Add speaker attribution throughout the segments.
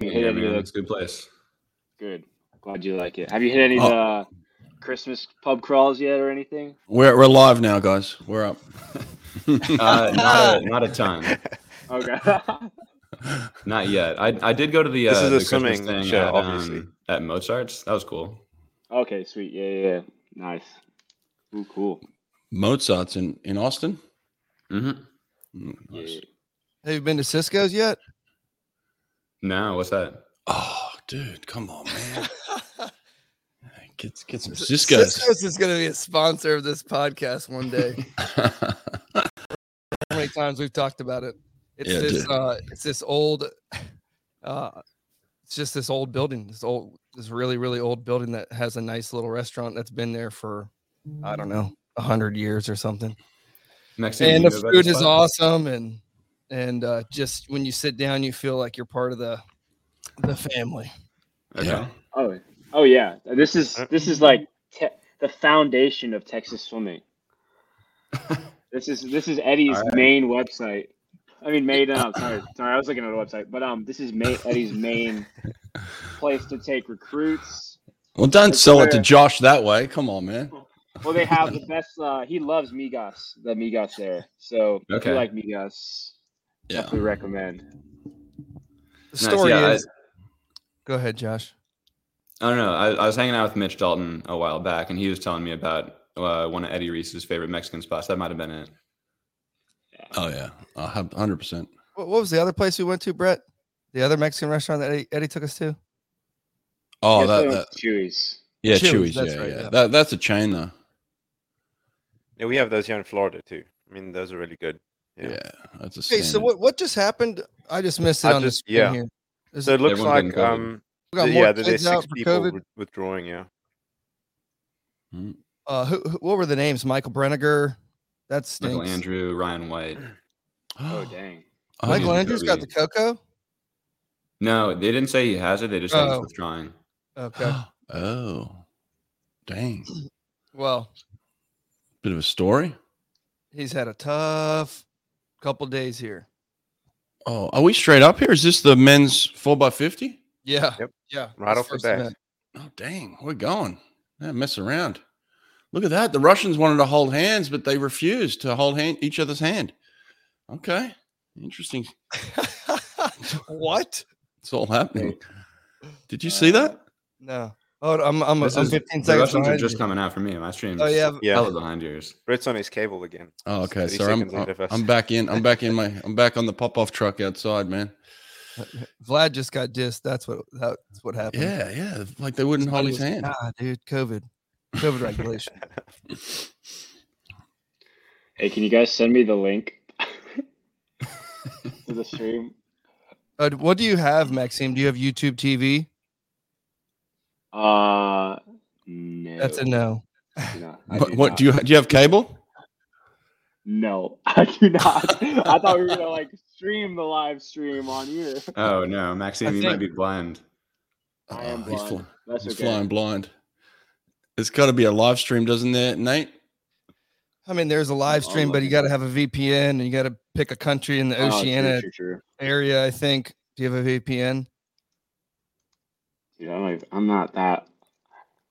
Speaker 1: you hit
Speaker 2: Yeah,
Speaker 1: any
Speaker 2: man,
Speaker 1: of
Speaker 2: it's
Speaker 1: the
Speaker 2: a good place.
Speaker 1: good? Glad you like it. Have you hit any of the Christmas pub crawls yet or anything?
Speaker 3: We're we're live now, guys. We're up.
Speaker 2: Uh, not, a, not a ton,
Speaker 1: Okay.
Speaker 2: not yet. I, I did go to the uh,
Speaker 4: This is
Speaker 2: the
Speaker 4: a
Speaker 2: Christmas
Speaker 4: swimming
Speaker 2: thing
Speaker 4: show,
Speaker 2: at,
Speaker 4: obviously.
Speaker 2: um, at Mozart's. That was cool.
Speaker 1: okay. Sweet. Yeah. Yeah. yeah. Nice. Ooh, cool.
Speaker 3: Mozart's in in Austin.
Speaker 2: hmm
Speaker 3: Mm,
Speaker 1: Yeah.
Speaker 3: nice.
Speaker 1: yeah.
Speaker 5: Have you been to Cisco's yet?
Speaker 2: No, what's that?
Speaker 3: Oh, dude, come on, man. Get get some
Speaker 5: Cisco's.
Speaker 3: Cisco's.
Speaker 5: is going to be a sponsor of this podcast one day. How many times we've talked about it? It's
Speaker 3: Yeah,
Speaker 5: this.
Speaker 3: dude.
Speaker 5: Uh, it's this old. Uh, it's just this old building. This old, this really, really old building that has a nice little restaurant that's been there for, I don't know, a hundred years or something.
Speaker 2: Next thing
Speaker 5: and
Speaker 2: you
Speaker 5: the
Speaker 2: know about
Speaker 5: food
Speaker 2: this
Speaker 5: is
Speaker 2: spot?
Speaker 5: awesome and and uh just when you sit down you feel like you're part of the the family
Speaker 2: Okay.
Speaker 3: Yeah.
Speaker 1: Oh. Oh yeah. This is this is like te- the foundation of Texas swimming. this is this is Eddie's
Speaker 2: All
Speaker 1: main website. I mean, main. No, sorry, sorry. I was looking at a website, but um, this is ma- Eddie's main place to take recruits.
Speaker 3: Well, don't
Speaker 1: It's
Speaker 3: sell it to
Speaker 1: where-
Speaker 3: Josh that way. Come on, man.
Speaker 1: Well, they have the best. Uh, he loves Migos, the Migos there. So if
Speaker 2: Okay.
Speaker 1: you like Migos,
Speaker 3: Yeah.
Speaker 1: we recommend.
Speaker 5: the
Speaker 2: Nice,
Speaker 5: story
Speaker 2: yeah, I-
Speaker 5: is go ahead josh
Speaker 2: I don't know. I, I was hanging out with Mitch Dalton a while back, and he was telling me about uh, one of Eddie Reese's favorite Mexican spots. That might have been it.
Speaker 3: Oh yeah, a hun- hundred percent.
Speaker 5: what, what was the other place we went to brett the other mexican restaurant that eddie, eddie took us to
Speaker 3: Oh,
Speaker 1: Yes,
Speaker 3: that,
Speaker 1: they
Speaker 3: that
Speaker 1: want Chewy's.
Speaker 3: yeah,
Speaker 5: Chewy's,
Speaker 3: Chewy's.
Speaker 5: that's
Speaker 3: yeah,
Speaker 5: right,
Speaker 3: yeah.
Speaker 5: yeah.
Speaker 3: That, that's a chain though.
Speaker 4: Yeah, we have those here in Florida too. I mean, those are really good.
Speaker 3: Yeah,
Speaker 4: Yeah.
Speaker 3: that's a.
Speaker 5: okay so
Speaker 3: standard.
Speaker 5: what what just happened i just missed it
Speaker 4: I
Speaker 5: on
Speaker 4: just-
Speaker 5: the screen
Speaker 4: yeah.
Speaker 5: here Is
Speaker 4: So it looks
Speaker 2: Everyone's
Speaker 4: like
Speaker 2: getting COVID.
Speaker 4: um,
Speaker 5: we got
Speaker 4: th-
Speaker 5: more
Speaker 4: yeah, that there's
Speaker 5: kids out
Speaker 4: six
Speaker 5: for
Speaker 4: people
Speaker 5: COVID.
Speaker 4: with- withdrawing. Yeah,
Speaker 5: uh who, who- what were the names michael breniger that stinks
Speaker 2: Michael Andrew, Ryan White.
Speaker 1: Oh dang.
Speaker 3: Oh,
Speaker 5: michael
Speaker 2: yeah,
Speaker 5: andrews
Speaker 2: Kobe.
Speaker 5: got the cocoa
Speaker 2: No, they didn't say he has it. They just said he's
Speaker 5: Oh.
Speaker 2: withdrawing.
Speaker 5: okay
Speaker 3: oh, dang.
Speaker 5: well
Speaker 3: Bit of a story.
Speaker 5: he's had a tough couple days here
Speaker 3: Oh, are we straight up here? Is this the men's four x fifty?
Speaker 5: yeah
Speaker 4: Yep.
Speaker 5: yeah
Speaker 4: right
Speaker 5: his
Speaker 4: off the
Speaker 5: first
Speaker 4: bat.
Speaker 5: event.
Speaker 3: Oh, dang. We're going. Yeah, mess around. Look at that. The Russians wanted to hold hands, but they refused to hold hand, each other's hand. Okay. Interesting.
Speaker 5: what?
Speaker 3: It's all happening. Did you
Speaker 1: Uh,
Speaker 3: see that?
Speaker 5: No. Oh, I'm I'm,
Speaker 2: This
Speaker 5: I'm
Speaker 2: is-
Speaker 5: 15
Speaker 2: The
Speaker 5: seconds
Speaker 2: Russians are
Speaker 5: behind.
Speaker 2: just
Speaker 5: you.
Speaker 2: coming out for me. My stream is
Speaker 5: Oh yeah,
Speaker 4: yeah.
Speaker 2: hella behind yours.
Speaker 4: Brett's on his cable again.
Speaker 3: Oh, okay.
Speaker 4: 30
Speaker 3: So I'm,
Speaker 4: seconds ahead
Speaker 3: I'm-
Speaker 4: of us.
Speaker 3: I'm back in. I'm back in my I'm back on the pop-off truck outside, man.
Speaker 5: Vlad just got dissed. That's what that's what happened.
Speaker 3: Yeah, yeah. Like they wouldn't hold his
Speaker 5: Somebody was-
Speaker 3: hand.
Speaker 5: Nah, dude, COVID, COVID regulation.
Speaker 1: Hey, can you guys send me the link to the stream?
Speaker 5: Uh, what do you have, Maxime? Do you have YouTube TV?
Speaker 1: Uh, no.
Speaker 5: That's a no.
Speaker 1: No, I
Speaker 3: What, what do you do you have cable?
Speaker 1: No, I do not. I thought we were gonna like stream the live stream on here.
Speaker 2: Oh no, Maxine, you might
Speaker 5: think-
Speaker 2: be blind.
Speaker 1: I am
Speaker 3: Oh, he's
Speaker 1: blind.
Speaker 3: flying.
Speaker 1: That's
Speaker 3: He's
Speaker 1: okay.
Speaker 3: flying blind. It's got to be a live stream, doesn't there, Nate?
Speaker 5: I mean, there's a live
Speaker 1: I'll
Speaker 5: stream,
Speaker 1: look
Speaker 5: but you
Speaker 1: it
Speaker 5: got to have a VPN and you got to pick a country in the
Speaker 1: Oh, true,
Speaker 5: Oceania
Speaker 1: true, true.
Speaker 5: area. I think. Do you have a VPN?
Speaker 1: Dude, I don't even, I'm not that.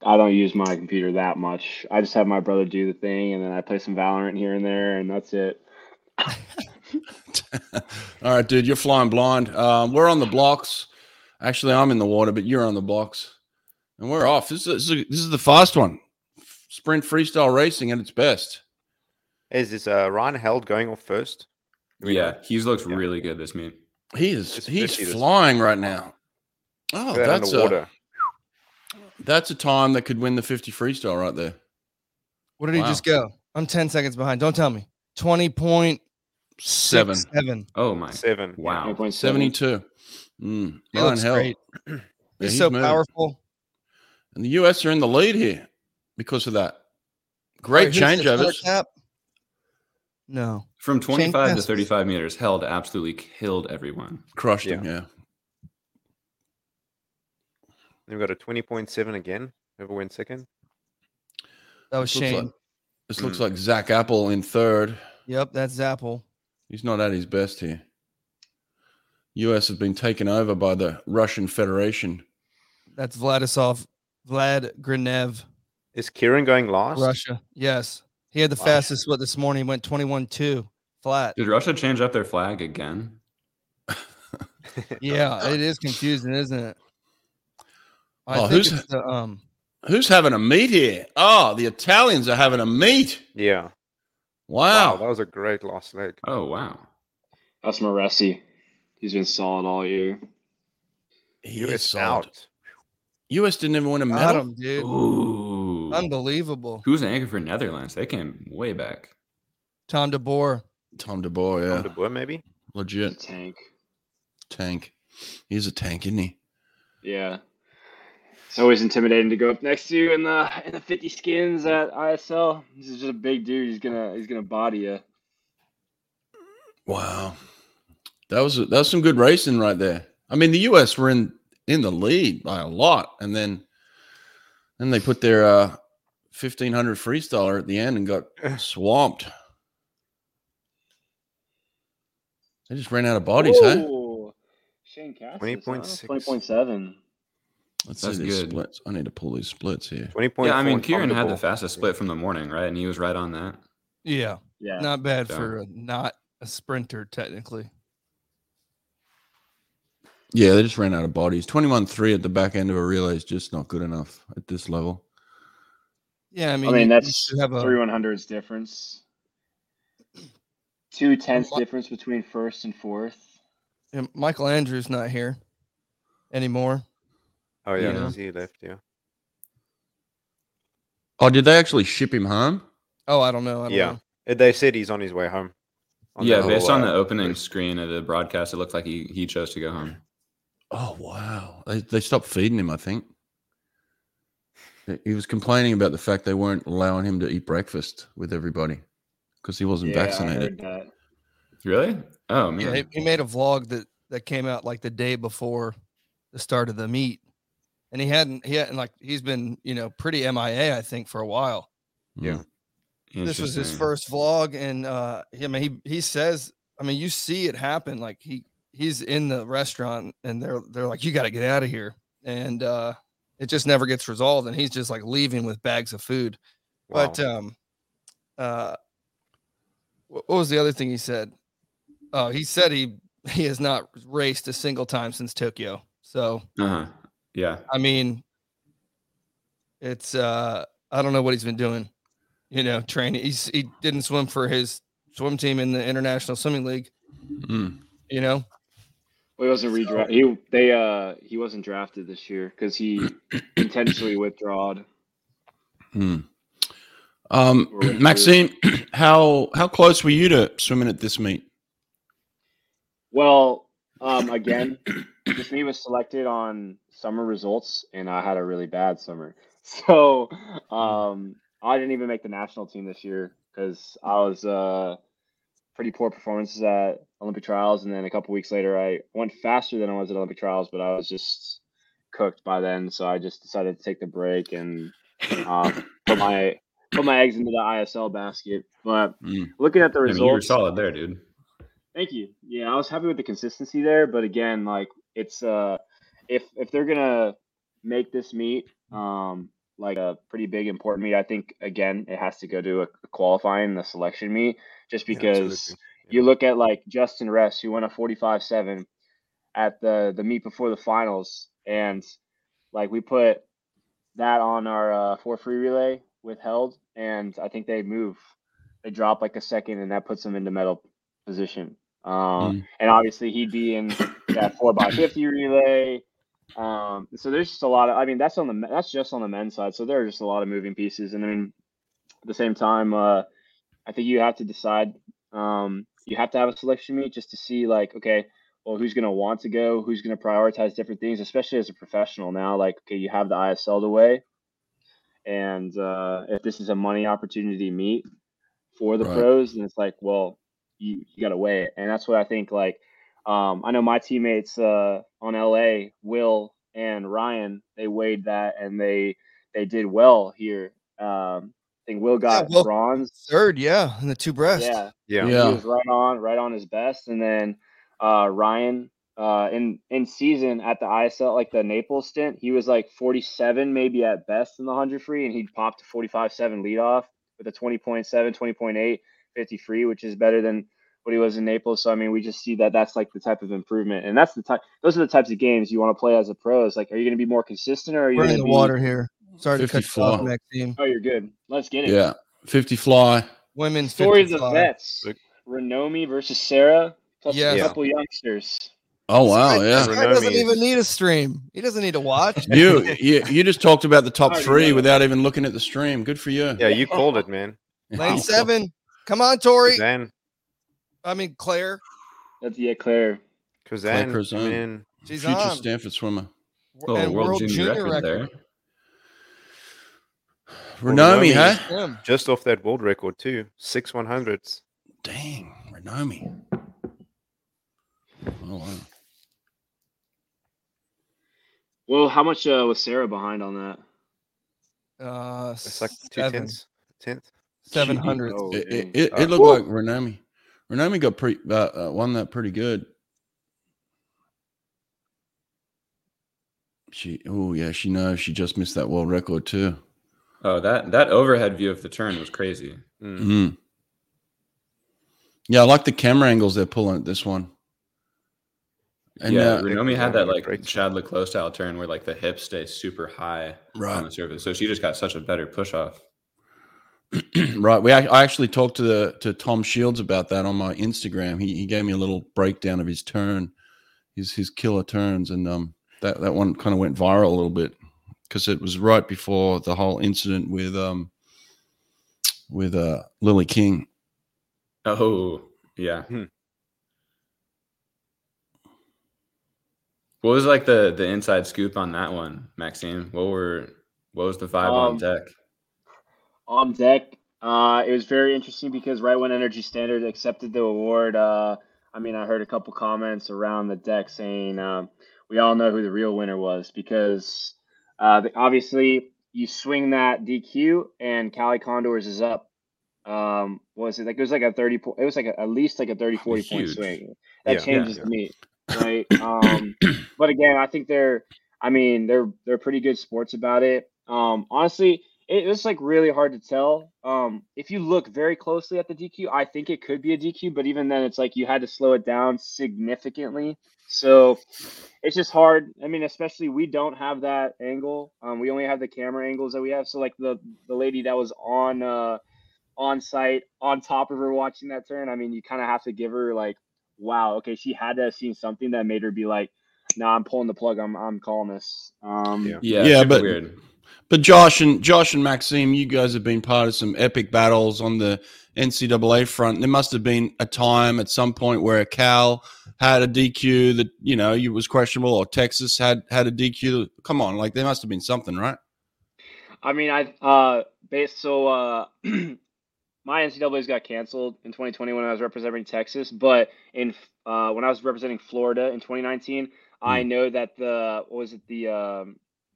Speaker 1: I don't use my computer that much. I just have my brother do the thing, and then I play some Valorant here and there, and that's it.
Speaker 3: All right, dude, you're flying blind. Um, we're on the blocks. Actually, I'm in the water, but you're on the blocks, and we're off. This is this is, this is the fast one. Sprint freestyle racing at its best.
Speaker 4: Is this uh, Ryan Held going off first?
Speaker 2: Yeah, he's looks
Speaker 4: Yeah.
Speaker 2: really good this meet.
Speaker 3: He is
Speaker 4: It's
Speaker 3: he's
Speaker 4: 50 this-
Speaker 3: flying right now. Oh,
Speaker 4: Oh,
Speaker 3: that's a,
Speaker 4: underwater.
Speaker 3: that's a time that could win the 50 freestyle right there.
Speaker 5: What did he just go? I'm 10 seconds behind. Don't tell me. 20.67.
Speaker 3: Seven.
Speaker 2: Oh my,
Speaker 4: Seven. yeah.
Speaker 2: wow.
Speaker 1: 9.7.
Speaker 3: 72. Mm,
Speaker 5: He
Speaker 3: Ryan
Speaker 5: looks
Speaker 3: Held.
Speaker 5: great.
Speaker 3: Yeah,
Speaker 5: he's, so
Speaker 3: moving.
Speaker 5: powerful.
Speaker 3: And the US are in the lead here because of that. Great
Speaker 5: Wait, who's the
Speaker 3: changeovers.
Speaker 5: shortstop? No.
Speaker 2: From 25 to
Speaker 5: passes.
Speaker 2: 35 meters, Held absolutely killed everyone.
Speaker 3: Crushed him, yeah.
Speaker 4: Then We've got a twenty point seven again. Whoever wins second.
Speaker 5: That was
Speaker 3: This looks like-
Speaker 5: Shane. Hmm.
Speaker 3: This looks like Zach Apple in third.
Speaker 5: Yep, that's Zapple.
Speaker 3: He's not at his best here. U.S. have been taken over by the Russian Federation.
Speaker 5: That's Vladisov, Vlad Grenev,
Speaker 4: Is Kieran going last?
Speaker 5: Russia. Yes. He had the
Speaker 4: Wow.
Speaker 5: fastest what this morning went 21 2 flat.
Speaker 2: Did Russia change up their flag again?
Speaker 5: Yeah, it is confusing, isn't it?
Speaker 3: Oh,
Speaker 5: I think
Speaker 3: who's-
Speaker 5: it's the, um
Speaker 3: Who's having a meet here? Oh, the Italians are having a meet.
Speaker 4: Yeah.
Speaker 3: Wow.
Speaker 4: that was a great last leg.
Speaker 2: Oh wow.
Speaker 1: That's Moresi. He's been solid all year.
Speaker 3: He is
Speaker 4: US
Speaker 3: solid.
Speaker 4: out.
Speaker 3: U.S. didn't even win a
Speaker 5: got
Speaker 3: medal.
Speaker 5: him, dude.
Speaker 2: Ooh.
Speaker 5: Unbelievable.
Speaker 2: Who's the anchor for Netherlands? They came way back.
Speaker 5: Tom DeBoer.
Speaker 3: Tom De Boer,
Speaker 4: Van
Speaker 3: yeah,
Speaker 4: de Boer, maybe.
Speaker 1: He's a
Speaker 3: legit
Speaker 1: tank.
Speaker 3: tank. He's a tank, isn't he?
Speaker 1: Yeah. It's always intimidating to go up next to you in the in the fifty skins at ISL. This is just a big dude. He's gonna he's gonna body you.
Speaker 3: Wow, that was that was some good racing right there. I mean, the U.S. were in in the lead by a lot, and then then they put their uh, fifteen hundred freestyler at the end and got swamped. They just ran out of bodies, hey?
Speaker 1: Ooh. Shane Cassis.
Speaker 4: 20.6.
Speaker 1: Twenty point seven.
Speaker 3: Let's
Speaker 2: That's
Speaker 3: see these
Speaker 2: good.
Speaker 3: splits. I need to pull these splits here.
Speaker 4: 20.4.
Speaker 2: Yeah, I mean
Speaker 4: Tom
Speaker 2: Kieran
Speaker 4: de
Speaker 2: had
Speaker 4: Boer.
Speaker 2: the fastest split from the morning, right? And he was right on that.
Speaker 5: Yeah,
Speaker 1: Yeah.
Speaker 5: not bad
Speaker 2: Yeah.
Speaker 5: for a, not a sprinter technically.
Speaker 3: Yeah, they just ran out of bodies. Twenty-one three at the back end of a relay is just not good enough at this level.
Speaker 5: Yeah, I
Speaker 1: I
Speaker 5: mean,
Speaker 1: mean,
Speaker 5: you- you
Speaker 1: that's
Speaker 5: should have a
Speaker 1: three one hundreds difference. Two tenths
Speaker 5: Mi-
Speaker 1: difference between first and fourth.
Speaker 5: Yeah, Michael Andrews not here anymore.
Speaker 4: Oh, yeah.
Speaker 2: you know.
Speaker 4: He left, yeah.
Speaker 3: Oh, did they actually ship him home?
Speaker 5: Oh, I don't know. I don't
Speaker 4: Yeah.
Speaker 5: know.
Speaker 4: Uh, They said he's on his way home. On the
Speaker 2: yeah,
Speaker 4: little,
Speaker 2: based on
Speaker 4: uh,
Speaker 2: the opening
Speaker 4: bridge.
Speaker 2: screen of the broadcast, it looked like he, he chose to go home.
Speaker 3: Oh wow! They they stopped feeding him. I think He- he was complaining about the fact they weren't allowing him to eat breakfast with everybody because he wasn't
Speaker 1: yeah, I heard
Speaker 3: vaccinated.
Speaker 1: that.
Speaker 2: Really? Oh
Speaker 5: Yeah,
Speaker 2: man.
Speaker 5: he- he made a vlog that that came out like the day before the start of the meet, and he hadn't he hadn't like he's been you know pretty MIA I think for a while.
Speaker 3: Yeah,
Speaker 5: this was his
Speaker 2: Interesting.
Speaker 5: first vlog and uh he- i mean he he says i mean you see it happen like he he's in the restaurant and they're they're like you got to get out of here and uh it just never gets resolved and he's just like leaving with bags of food
Speaker 4: Wow.
Speaker 5: but um uh wh- what was the other thing he said oh he said he he has not raced a single time since tokyo so
Speaker 2: Uh-huh. Yeah.
Speaker 5: i mean it's uh i don't know what he's been doing you know training he's he didn't swim for his swim team in the international swimming league
Speaker 3: Mm.
Speaker 5: you know
Speaker 1: Well, he wasn't redraft. He they uh he wasn't drafted this year because he intentionally withdrawed.
Speaker 3: Mm. Um,
Speaker 1: Or withdrew.
Speaker 3: Maxine, how how close were you to swimming at this meet?
Speaker 1: Well, um, again, just me was selected on summer results, and I had a really bad summer. So um, I didn't even make the national team this year because I was uh, pretty poor performances at Olympic trials, and then a couple weeks later, I went faster than I was at Olympic trials, but I was just cooked by then. So I just decided to take the break and uh, put my put my eggs into the ISL basket. But
Speaker 3: Mm.
Speaker 1: looking at the
Speaker 2: I mean, you were
Speaker 1: results,
Speaker 2: solid there, dude.
Speaker 1: Thank you. Yeah, I was happy with the consistency there, but again, like it's uh if if they're gonna make this meet um like a pretty big important meet, I think again it has to go to a qualifying the selection meet just
Speaker 4: Yeah,
Speaker 1: because
Speaker 4: absolutely.
Speaker 1: you look at like Justin Rest who won a forty five seven at the the meet before the finals and like we put that on our uh, four free relay withheld and I think they move they drop like a second and that puts them into medal position. Um,
Speaker 3: Mm.
Speaker 1: And obviously, he'd be in that four by fifty relay. Um, so there's just a lot of. I mean, that's on the me- that's just on the men's side. So there are just a lot of moving pieces. And I mean, at the same time, uh, I think you have to decide. Um, you have to have a selection meet just to see like, okay, well, who's going to want to go? Who's going to prioritize different things? Especially as a professional now, like, okay, you have the ISL to weigh, and uh, if this is a money opportunity meet for the
Speaker 3: Right.
Speaker 1: pros, then it's like, well, you, you got to weigh it. And that's what I think. Like, um, I know my teammates uh, on LA, Will and Ryan, they weighed that and they they did well here. Um, I think Will got
Speaker 5: Will-
Speaker 1: bronze.
Speaker 5: third yeah in the two breasts
Speaker 1: Yeah,
Speaker 4: Yeah.
Speaker 1: he was right on, right on his best. And then uh, Ryan uh, in in season at the ISL, like the Naples stint, he was like 47 maybe at best in the 100 free, and he popped a 45-7 leadoff with a 20.7, 20.8, 50 free, which is better than what he was in Naples. So I mean, we just see that that's like the type of improvement, and that's the type. Those are the types of games you want to play as a pro. Is like, are you going to be more consistent, or are you
Speaker 5: We're
Speaker 1: going
Speaker 5: in
Speaker 1: to
Speaker 5: the
Speaker 1: be?
Speaker 5: water here. Sorry to
Speaker 3: 50
Speaker 5: cut you off,
Speaker 3: flow.
Speaker 5: Maxime.
Speaker 1: Oh, you're good. Let's get it.
Speaker 3: Yeah, fifty fly.
Speaker 5: Women's
Speaker 1: Stories
Speaker 5: 55.
Speaker 1: of vets:
Speaker 4: Look.
Speaker 1: Renomi versus Sarah, plus
Speaker 5: Yeah.
Speaker 1: a couple youngsters.
Speaker 3: Oh wow,
Speaker 5: This
Speaker 3: yeah.
Speaker 5: guy doesn't
Speaker 4: Renomi
Speaker 5: even
Speaker 4: is-
Speaker 5: need a stream. He doesn't need to watch.
Speaker 3: You, you you just talked about the top
Speaker 1: Already
Speaker 3: three
Speaker 1: know.
Speaker 3: without even looking at the stream. Good for you.
Speaker 4: Yeah, you
Speaker 1: Oh,
Speaker 4: called it, man.
Speaker 5: Lane
Speaker 3: Wow.
Speaker 5: seven. Come on, Tori.
Speaker 4: Kazan,
Speaker 5: I mean Claire.
Speaker 1: That's yeah, Claire.
Speaker 4: Kazan,
Speaker 3: Kazan.
Speaker 4: man.
Speaker 5: She's
Speaker 3: Future
Speaker 5: on.
Speaker 3: Stanford swimmer.
Speaker 2: Oh,
Speaker 5: and
Speaker 2: world, junior, record, there.
Speaker 3: Renomi,
Speaker 4: Renomi.
Speaker 3: huh?
Speaker 5: Him.
Speaker 4: Just off that world record too, six one hundreds.
Speaker 3: Dang, Renomi. Oh wow.
Speaker 1: Well, how much uh, was Sarah behind on that?
Speaker 5: Uh,
Speaker 4: It's like two
Speaker 5: seven-
Speaker 4: tenths, tenth.
Speaker 5: Seven hundred.
Speaker 1: Oh,
Speaker 3: It, it,
Speaker 1: dang.
Speaker 3: it, it looked like Renomi. Renomi got pretty uh, uh, won that pretty good. She oh yeah, she knows she just missed that world record too.
Speaker 2: Oh, that that overhead view of the turn was crazy.
Speaker 4: Mm.
Speaker 3: Mm. Yeah, I like the camera angles they're pulling at this one. And
Speaker 2: yeah,
Speaker 3: uh,
Speaker 2: Renomi had
Speaker 4: Renomi
Speaker 2: that like
Speaker 4: breaks.
Speaker 2: Chad Leclos style turn where like the hips stay super high on
Speaker 3: right,
Speaker 2: the surface, so she just got such a better push off.
Speaker 3: right. We ac- I actually talked to the to Tom Shields about that on my Instagram. He he gave me a little breakdown of his turn, his his killer turns, and um that that one kind of went viral a little bit because it was right before the whole incident with um with uh Lily King.
Speaker 2: Oh yeah.
Speaker 4: Hmm.
Speaker 2: What was like the the inside scoop on that one, Maxime? What were what was the vibe on
Speaker 1: Um,
Speaker 2: deck?
Speaker 1: on deck. Uh, it was very interesting because right when Energy Standard accepted the award, uh, I mean, I heard a couple comments around the deck saying um, we all know who the real winner was because uh, the, obviously you swing that DQ and Cali Condors is up. Um, what was it like? It was like a 30 point, it was like a, at least like a 30 40 point
Speaker 2: Huge.
Speaker 1: swing. That
Speaker 4: Yeah.
Speaker 1: changes
Speaker 4: Yeah.
Speaker 1: the meat, right? Um, but again, I think they're, I mean, they're they're pretty good sports about it. Um, honestly, it, it's like really hard to tell. Um, if you look very closely at the DQ, I think it could be a DQ, but even then, it's like you had to slow it down significantly. So it's just hard. I mean, especially we don't have that angle. Um, we only have the camera angles that we have. So like the the lady that was on uh on site on top of her watching that turn, I mean, you kind of have to give her like, wow, okay, she had to have seen something that made her be like, no, nah, I'm pulling the plug. I'm I'm calling this. Um,
Speaker 4: Yeah.
Speaker 2: Yeah,
Speaker 3: yeah,
Speaker 2: super
Speaker 3: but-
Speaker 2: weird.
Speaker 3: But Josh and Josh and Maxime, you guys have been part of some epic battles on the NCAA front. There must have been a time at some point where Cal had a DQ that you know you was questionable, or Texas had had a DQ. Come on, like there must have been something, right?
Speaker 1: I mean, I uh, based so uh, my NCAA's got canceled in 2020 when I was representing Texas, but in uh, when I was representing Florida in 2019, I know that the what was it the um,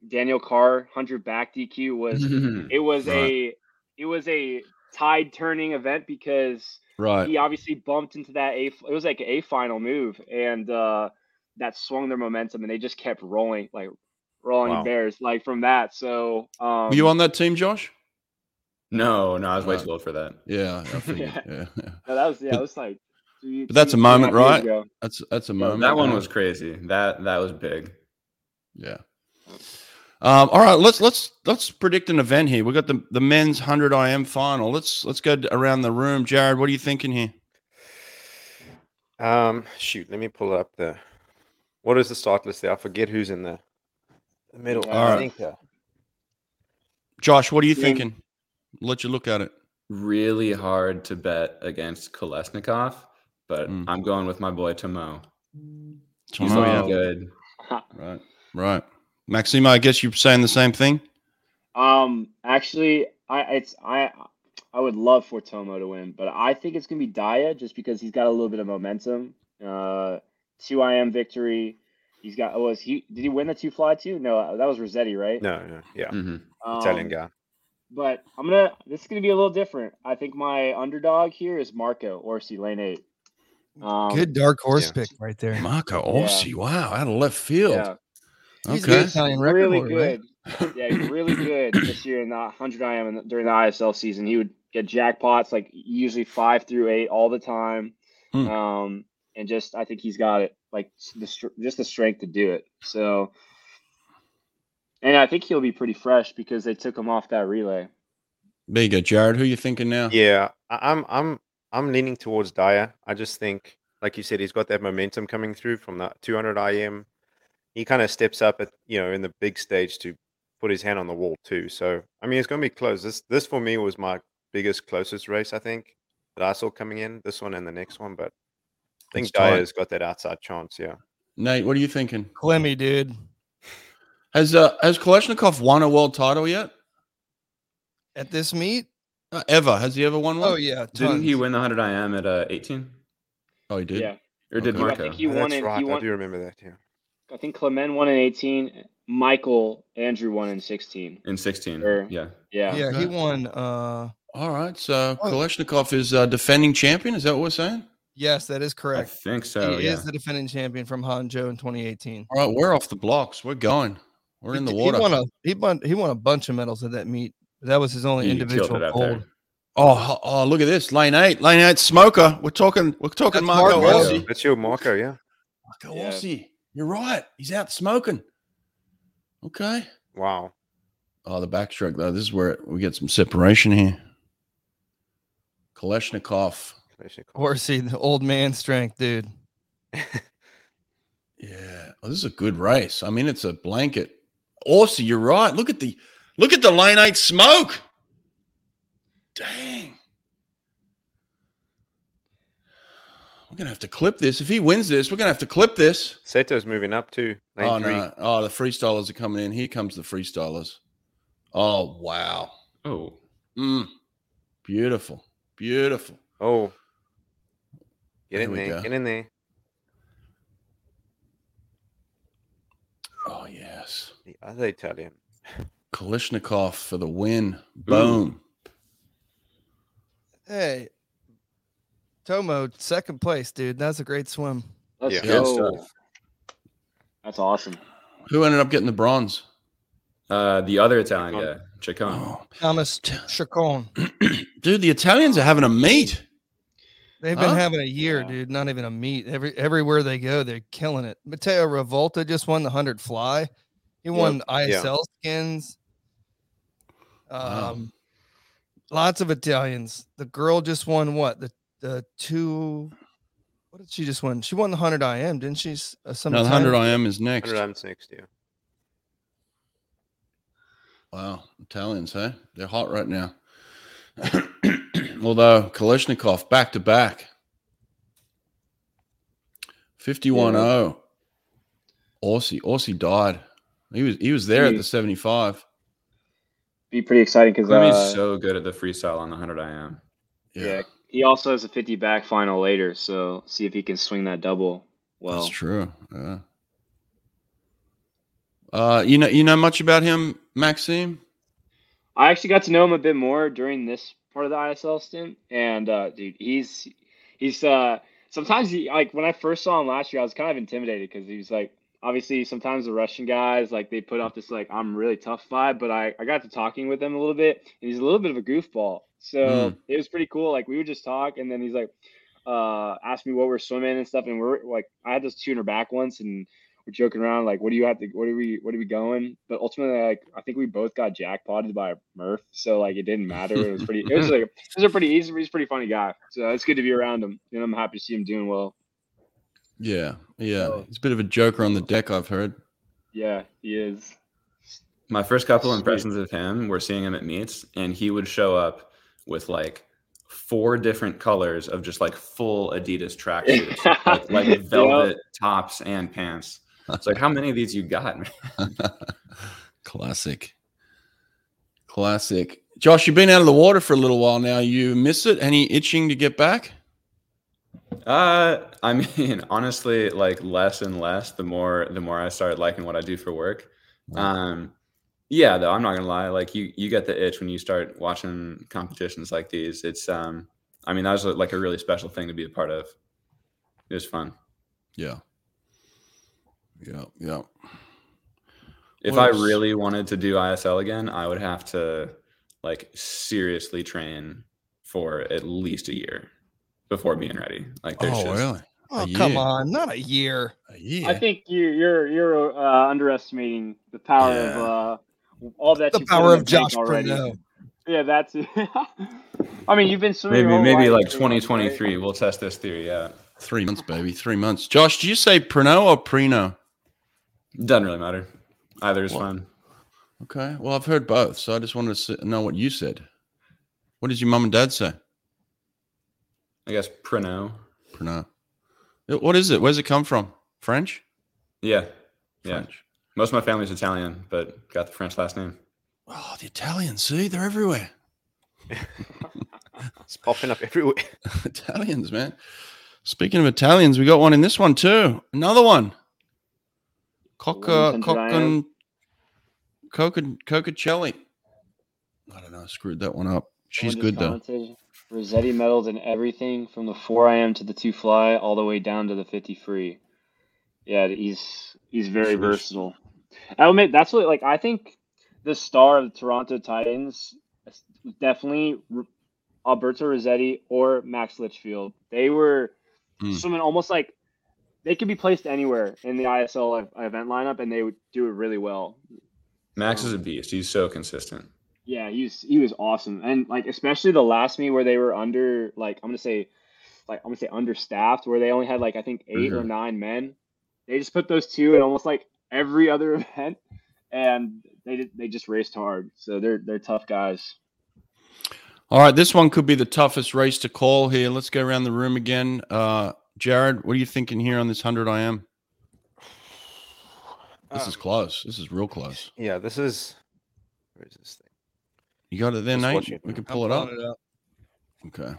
Speaker 1: Daniel Carr hundred back DQ was
Speaker 2: Mm-hmm.
Speaker 1: it was a it was a tide turning event because
Speaker 3: Right.
Speaker 1: he obviously bumped into that a it was like a final move and uh that swung their momentum and they just kept rolling like rolling
Speaker 4: Wow.
Speaker 1: bears like from that so um
Speaker 3: Were you on that team, Josh?
Speaker 2: no, no, I was way too
Speaker 3: Right.
Speaker 2: old for that.
Speaker 3: Yeah, I figured. yeah.
Speaker 1: No, that was yeah,
Speaker 3: But-
Speaker 1: it was like. three-
Speaker 3: but that's
Speaker 1: three-
Speaker 3: a
Speaker 1: three and
Speaker 3: moment,
Speaker 1: half years
Speaker 3: right?
Speaker 1: ago.
Speaker 3: That's that's a
Speaker 1: Yeah,
Speaker 3: moment.
Speaker 2: That one
Speaker 3: yeah.
Speaker 2: was crazy. That that was big.
Speaker 3: Yeah. Um, all right, let's let's let's predict an event here. We've got the the men's hundred IM final. Let's let's go around the room. Jared, what are you thinking here?
Speaker 4: Um, shoot, let me pull up the. What is the start list there? I forget who's in the, the middle.
Speaker 1: All
Speaker 4: I
Speaker 3: right.
Speaker 4: think uh,
Speaker 3: Josh, what are you
Speaker 1: Yeah.
Speaker 3: thinking? Let you look at it.
Speaker 2: Really hard to bet against Kolesnikov, but
Speaker 3: Mm.
Speaker 2: I'm going with my boy Tomo. He's
Speaker 3: Tomorrow,
Speaker 2: looking
Speaker 1: Tomo.
Speaker 2: good.
Speaker 3: Right. Right. Maxima, I guess you're saying the same thing.
Speaker 1: Um, actually, I it's I I would love for Tomo to win, but I think it's gonna be Daya just because he's got a little bit of momentum. Uh, two IM victory. He's got was he did he win the two fly too? No, that was Rossetti, right?
Speaker 4: no, no, yeah,
Speaker 2: Mhm.
Speaker 4: Italian
Speaker 1: Um,
Speaker 4: guy.
Speaker 1: But I'm gonna this is gonna be a little different. I think my underdog here is Marco Orsi, lane eight. Um,
Speaker 5: Good dark horse
Speaker 4: yeah.
Speaker 5: pick right there.
Speaker 3: Marco Orsi. Wow, out of left field.
Speaker 1: Yeah,
Speaker 5: He's
Speaker 3: Okay.
Speaker 5: the Italian record
Speaker 1: really
Speaker 5: holder, right?
Speaker 1: good. yeah, he's really good this year in the 100 IM and during the ISL season. He would get jackpots like usually five through eight all the time.
Speaker 3: Hmm.
Speaker 1: Um, and just, I think he's got it like the, str- just the strength to do it. So, and I think he'll be pretty fresh because they took him off that relay.
Speaker 3: There you go, Jared. Who you thinking now?
Speaker 4: Yeah, I- I'm I'm I'm leaning towards Dyer. I just think, like you said, he's got that momentum coming through from that 200 IM. He kind of steps up at you know in the big stage to put his hand on the wall too. So I mean, it's going to be close. This this for me was my biggest closest race I think that I saw coming in this one and the next one. But I think
Speaker 3: It's tight.
Speaker 4: Dyer's got that outside chance. Yeah,
Speaker 3: Nate, what are you thinking?
Speaker 5: Clemmy, dude.
Speaker 3: Has uh, has Kalashnikov won a world title yet?
Speaker 5: At this meet?
Speaker 3: Uh, ever? Has he ever won one?
Speaker 5: Oh yeah.
Speaker 2: Didn't he
Speaker 5: tons.
Speaker 2: win the 100 IM at uh, 18?
Speaker 3: Oh, he did.
Speaker 1: Yeah.
Speaker 2: Or did
Speaker 3: Okay.
Speaker 1: I
Speaker 2: Marco?
Speaker 1: think he
Speaker 4: Oh,
Speaker 1: won
Speaker 4: that's
Speaker 1: in,
Speaker 4: right.
Speaker 1: he
Speaker 4: I
Speaker 1: won,
Speaker 4: do remember that. Yeah,
Speaker 1: I think Clement won in 18, Michael Andrew won in 16.
Speaker 2: In 16.
Speaker 1: Sure.
Speaker 2: Yeah.
Speaker 1: Yeah.
Speaker 5: Yeah,
Speaker 3: Okay.
Speaker 5: he won. Uh,
Speaker 3: All right. So
Speaker 5: Oh.
Speaker 3: Kalashnikov is uh, defending champion. Is that what we're saying?
Speaker 5: yes, that is
Speaker 2: I
Speaker 5: correct.
Speaker 2: think so.
Speaker 5: he
Speaker 2: yeah.
Speaker 5: is the defending champion from Hanzhou in 2018.
Speaker 3: All right. We're off the blocks. We're going. We're
Speaker 5: He
Speaker 3: in the
Speaker 5: d-
Speaker 3: water.
Speaker 5: He won a he won he won a bunch of medals at that meet. That was his only
Speaker 2: He killed
Speaker 5: individual
Speaker 2: it out
Speaker 5: gold.
Speaker 2: there.
Speaker 3: Oh, ho- oh, look at this. Lane eight. Lane eight. Smoker. We're talking. We're talking
Speaker 5: That's
Speaker 3: Marco
Speaker 5: Marco.
Speaker 3: Orsi.
Speaker 4: that's your Marco. Yeah,
Speaker 3: Marco
Speaker 1: Yeah.
Speaker 3: Orsi. You're right. He's out smoking. Okay.
Speaker 4: wow.
Speaker 3: Oh, the backstroke though. This is where we get some separation here. Kalashnikov.
Speaker 4: Kalashnikov.
Speaker 5: Horsey, the old man strength, dude.
Speaker 3: Yeah. Oh, this is a good race. I mean, it's a blanket. Orsi, you're right. Look at the look at the lane eight smoke. Dang. We're gonna have to clip this. If he wins this, we're gonna have to clip this.
Speaker 4: Seto's moving up too. Lane
Speaker 3: Oh
Speaker 4: three.
Speaker 3: no! Oh, the freestylers are coming in. Here comes the freestylers. Oh wow!
Speaker 2: Oh,
Speaker 3: Mm. Beautiful, beautiful.
Speaker 4: Oh, get
Speaker 3: There
Speaker 4: in
Speaker 3: we
Speaker 4: there.
Speaker 3: go.
Speaker 4: Get in there.
Speaker 3: Oh yes,
Speaker 4: The other Italian.
Speaker 3: Kalishnikov for the win. Boom.
Speaker 5: Hey, Tomo, second place, dude. That's a great swim.
Speaker 1: Let's
Speaker 4: Yeah.
Speaker 2: Yeah,
Speaker 1: go.
Speaker 2: so-
Speaker 1: That's awesome.
Speaker 3: Who ended up getting the bronze?
Speaker 2: uh, the other Italian
Speaker 4: Chacon.
Speaker 2: guy, Chacon.
Speaker 3: Oh,
Speaker 5: Thomas Chacon.
Speaker 3: dude, the Italians are having a meet.
Speaker 5: They've
Speaker 3: Huh?
Speaker 5: been having a year,
Speaker 1: Yeah.
Speaker 5: dude. Not even a meet. Every everywhere they go, they're killing it. Matteo Revolta just won the hundred fly. He won ISL skins. Um,
Speaker 3: Wow.
Speaker 5: lots of Italians. The girl just won what the the two. What did she just win? She won the hundred IM, didn't she? S- Uh, some
Speaker 3: No, the
Speaker 5: Italian-
Speaker 3: hundred IM is next.
Speaker 4: 100 amps next year.
Speaker 3: Wow, Italians, huh? They're hot right now. Although Kalishnikov back to back. 51 0. Aussie. Aussie oh. died. He was he was there at
Speaker 1: Jeez.
Speaker 3: the 75.
Speaker 1: Be pretty exciting because
Speaker 2: Clemmy's
Speaker 1: uh,
Speaker 2: so good at the freestyle on the 100 IM.
Speaker 3: Yeah,
Speaker 1: Yeah. He also has a 50 back final later, so see if he can swing that double. Well,
Speaker 3: that's true. Yeah. Uh, you know you know much about him, Maxime?
Speaker 1: I actually got to know him a bit more during this part of the ISL stint, and uh, dude, he's he's uh, sometimes he like when I first saw him last year, I was kind of intimidated because he was like obviously sometimes the Russian guys like they put off this like I'm really tough vibe, but I I got to talking with him a little bit, and he's a little bit of a goofball, so it was pretty cool. Like we would just talk, and then he's like uh asked me what we're swimming and stuff, and we're like I had this tuner back once and. We're joking around like, what do you have to? What are we? What are we going? But ultimately, like, I think we both got jackpotted by Murph, so like, it didn't matter. It was pretty. It was like, it was a pretty easy. He's a pretty funny guy, so it's good to be around him, and I'm happy to see him doing well.
Speaker 3: Yeah. Yeah. He's a bit of a joker on the deck, I've heard.
Speaker 1: Yeah, he is.
Speaker 2: My first couple
Speaker 1: Sweet.
Speaker 2: impressions of him were seeing him at meets, and he would show up with like four different colors of just like full Adidas tracksuits, like, like velvet tops and pants. It's like, how many of these you got? man?
Speaker 3: Classic. Classic. Josh, you've been out of the water for a little while now. You miss it? Any itching to get back?
Speaker 2: Uh, I mean, honestly, like less and less the more the more I started liking what I do for work. Um, yeah, though I'm not gonna lie, like you you get the itch when you start watching competitions like these. It's um, I mean, that was like a really special thing to be a part of. It was fun.
Speaker 3: Yeah. Yeah. Yeah.
Speaker 2: If
Speaker 3: What
Speaker 2: I
Speaker 3: else?
Speaker 2: really wanted to do ISL again, I would have to like seriously train for at least a year before being ready. Like there's
Speaker 3: Oh,
Speaker 2: just
Speaker 3: really?
Speaker 5: Oh,
Speaker 3: A
Speaker 5: come
Speaker 3: year.
Speaker 5: on. Not a year.
Speaker 3: A year.
Speaker 1: I think you, you're you're uh, underestimating the power of uh, all that.
Speaker 5: The
Speaker 1: you put
Speaker 5: power
Speaker 1: in
Speaker 5: of
Speaker 1: the tank
Speaker 5: Josh
Speaker 1: already.
Speaker 5: Bruno.
Speaker 1: Yeah, that's. I mean, you've been swimming.
Speaker 2: maybe
Speaker 1: your whole
Speaker 2: maybe
Speaker 1: life,
Speaker 2: like
Speaker 1: so you know, right?
Speaker 2: 2023. We'll test this theory out.
Speaker 3: Three months, baby. Three months. Josh, do you say Prano or Prino?
Speaker 2: Doesn't really matter. Either is
Speaker 3: Well,
Speaker 2: fun.
Speaker 3: Okay. Well, I've heard both, so I just wanted to s- know what you said. What did your mum and dad say?
Speaker 2: I guess Prino.
Speaker 3: Prano. Yeah, What is it? Where's it come from? French?
Speaker 2: Yeah. Yeah.
Speaker 3: French.
Speaker 2: Most of my family's Italian, but got the French last name.
Speaker 3: Oh, the Italians. See, they're everywhere.
Speaker 4: It's popping up everywhere.
Speaker 3: Italians, man. Speaking of Italians, we got one in this one too. Another one. Coca
Speaker 1: Lorenzo
Speaker 3: Cocan Coca Cocacelli. I don't know. I screwed that one up. She's
Speaker 1: Someone just
Speaker 3: good though.
Speaker 1: commented, Rossetti medals in everything from the 4 IM to the 2 fly all the way down to the 50 free. Yeah, he's he's very
Speaker 3: Sheesh.
Speaker 1: versatile. I'll admit that's what like I think the star of the Toronto Titans is definitely R- Alberto Rossetti or Max Litchfield. They were
Speaker 3: Mm.
Speaker 1: swimming almost like they could be placed anywhere in the ISL ev- E event lineup and they would do it really well.
Speaker 2: Max
Speaker 3: Oh.
Speaker 2: is a beast. He's so consistent.
Speaker 1: Yeah, he was he was awesome, and like especially the last meet where they were under like I'm gonna say, like I'm gonna say understaffed, where they only had like I think 8 or
Speaker 2: Mhm.
Speaker 1: nine men. They just put those two in almost like every other event, and they did, they just raced hard. So they're they're tough guys.
Speaker 3: All right, this one could be the toughest race to call here. Let's go around the room again. Uh, Jared, what are you thinking here on this hundred I am? This is
Speaker 4: Um,
Speaker 3: close. This is real close.
Speaker 4: Ah, yeah, this is. Where is this thing?
Speaker 3: You got it there,
Speaker 4: Just
Speaker 3: Nate.
Speaker 4: watch it.
Speaker 3: We can
Speaker 5: I'm
Speaker 3: pull it up.
Speaker 5: pulling
Speaker 3: Okay.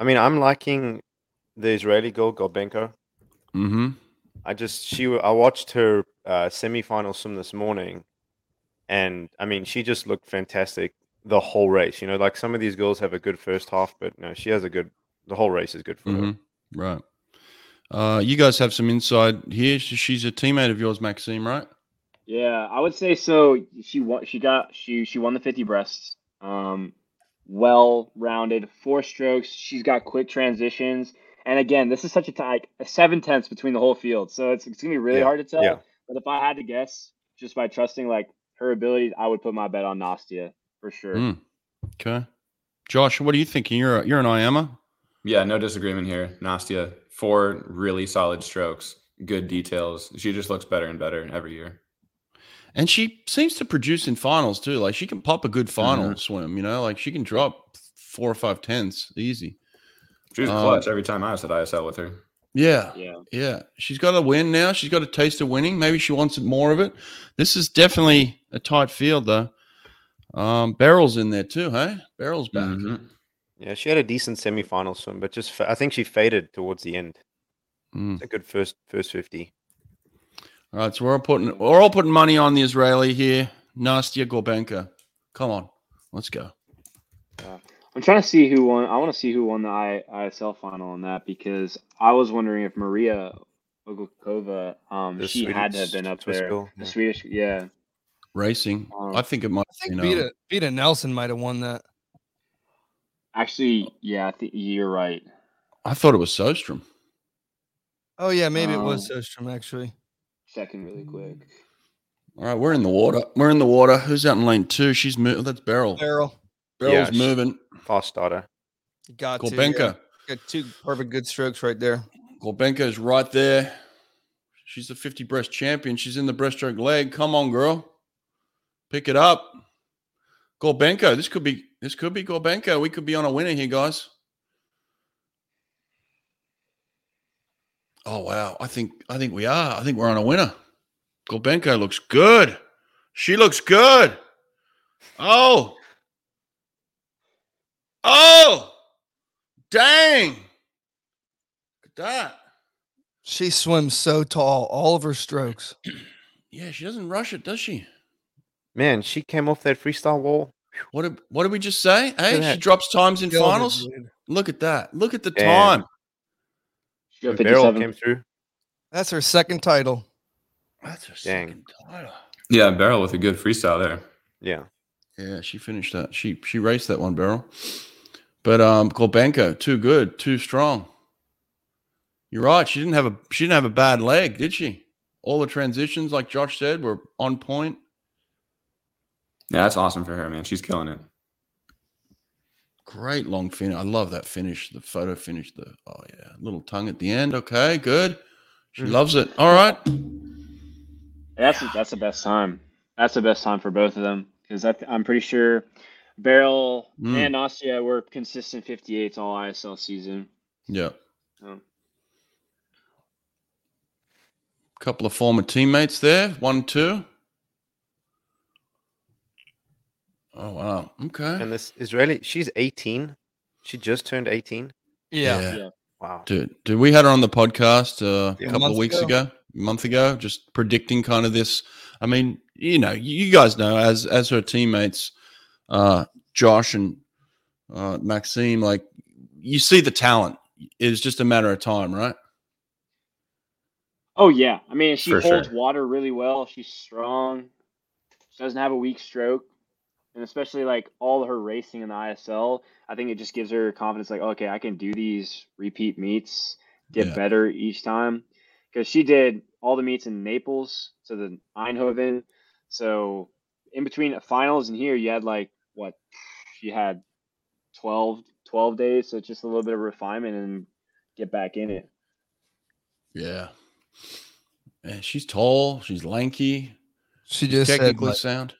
Speaker 4: I mean, I'm liking the Israeli girl Golbenko.
Speaker 3: Mm-hmm.
Speaker 4: I just she w- I watched her uh, semifinal swim this morning, and I mean she just looked fantastic the whole race. You know, like some of these girls have a good first half, but no, she has a good. The whole race is good for her.
Speaker 3: Mm-hmm. Right. Uh, you guys have some inside here. Sh- She's a teammate of yours, Maxime, right?
Speaker 1: Yeah, I would say so. She won. She got she she won the 50 breasts. Um, well rounded, four strokes. She's got quick transitions, and again, this is such a ti- like a seven tenths between the whole field. So it's it's gonna be really
Speaker 4: Yeah,
Speaker 1: hard to tell.
Speaker 4: yeah.
Speaker 1: But if I had to guess, just by trusting like her ability, I would put my bet on Nastia for sure.
Speaker 4: Hmm.
Speaker 3: Mm. Okay. Josh, what are you thinking? You're a, you're an IAMA.
Speaker 2: Yeah, no disagreement here. Nastia, four really solid strokes, good details. She just looks better and better every year.
Speaker 3: And she seems to produce in finals too. Like she can pop a good final swim, you know, like she can drop four or five tenths easy.
Speaker 2: She was
Speaker 3: Um,
Speaker 2: clutch every time I was at ISL with her.
Speaker 3: Yeah.
Speaker 1: Yeah,
Speaker 3: Yeah. She's got a win now. She's got a taste of winning. Maybe she wants more of it. This is definitely a tight field though. Um, Beryl's in there too, hey? Beryl's back.
Speaker 2: Mhm.
Speaker 4: Yeah, she had a decent semifinal swim, but just fa- I think she faded towards the end.
Speaker 3: Mm.
Speaker 4: It's a good first first fifty.
Speaker 3: All right, so we're all putting we're all putting money on the Israeli here. Nastia Gorbenka. Come on, let's go.
Speaker 1: I'm trying to see who won. I want to see who won the I, ISL final on that because I was wondering if Maria Ogukova, um,
Speaker 4: The
Speaker 1: she had to have
Speaker 4: Swedish
Speaker 1: been up
Speaker 4: Swiss
Speaker 1: there.
Speaker 4: girl,
Speaker 1: The
Speaker 4: yeah.
Speaker 1: Swedish, yeah.
Speaker 3: Racing.
Speaker 1: Um,
Speaker 3: I think it might.
Speaker 5: I think
Speaker 3: you know,
Speaker 5: Vita, Vita Nelson might have won that.
Speaker 1: Actually, yeah, I think you're right.
Speaker 3: I thought it was Sostrom.
Speaker 5: Oh, yeah. Maybe
Speaker 3: Um,
Speaker 5: it was
Speaker 1: Oh.
Speaker 5: Sostrom, actually.
Speaker 1: Second, really quick.
Speaker 3: All right, we're in the water. We're in the water. Who's out in lane two? She's moving. That's Beryl.
Speaker 5: Farrell.
Speaker 3: Beryl's
Speaker 4: Yeah, she-
Speaker 3: moving.
Speaker 4: Fast starter.
Speaker 5: Got to. yeah.
Speaker 3: Gorbenka.
Speaker 5: Got two perfect good strokes right there.
Speaker 3: Gorbenka's right there. She's the 50 breast champion. She's in the breaststroke leg. Come on, girl. Pick it up. Gorbenko. This could be this could be Gorbenko. We could be on a winner here, guys. Oh wow. I think I think we are. I think we're on a winner. Gorbenko looks good. She looks good. Oh. Oh. Dang. Look at that.
Speaker 5: She swims so tall, all of her strokes.
Speaker 3: Yeah, she doesn't rush it, does she?
Speaker 4: Man, she came off that freestyle wall.
Speaker 3: What did what did we just say? Hey, she
Speaker 4: that.
Speaker 3: drops times in
Speaker 5: Killed it,
Speaker 3: finals.
Speaker 5: dude.
Speaker 3: Look at that. Look at the
Speaker 4: Damn.
Speaker 3: time.
Speaker 1: She got
Speaker 4: Barrel
Speaker 1: 57.
Speaker 4: came through.
Speaker 5: That's her second title.
Speaker 3: That's her
Speaker 4: Dang.
Speaker 3: second title.
Speaker 2: Yeah, barrel with a good freestyle there.
Speaker 4: Yeah.
Speaker 3: Yeah, she finished that. She she raced that one barrel. But um Kolbenko, too good, too strong. You're right. She didn't have a she didn't have a bad leg, did she? All the transitions, like Josh said, were on point.
Speaker 2: Yeah, that's awesome for her, man. She's killing it.
Speaker 3: Great long finish. I love that finish, the photo finish, the oh yeah, little tongue at the end. Okay, good. She
Speaker 4: Mhm.
Speaker 3: loves it. All right.
Speaker 1: That's that's the best time. That's the best time for both of them because I'm pretty sure Barrel
Speaker 4: Hmm.
Speaker 3: Mm.
Speaker 1: and Nastia were consistent 58s all ISL season.
Speaker 3: Yeah.
Speaker 1: Oh.
Speaker 3: Couple of former teammates there. One, two. Oh wow. Okay.
Speaker 4: And this Israeli, she's 18. She just turned 18.
Speaker 5: Yeah.
Speaker 4: Wow.
Speaker 3: Dude, dude, we had her on the podcast uh,
Speaker 4: Yeah.
Speaker 3: a
Speaker 4: A
Speaker 3: couple of
Speaker 5: month
Speaker 3: weeks ago.
Speaker 5: ago.
Speaker 3: a month ago, just predicting kind of this. I mean, you know, you guys know as as her teammates, uh, Josh and uh, Maxime, like you see the talent. It's just a matter of time, right?
Speaker 1: Oh yeah, I mean she
Speaker 2: For
Speaker 1: holds
Speaker 2: sure.
Speaker 1: water really well. She's strong. She doesn't have a weak stroke, and especially like all her racing in the ISL, I think it just gives her confidence. Like, okay, I can do these repeat meets, get
Speaker 3: Yeah.
Speaker 1: better each time, because she did all the meets in Naples to the Eindhoven. So in between finals and here, you had like what she had 12, 12 days. So it's just a little bit of refinement and get back in it.
Speaker 3: Yeah. And she's tall. She's lanky.
Speaker 5: She just said,
Speaker 3: technically
Speaker 5: like-
Speaker 3: sound.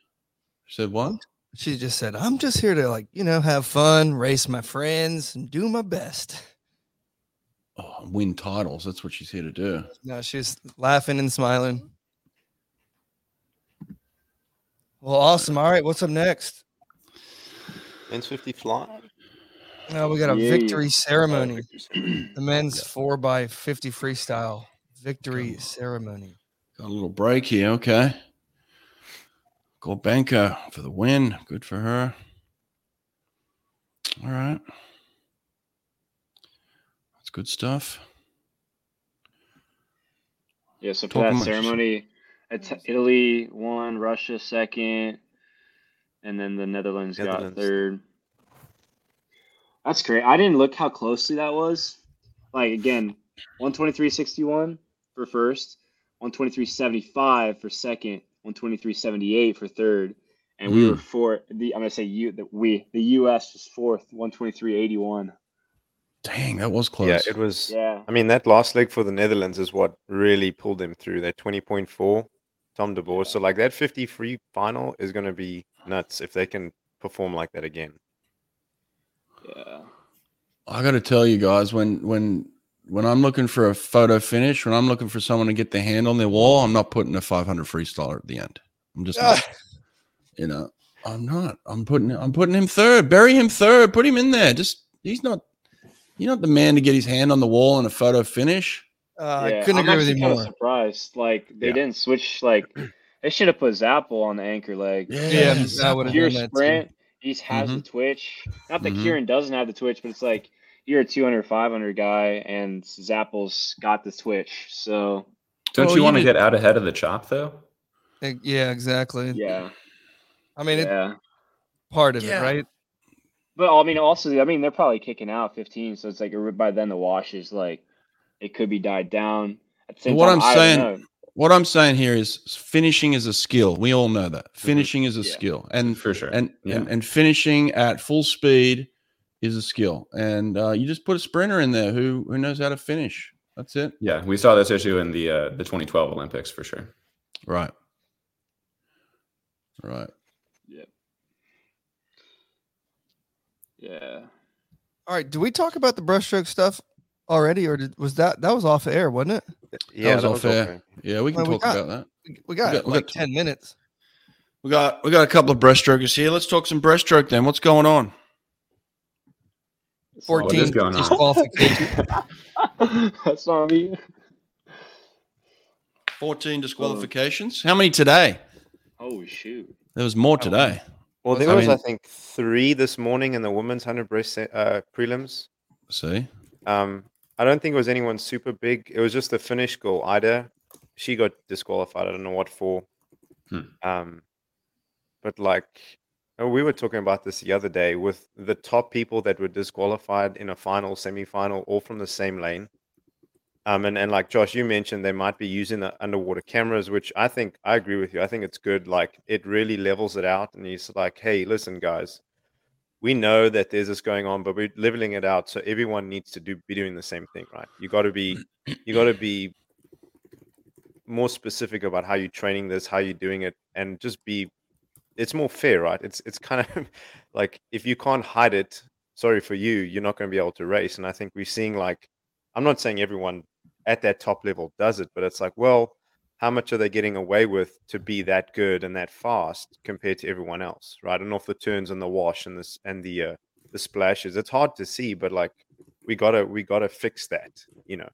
Speaker 3: Said what?
Speaker 5: she just said, "I'm just here to like you know have fun, race my friends, and do my best."
Speaker 3: Oh, win titles. That's what she's here to do.
Speaker 5: No, she's laughing and smiling. Well, awesome. All right, what's up next?
Speaker 4: Men's 50 fly.
Speaker 5: No, we got a
Speaker 1: Yeah.
Speaker 5: victory ceremony. The men's four by fifty freestyle victory ceremony.
Speaker 3: Got a little break here. Okay. Golbanka for the win. Good for her. All right. That's good stuff.
Speaker 1: Yeah, so
Speaker 3: Talk
Speaker 1: for that
Speaker 3: amongst yourself.
Speaker 1: ceremony, it's Italy one, Russia second, and then the Netherlands,
Speaker 4: Netherlands.
Speaker 1: got third. That's great. I didn't look how closely that was. Like again, one twenty three sixty one for first, one twenty three seventy five for second, one twenty three seventy eight for third, and we were
Speaker 3: Mm.
Speaker 1: fourth. The I'm gonna say you that we the U.S. was fourth, one twenty three eighty one.
Speaker 3: Dang, that was close.
Speaker 4: Yeah, it was.
Speaker 1: Yeah,
Speaker 4: I mean, that last leg for the Netherlands is what really pulled them through. That 20.4, Tom de Boer. So, like, that 50 free final is going to be nuts if they can perform like that again.
Speaker 1: yeah.
Speaker 3: I got to tell you guys, when when when I'm looking for a photo finish, when I'm looking for someone to get their hand on their wall, I'm not putting a 500 freestyler at the end. I'm just not. you know, I'm not. I'm putting I'm putting him third. Bury him third. Put him in there. Just he's not. You're not the man to get his hand on the wall in a photo finish.
Speaker 5: Uh, I
Speaker 1: Yeah,
Speaker 5: couldn't
Speaker 1: I'm
Speaker 5: agree with you
Speaker 1: actually kinda
Speaker 5: more.
Speaker 1: Surprised, like they
Speaker 4: Yeah.
Speaker 1: didn't switch. Like they should have put Zapple on the anchor leg.
Speaker 5: Yeah, I would have
Speaker 1: You're
Speaker 5: done
Speaker 1: a
Speaker 5: that. Mm-hmm.
Speaker 1: sprint. He just has the twitch. Not that
Speaker 3: Mhm.
Speaker 1: Kieran doesn't have the twitch, but it's like you're a 200, 500 guy, and Zapple's got the twitch. So
Speaker 2: Don't
Speaker 3: Well,
Speaker 2: you
Speaker 3: you
Speaker 2: want to
Speaker 3: did-
Speaker 2: get out ahead of the chop though?
Speaker 5: too. Uh, Yeah, exactly.
Speaker 1: yeah,
Speaker 5: I mean, it's
Speaker 1: yeah.
Speaker 5: part of
Speaker 3: Yeah.
Speaker 5: it, right?
Speaker 1: But I mean, also, I mean, they're probably kicking out 15, so it's like er, by then the wash is like it could be died down. At the same
Speaker 3: What
Speaker 1: time,
Speaker 3: I'm
Speaker 1: I don't
Speaker 3: saying-
Speaker 1: know.
Speaker 3: What I'm saying here is finishing is a skill. We all know that finishing is a
Speaker 1: Yeah.
Speaker 3: skill, and
Speaker 2: For sure.
Speaker 3: and,
Speaker 2: yeah.
Speaker 3: and and finishing at full speed is a skill. And uh, you just put a sprinter in there who who knows how to finish. That's it.
Speaker 2: yeah, we saw this issue in the uh, the 2012 Olympics for sure.
Speaker 3: Right. Right.
Speaker 1: yeah.
Speaker 5: All right, did we talk about the brushstroke stuff already, or did, was that that was off air, wasn't it?
Speaker 4: Th- Yeah,
Speaker 3: was
Speaker 4: that
Speaker 3: all
Speaker 4: was
Speaker 3: fair.
Speaker 4: fair.
Speaker 3: Yeah, we can
Speaker 5: Well, we
Speaker 3: talk
Speaker 5: got-
Speaker 3: about that.
Speaker 5: We- We got,
Speaker 3: got- we
Speaker 5: like
Speaker 3: got-
Speaker 5: ten minutes.
Speaker 3: We got we got a couple of breaststrokers here. Let's talk some breaststroke then. What's going on?
Speaker 1: It's not-
Speaker 2: What is
Speaker 5: Fourteen
Speaker 2: going on?
Speaker 5: disqualification.
Speaker 1: That's not me.
Speaker 3: Fourteen disqualifications. How many today?
Speaker 1: Oh shoot.
Speaker 3: There was more today.
Speaker 4: Well,
Speaker 5: Was-
Speaker 4: there
Speaker 3: I
Speaker 4: was, I
Speaker 3: mean-
Speaker 4: think, three this morning in the women's 100 breast se- uh, prelims.
Speaker 3: See,
Speaker 4: Um, I don't think it was anyone super big. It was just the Finnish girl, Ida. She got disqualified. I don't know what for.
Speaker 2: Hmm.
Speaker 4: Um, but like oh, we were talking about this the other day with the top people that were disqualified in a final, semifinal, all from the same lane. Um, and, and like Josh, you mentioned they might be using the underwater cameras, which I think I agree with you. I think it's good. Like it really levels it out. And he's like, hey, listen, guys, we know that there's this going on, but we're leveling it out. So everyone needs to do be doing the same thing, right? You gotta be you gotta be more specific about how you're training this, how you're doing it, and just be it's more fair, right? It's it's kind of like if you can't hide it, sorry for you, you're not gonna be able to race. And I think we're seeing like I'm not saying everyone at that top level does it, but it's like, well, how much are they getting away with to be that good and that fast compared to everyone else, right? And off the turns and the wash and this and the uh, the splashes, it's hard to see, but like we gotta we gotta fix that, you know.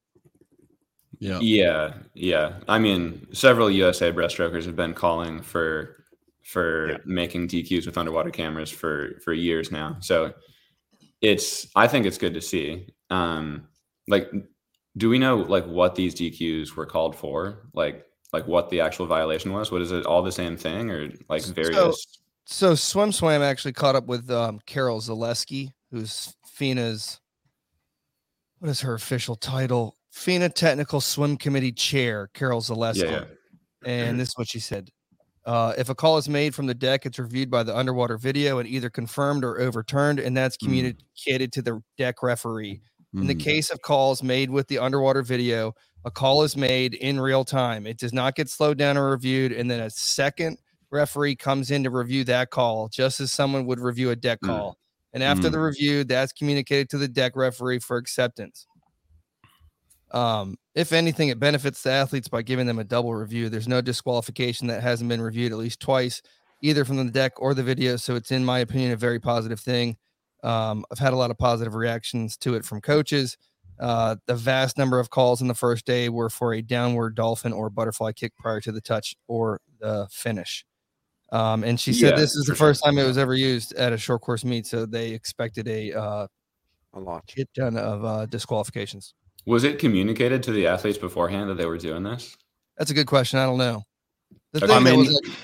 Speaker 5: Oh.
Speaker 3: Yeah.
Speaker 2: Yeah, yeah. I mean, several USA breaststrokers have been calling for for
Speaker 4: Yeah.
Speaker 2: making DQs with underwater cameras for for years now. So it's I think it's good to see. Um like do we know like what these DQs were called for? Like like what the actual violation was? What is it all the same thing or like
Speaker 5: So-
Speaker 2: various
Speaker 5: So Swim Swam actually caught up with um, Carol Zaleski, who's FINA's what is her official title? FINA Technical Swim Committee Chair, Carol Zaleski.
Speaker 2: Yeah, yeah. Mm-hmm.
Speaker 5: And this is what she said. Uh, if a call is made from the deck, it's reviewed by the underwater video and either confirmed or overturned, and that's
Speaker 2: Hmm.
Speaker 5: communicated to the deck referee. In the
Speaker 3: Mm.
Speaker 5: case of calls made with the underwater video, a call is made in real time. It does not get slowed down or reviewed, and then a second referee comes in to review that call, just as someone would review a deck
Speaker 2: Mm.
Speaker 5: call. And after the review, that's communicated to the deck referee for acceptance. Um, if anything, it benefits the athletes by giving them a double review. There's no disqualification that hasn't been reviewed at least twice, either from the deck or the video. So it's, in my opinion, a very positive thing. Um, I've had a lot of positive reactions to it from coaches. Uh, the vast number of calls on the first day were for a downward dolphin or butterfly kick prior to the touch or the finish. Um, and she said
Speaker 2: Yeah,
Speaker 5: this is the
Speaker 2: for sure.
Speaker 5: first time it was ever used at a short course meet, so they expected a uh,
Speaker 4: A lot.
Speaker 5: shit ton of uh, disqualifications.
Speaker 2: Was it communicated to the athletes beforehand that they were doing this?
Speaker 5: That's a good question. I don't know. The
Speaker 2: Okay.
Speaker 5: thing
Speaker 2: I
Speaker 5: that was
Speaker 2: mean-
Speaker 5: like-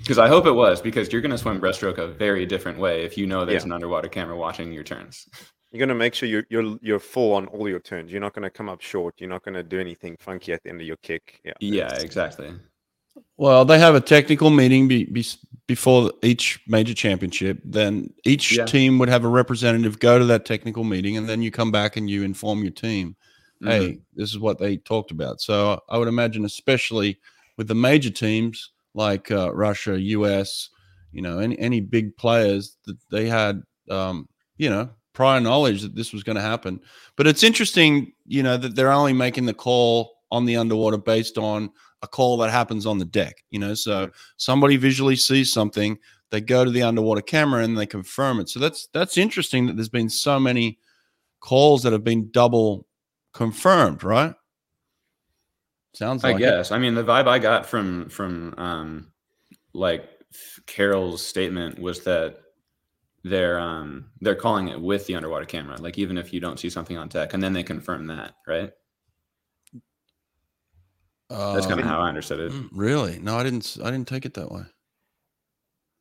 Speaker 2: Because I hope it was, because you're going to swim breaststroke a very different way if you know there's
Speaker 4: Yeah.
Speaker 2: an underwater camera watching your turns.
Speaker 4: You're gonna make sure you're you're you're full on all your turns. You're not gonna come up short. You're not gonna do anything funky at the end of your kick. Yeah.
Speaker 2: Yeah,
Speaker 4: it's-
Speaker 2: exactly.
Speaker 3: Well, they have a technical meeting be, be, before each major championship. Then each
Speaker 2: Yeah.
Speaker 3: team would have a representative go to that technical meeting, and then you come back and you inform your team,
Speaker 2: Mhm.
Speaker 3: "Hey, this is what they talked about." So I would imagine, especially with the major teams like uh, Russia, US, you know, any any big players that they had, um, you know, prior knowledge that this was going to happen. But it's interesting, you know, that they're only making the call on the underwater based on a call that happens on the deck, you know. So somebody visually sees something, they go to the underwater camera and they confirm it. So that's that's interesting that there's been so many calls that have been double confirmed, right? Sounds
Speaker 2: I
Speaker 3: like it.
Speaker 2: guess. I mean, the vibe I got from from um, like Carol's statement was that they're um, they're calling it with the underwater camera, like even if you don't see something on deck, and then they confirm that, right? That's kind of how I understood it.
Speaker 3: Mm, really. No, I didn't. s- I didn't take it that way.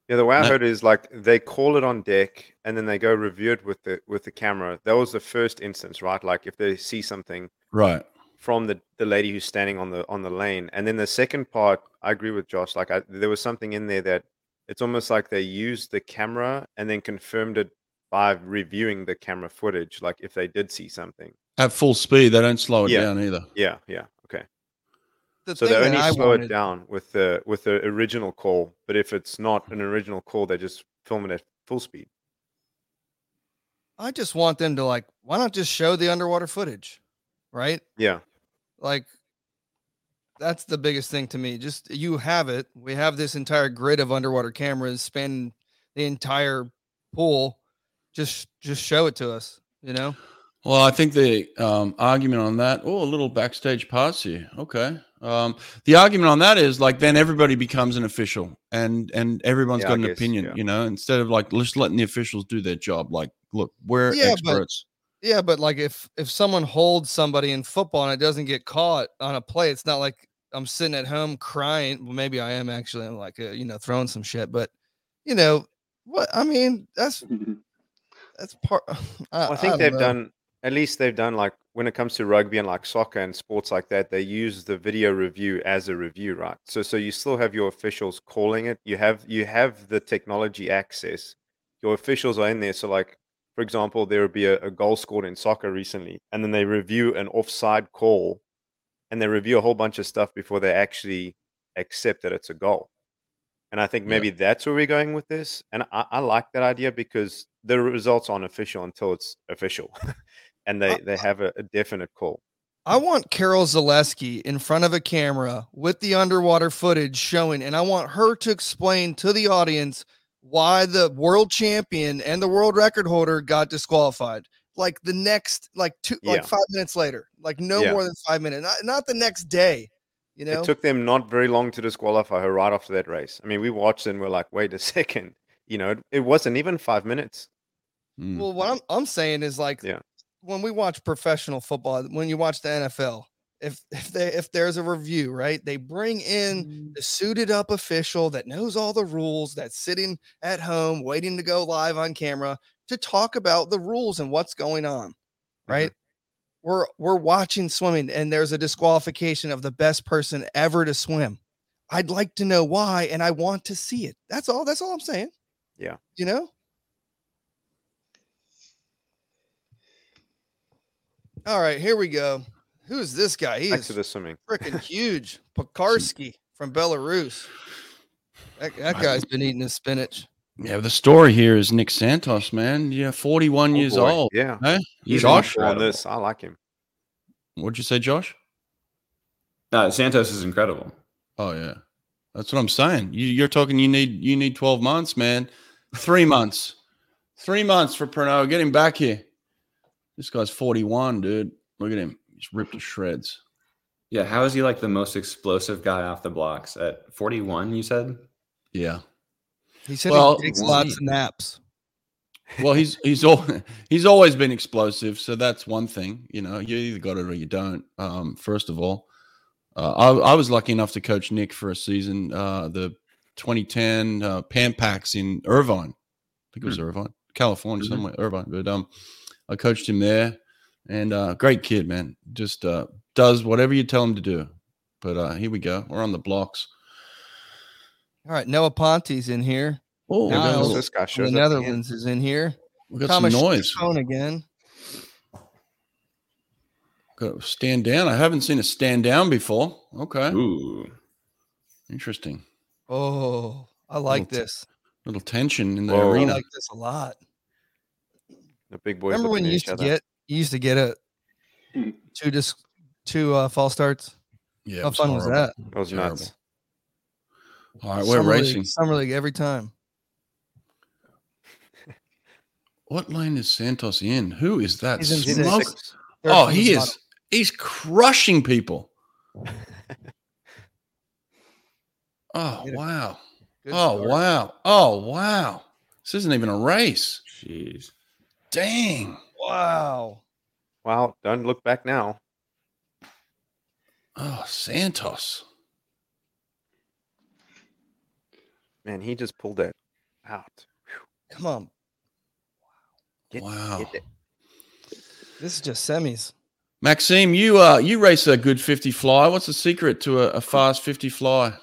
Speaker 4: Yeah, the way I
Speaker 3: No-
Speaker 4: heard it is like they call it on deck and then they go review it with the with the camera. That was the first instance, right? Like if they see something
Speaker 3: Right.
Speaker 4: from the the lady who's standing on the on the lane, and then the second part, I agree with Josh. Like I, there was something in there that it's almost like they used the camera and then confirmed it by reviewing the camera footage. Like if they did see something,
Speaker 3: At full speed, they don't slow it
Speaker 4: Yeah.
Speaker 3: down either.
Speaker 4: yeah, yeah, okay.
Speaker 5: the
Speaker 4: so they
Speaker 5: thing that
Speaker 4: only
Speaker 5: I
Speaker 4: slow
Speaker 5: wanted-
Speaker 4: it down with the with the original call, but if it's not an original call, they just film it at full speed.
Speaker 5: I just want them to like, why not just show the underwater footage, right?
Speaker 4: Yeah.
Speaker 5: Like, that's the biggest thing to me. Just you have it. We have this entire grid of underwater cameras spanning the entire pool. Just, just show it to us. You know,
Speaker 3: Well, I think the um, argument on that, oh, a little backstage pass here. Okay. Um, the argument on that is like then everybody becomes an official and and everyone's
Speaker 4: Yeah, I
Speaker 3: got an
Speaker 4: guess,
Speaker 3: opinion,
Speaker 4: yeah.
Speaker 3: you know, instead of like just letting the officials do their job. Like, look, we're
Speaker 5: Yeah, but-
Speaker 3: experts.
Speaker 5: Yeah, but like if if someone holds somebody in football and it doesn't get caught on a play, it's not like I'm sitting at home crying. Well, maybe I am actually. I'm like uh, you know throwing some shit, but you know what I mean. That's that's part. I,
Speaker 4: Well, I uh, think
Speaker 5: don't
Speaker 4: they've
Speaker 5: know.
Speaker 4: done at least they've done like when it comes to rugby and like soccer and sports like that, they use the video review as a review, right? So so you still have your officials calling it. You have you have the technology access. Your officials are in there. So like for example, there would be a, a goal scored in soccer recently, and then they review an offside call and they review a whole bunch of stuff before they actually accept that it's a goal. And I think
Speaker 5: Yeah.
Speaker 4: maybe that's where we're going with this. And I, I like that idea because the results aren't official until it's official. and
Speaker 5: Uh,
Speaker 4: they, they have a, a definite call.
Speaker 5: I want Carol Zaleski in front of a camera with the underwater footage showing, and I want her to explain to the audience why the world champion and the world record holder got disqualified. Like the next, like two, like
Speaker 4: Yeah.
Speaker 5: five minutes later, like no
Speaker 4: Yeah.
Speaker 5: more than five minutes, not, not the next day. You know,
Speaker 4: It took them not very long to disqualify her right after that race. I mean, we watched and we're like, wait a second. You know, it, it wasn't even five minutes.
Speaker 3: Mm.
Speaker 5: Well, what I'm I'm saying is like
Speaker 4: Yeah.
Speaker 5: when we watch professional football, when you watch the NFL, if if they if there's a review, right? They bring in the suited up official that knows all the rules, that's sitting at home waiting to go live on camera to talk about the rules and what's going on, right? We're we're watching swimming and there's a disqualification of the best person ever to swim. I'd like to know why and I want to see it. That's all that's all I'm saying.
Speaker 4: Yeah.
Speaker 5: You know? All right, here we go. Who's this guy? He
Speaker 4: Back
Speaker 5: is
Speaker 4: to the swimming.
Speaker 5: freaking huge. Pekarski from Belarus. That, that guy's been eating his spinach.
Speaker 3: Yeah, but the story here is Nick Santos, man. Yeah, 41 years
Speaker 4: Oh, boy.
Speaker 3: old.
Speaker 4: Yeah.
Speaker 2: He's
Speaker 3: Josh?
Speaker 4: On
Speaker 2: incredible.
Speaker 4: this, I like him.
Speaker 3: What'd you say, Josh?
Speaker 2: Uh, Santos is incredible.
Speaker 3: Oh yeah, that's what I'm saying. You, you're talking. You need you need 12 months, man. Three months, three months for Pernod. Get him back here. This guy's 41, dude. Look at him. He's ripped to shreds.
Speaker 2: Yeah, how is he like the most explosive guy off the blocks at 41? You said
Speaker 3: Yeah.
Speaker 5: He said
Speaker 3: Well,
Speaker 5: he takes
Speaker 3: why?
Speaker 5: lots of naps.
Speaker 3: Well, he's he's all he's always been explosive, so that's one thing. You know, you either got it or you don't. Um, first of all, uh, I, I was lucky enough to coach Nick for a season, uh, the 2010 uh, Pan Packs in Irvine. I think it was Irvine, California,
Speaker 2: Mhm.
Speaker 3: somewhere Irvine. But um, I coached him there, and uh, great kid, man. Just uh, does whatever you tell him to do. But uh, here we go. We're on the blocks.
Speaker 5: All right, Noah Ponte's in here.
Speaker 3: Oh, we
Speaker 5: Niles.
Speaker 3: got,
Speaker 4: Unless
Speaker 5: Well,
Speaker 3: some-
Speaker 4: this guy
Speaker 5: From the
Speaker 4: shows up again.
Speaker 5: Netherlands is in here.
Speaker 3: we got some noise.
Speaker 5: Phone again.
Speaker 3: Got stand down. I haven't seen a stand down before. Okay.
Speaker 2: ooh,
Speaker 3: Interesting.
Speaker 5: Oh, I like
Speaker 3: Little t-
Speaker 5: this.
Speaker 3: Little tension in the
Speaker 4: Whoa.
Speaker 5: I
Speaker 3: arena.
Speaker 5: like this a lot.
Speaker 4: The big boys.
Speaker 5: Remember when
Speaker 4: looking
Speaker 5: you
Speaker 4: at
Speaker 5: used
Speaker 4: each
Speaker 5: to
Speaker 4: other.
Speaker 5: get you used to get a
Speaker 1: Hmm.
Speaker 5: two disc two uh false starts?
Speaker 3: yeah. it
Speaker 5: How
Speaker 3: was
Speaker 5: fun was
Speaker 3: horrible.
Speaker 5: that?
Speaker 4: That was
Speaker 3: Terrible.
Speaker 4: nuts.
Speaker 3: All right, we're
Speaker 5: Summer league-
Speaker 3: racing.
Speaker 5: summer league every time.
Speaker 3: What lane is Santos in? Who is that?
Speaker 5: He's in
Speaker 4: He's in
Speaker 3: smoke?
Speaker 5: six.
Speaker 4: sixth.
Speaker 5: They're
Speaker 3: Oh,
Speaker 5: from
Speaker 3: he
Speaker 5: the
Speaker 3: is. He's crushing people. oh
Speaker 5: Get it.
Speaker 3: wow!
Speaker 5: bottom. Good
Speaker 3: Oh
Speaker 5: start.
Speaker 3: wow! Oh wow! This isn't even a race.
Speaker 2: jeez.
Speaker 3: Dang!
Speaker 5: Wow.
Speaker 4: Wow. Don't look back now.
Speaker 3: Oh Santos.
Speaker 4: Man, he just pulled that out.
Speaker 5: Come on.
Speaker 4: Get-
Speaker 5: Oh.
Speaker 3: wow.
Speaker 4: get it.
Speaker 5: This is just semis.
Speaker 3: Maxime, you uh you race a good fifty fly. What's the secret to a, a fast fifty fly?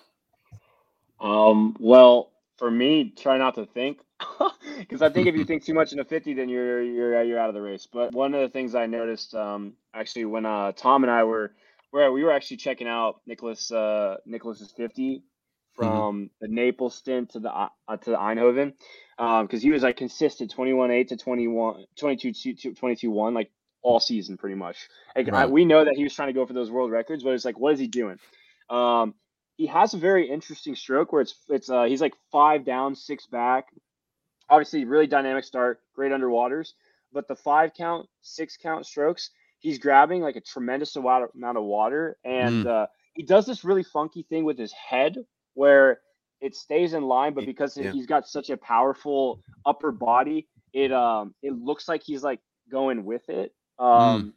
Speaker 1: Um, well, for me, try not to think, because I think if you think too much in a fifty, then you're you're you're out of the race. But one of the things I noticed, um, actually, when uh, Tom and I were where we were actually checking out Nicholas uh, Nicholas's fifty from the Naples stint to the I- uh, to the Eindhoven, because Um, he was like consistent twenty one eight to 21, 22 22 one like all season pretty much. Like I,
Speaker 3: Right.
Speaker 1: we know that he was trying to go for those world records, but it's like, what is he doing? Um, he has a very interesting stroke where it's it's uh, he's like five down, six back. Obviously, really dynamic start, great underwaters. But the five count, six count strokes, he's grabbing like a tremendous amount amount of water, and uh, he does this really funky thing with his head where it stays in line, but
Speaker 4: Y-
Speaker 1: because
Speaker 4: yeah.
Speaker 1: he's got such a powerful upper body, it um it looks like he's like going with it.
Speaker 4: Mm.
Speaker 1: Um,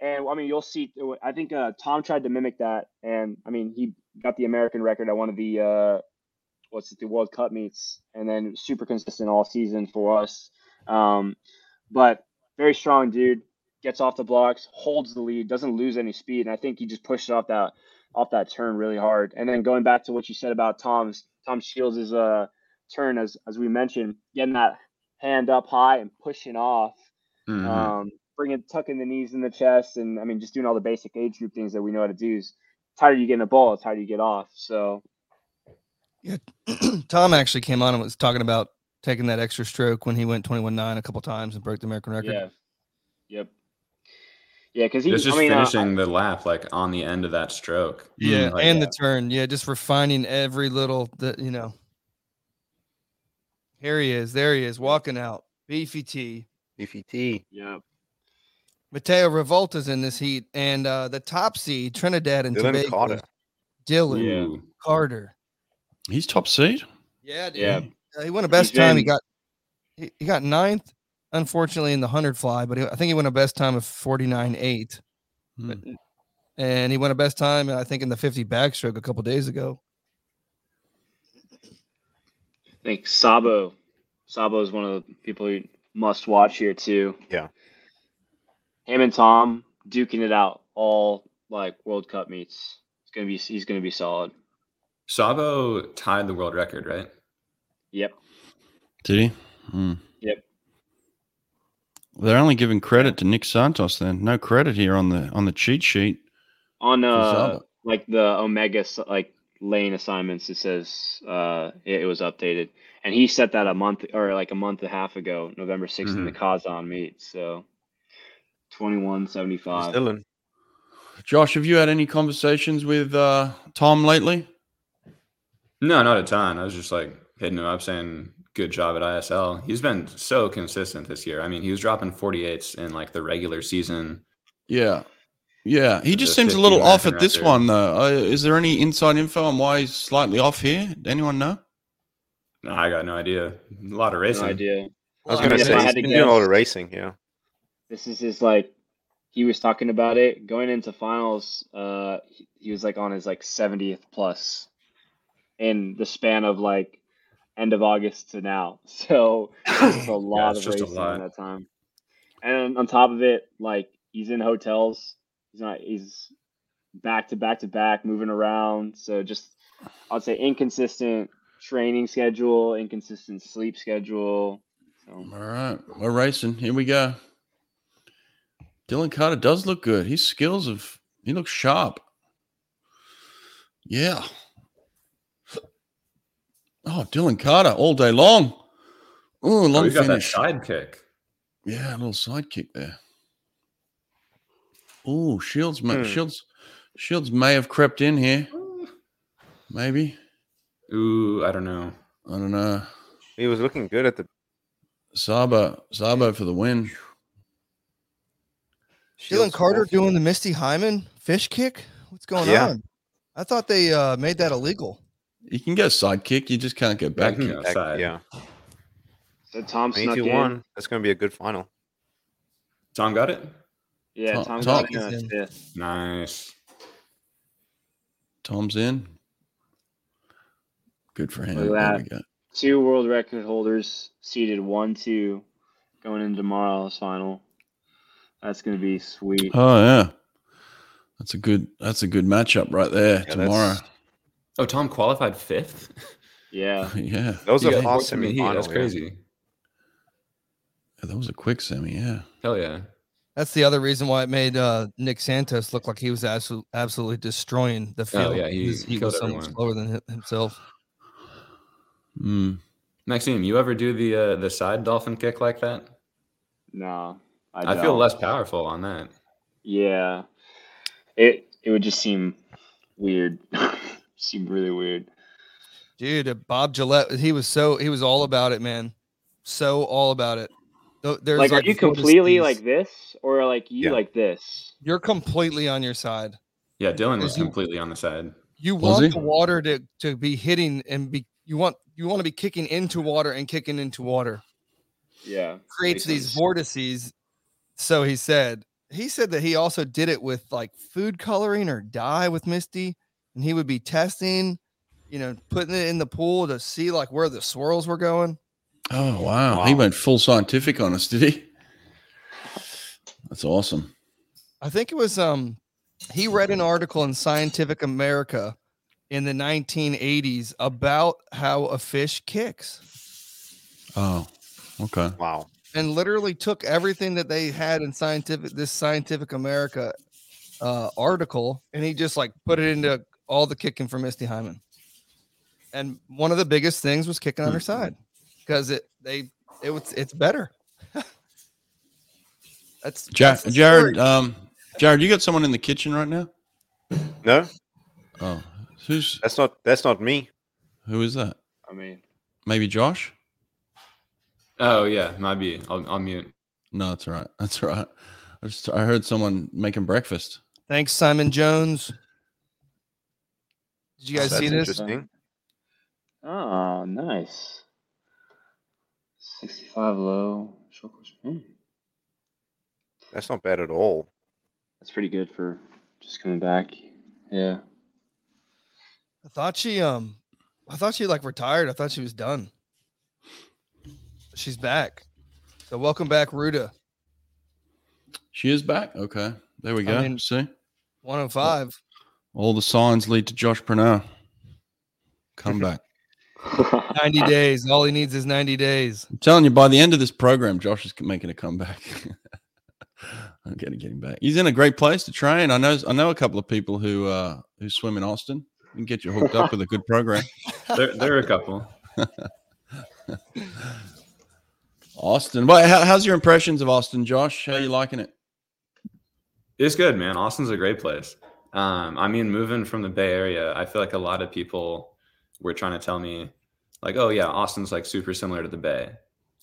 Speaker 1: And I mean, you'll see. I think uh, Tom tried to mimic that, and I mean, he got the American record at one of the uh, what's it, the World Cup meets, and then super consistent all season for us. Um, but very strong dude, gets off the blocks, holds the lead, doesn't lose any speed, and I think he just pushed it off that off that turn really hard. And then going back to what you said about Tom's Tom Shields' uh, turn, as as we mentioned, getting that hand up high and pushing off,
Speaker 2: Mhm.
Speaker 1: um, bringing tucking the knees in the chest, and I mean just doing all the basic age group things that we know how to do. Is, it's how do you get in the ball? It's how do you get off? So
Speaker 5: Tom actually came on and was talking about taking that extra stroke when he went 21 9 a couple times and broke the American record.
Speaker 1: yeah, yep, yeah. Because he,
Speaker 2: It's just
Speaker 1: I mean, uh,
Speaker 2: finishing the lap like on the end of that stroke. Mm,
Speaker 5: Yeah,
Speaker 2: Like,
Speaker 5: and the turn. Yeah, just refining every little that you know. Here he is. There he is. Walking out. Beefy T.
Speaker 4: BFT.
Speaker 1: yeah,
Speaker 5: Mateo Revolta's in this heat, and uh the top seed Trinidad and
Speaker 4: Dylan
Speaker 5: Tobago.
Speaker 4: Carter.
Speaker 5: Dylan
Speaker 1: Yeah.
Speaker 2: ooh.
Speaker 5: Carter.
Speaker 3: He's top seed.
Speaker 5: Yeah, dude.
Speaker 1: Yeah.
Speaker 5: Uh, he won a best time. He
Speaker 1: been-
Speaker 5: got he, he got ninth, unfortunately, in the hundred fly, but he, I think he won a best time of forty nine eight,
Speaker 3: Hmm.
Speaker 5: and he won a best time I think in the fifty backstroke a couple days ago.
Speaker 1: I think Sabo, Sabo is one of the people you must watch here too.
Speaker 4: Yeah.
Speaker 1: Him and Tom duking it out all like World Cup meets. It's gonna be he's gonna be solid.
Speaker 2: Sabo tied the world record, right?
Speaker 1: Yep.
Speaker 3: Did he? Hmm.
Speaker 1: Yep.
Speaker 3: They're only giving credit to Nick Santos. Then no credit here on the on the cheat sheet.
Speaker 1: On
Speaker 3: for
Speaker 1: uh
Speaker 3: Sabo.
Speaker 1: like the Omega s- like lane assignments, it says uh it, it was updated, and he set that a month or like a month and a half ago, November 6th in the Kazan meet. So twenty one seventy
Speaker 4: Who's
Speaker 1: five.
Speaker 4: Dylan.
Speaker 3: Josh, have you had any conversations with uh, Tom lately?
Speaker 2: No, not a ton. I was just like hitting him up saying, good job at ISL. He's been so consistent this year. I mean, he was dropping 48s in like the regular season.
Speaker 3: Yeah, yeah. He
Speaker 2: The
Speaker 3: just seems a
Speaker 2: 50
Speaker 3: little off
Speaker 2: American
Speaker 3: at this
Speaker 2: record.
Speaker 3: one, though. Uh, is there any inside info on why he's slightly off here? Anyone know?
Speaker 2: No, I got no idea. A lot of
Speaker 1: No
Speaker 2: racing.
Speaker 1: idea.
Speaker 4: I was
Speaker 1: Well, I
Speaker 4: going
Speaker 1: mean, if
Speaker 4: to
Speaker 1: I
Speaker 4: say, he's
Speaker 1: had to
Speaker 4: been doing a lot
Speaker 1: guess-
Speaker 4: of racing. Yeah.
Speaker 1: this is his like he was talking about it going into finals uh he, he was like on his like 70th plus in the span of like end of august to now so it's just a lot
Speaker 2: it's
Speaker 1: of
Speaker 2: just a
Speaker 1: racing
Speaker 2: lot.
Speaker 1: in that time and on top of it like he's in hotels he's not he's back to back to back moving around so just i'd say inconsistent training schedule inconsistent sleep schedule so
Speaker 3: All right, we're racing. Here we go. Dylan Carter does look good. His skills have he looks sharp. Yeah. Oh, Dylan Carter all day long. Oh,
Speaker 2: Oh,
Speaker 3: long
Speaker 2: we've got that
Speaker 3: finish.
Speaker 2: side kick.
Speaker 3: Yeah, a little sidekick there. Oh, Shields, may,
Speaker 4: Hmm.
Speaker 3: Shields, Shields may have crept in here. Maybe
Speaker 2: Ooh, I don't know.
Speaker 3: I don't know.
Speaker 4: He was looking good at the.
Speaker 3: Sabo, Sabo for the win.
Speaker 5: Dylan
Speaker 4: Shields
Speaker 5: Carter
Speaker 4: Wolf.
Speaker 5: doing the Misty Hyman fish kick. What's going
Speaker 4: Yeah.
Speaker 5: on? I thought they uh, made that illegal.
Speaker 3: You can go sidekick. You just can't go
Speaker 2: Yeah,
Speaker 3: back.
Speaker 2: you can go
Speaker 4: Back-
Speaker 2: side.
Speaker 4: Hmm. Yeah.
Speaker 1: so tom
Speaker 4: If
Speaker 1: snuck
Speaker 4: you
Speaker 1: in.
Speaker 4: won, that's going to be a good final.
Speaker 2: Tom got it?
Speaker 1: Yeah,
Speaker 3: Tom-
Speaker 1: Tom,
Speaker 3: Tom
Speaker 1: got in on
Speaker 5: is in.
Speaker 1: fifth.
Speaker 2: Nice.
Speaker 3: Tom's in. Good for him.
Speaker 1: Look
Speaker 3: There
Speaker 1: at
Speaker 3: we go.
Speaker 1: Two world record holders seeded one two going into tomorrow's final. That's gonna be sweet.
Speaker 5: Uh,
Speaker 3: Oh yeah, that's a good. That's a good matchup right there
Speaker 4: Yeah,
Speaker 3: tomorrow.
Speaker 4: that's-
Speaker 2: Oh, Tom qualified fifth?
Speaker 1: Yeah.
Speaker 3: yeah,
Speaker 4: That was
Speaker 2: He
Speaker 4: a
Speaker 2: got
Speaker 4: fast
Speaker 2: fourth in the heat.
Speaker 4: semi-final.
Speaker 2: That's
Speaker 4: yeah.
Speaker 2: crazy.
Speaker 3: that was a quick semi. Yeah.
Speaker 2: Hell yeah.
Speaker 5: That's the other reason why it made uh, Nick Santos look like he was absolutely, absolutely destroying the
Speaker 2: Oh,
Speaker 5: field.
Speaker 2: yeah, he
Speaker 5: because
Speaker 2: killed
Speaker 5: was so much
Speaker 2: everyone.
Speaker 5: slower than hi- himself.
Speaker 3: Mm.
Speaker 2: Maxime, you ever do the uh, the side dolphin kick like that?
Speaker 1: No.
Speaker 2: I, feel
Speaker 1: don't.
Speaker 2: less powerful on that.
Speaker 1: Yeah. It it would just seem weird. seem really weird.
Speaker 5: Dude, uh, Bob Gillette, he was so he was all about it, man. So all about it. Th- There's
Speaker 1: Like, are you
Speaker 5: four
Speaker 1: completely
Speaker 5: disputes.
Speaker 1: like this, or like you
Speaker 4: Yeah.
Speaker 1: like this?
Speaker 5: you're completely on your side?
Speaker 2: Yeah, Dylan was
Speaker 5: Is he-
Speaker 2: completely on the side.
Speaker 5: You
Speaker 3: Was
Speaker 5: want
Speaker 3: he?
Speaker 5: the water to, to be hitting and be you want you want to be kicking into water and kicking into water.
Speaker 1: Yeah. Makes
Speaker 5: Creates these
Speaker 1: sense.
Speaker 5: vortices so he said he said that he also did it with like food coloring or dye with Misty, and he would be testing, you know, putting it in the pool to see like where the swirls were going.
Speaker 3: Oh wow. He went full scientific on us, did he? That's awesome.
Speaker 5: I think it was um he read an article in Scientific America in the 1980s about how a fish kicks
Speaker 3: Oh, okay.
Speaker 4: Wow.
Speaker 5: and literally took everything that they had in scientific this Scientific America uh article and he just like put it into all the kicking for Misty Hyman. And one of the biggest things was kicking on her
Speaker 3: Mm-hmm.
Speaker 5: side because it they it was it's better. that's,
Speaker 3: Ja-
Speaker 5: that's the
Speaker 3: Jared,
Speaker 5: story.
Speaker 3: um, Jared, you got someone in the kitchen right now?
Speaker 4: No,
Speaker 3: Oh, who's
Speaker 4: that's not that's not me.
Speaker 3: who is that?
Speaker 1: I mean,
Speaker 3: Maybe Josh?
Speaker 2: Oh yeah, might be. I'll, I'll mute.
Speaker 3: No, that's all right. That's all right. I just I heard someone making breakfast.
Speaker 5: Thanks, Simon Jones. Did you guys
Speaker 4: That's
Speaker 5: see this?
Speaker 4: interesting.
Speaker 1: oh, nice. 65 low. short course. Hmm.
Speaker 4: That's not bad at all.
Speaker 1: That's pretty good for just coming back. Yeah.
Speaker 5: I thought she um I thought she like retired. I thought she was done. She's back. So welcome back, Ruta.
Speaker 3: She is back. Okay, there we
Speaker 5: I
Speaker 3: go.
Speaker 5: mean-
Speaker 3: See,
Speaker 5: 105.
Speaker 3: all the signs lead to Josh Purnell. Come back.
Speaker 5: 90 days. All he needs is 90 days.
Speaker 3: I'm telling you, by the end of this program, Josh is making a comeback. I'm gonna get him back. He's in a great place to train. I know. I know a couple of people who uh, who swim in Austin. We can get you hooked up with a good program.
Speaker 2: There, there are a couple.
Speaker 3: Austin. Well, how, how's your impressions of Austin, Josh? How you liking it?
Speaker 2: It's good, man. Austin's a great place. Um, I mean, moving from the Bay Area, I feel like a lot of people were trying to tell me, like, "Oh yeah, Austin's like super similar to the Bay."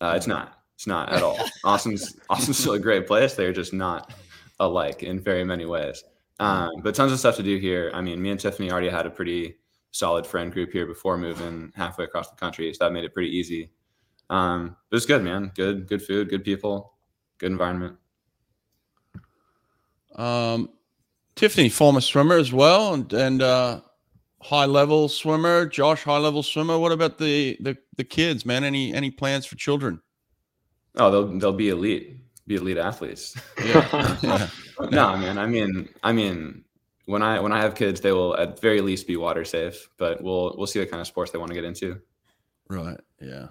Speaker 2: Uh, it's not. It's not at all. Austin's Austin's still a great place. They're just not alike in very many ways. Um, but tons of stuff to do here. I mean, me and Tiffany already had a pretty solid friend group here before moving halfway across the country, so that made it pretty easy. Um, but it's good, man. Good, good food, good people, good environment.
Speaker 3: Um, Tiffany, former swimmer as well, and and uh, high level swimmer. Josh, high level swimmer. What about the, the the kids, man? Any any plans for children?
Speaker 2: Oh, they'll they'll be elite, be elite athletes.
Speaker 3: Yeah. yeah.
Speaker 2: no, man. I mean, I mean, when I when I have kids, they will at very least be water safe. But we'll we'll see what kind of sports they want to get into.
Speaker 3: Right. Yeah.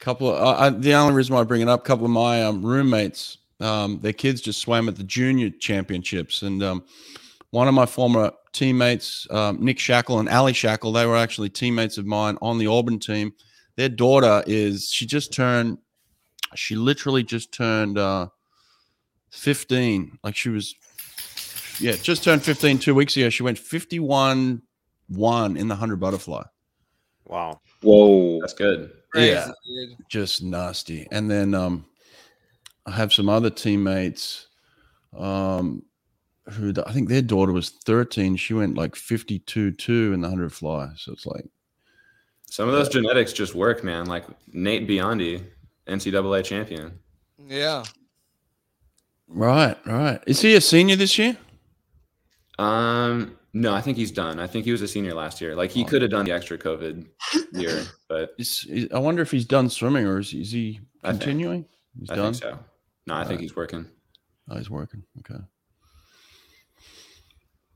Speaker 3: Couple of I, I, the only reason why I bring it up, a couple of my um, roommates, um, their kids just swam at the junior championships, and um, one of my former teammates, um, Nick Shackle and Ali Shackle, they were actually teammates of mine on the Auburn team. Their daughter is she just turned, she literally just turned uh, fifteen. Like she was, yeah, just turned fifteen two weeks ago. She went fifty-one one in the hundred butterfly.
Speaker 4: Wow.
Speaker 1: Whoa.
Speaker 2: That's good.
Speaker 3: Yeah.
Speaker 5: Crazy, dude.
Speaker 3: just nasty. And then um, I have some other teammates um, who I think their daughter was 13. She went like 52 2 in the 100 fly. So it's like,
Speaker 2: Some of those genetics just work, man. Like Nate Biondi, NCAA champion.
Speaker 5: Yeah.
Speaker 3: right, right. Is he a senior this year?
Speaker 2: Um, no, I think he's done. I think he was a senior last year. Like he
Speaker 3: Oh.
Speaker 2: could have done the extra COVID year, but
Speaker 3: Is, is, I wonder if he's done swimming or is, is he
Speaker 2: I think-
Speaker 3: continuing? He's
Speaker 2: I
Speaker 3: done. Uh.
Speaker 2: think so. No, I think he's working.
Speaker 3: Oh, he's working. Okay.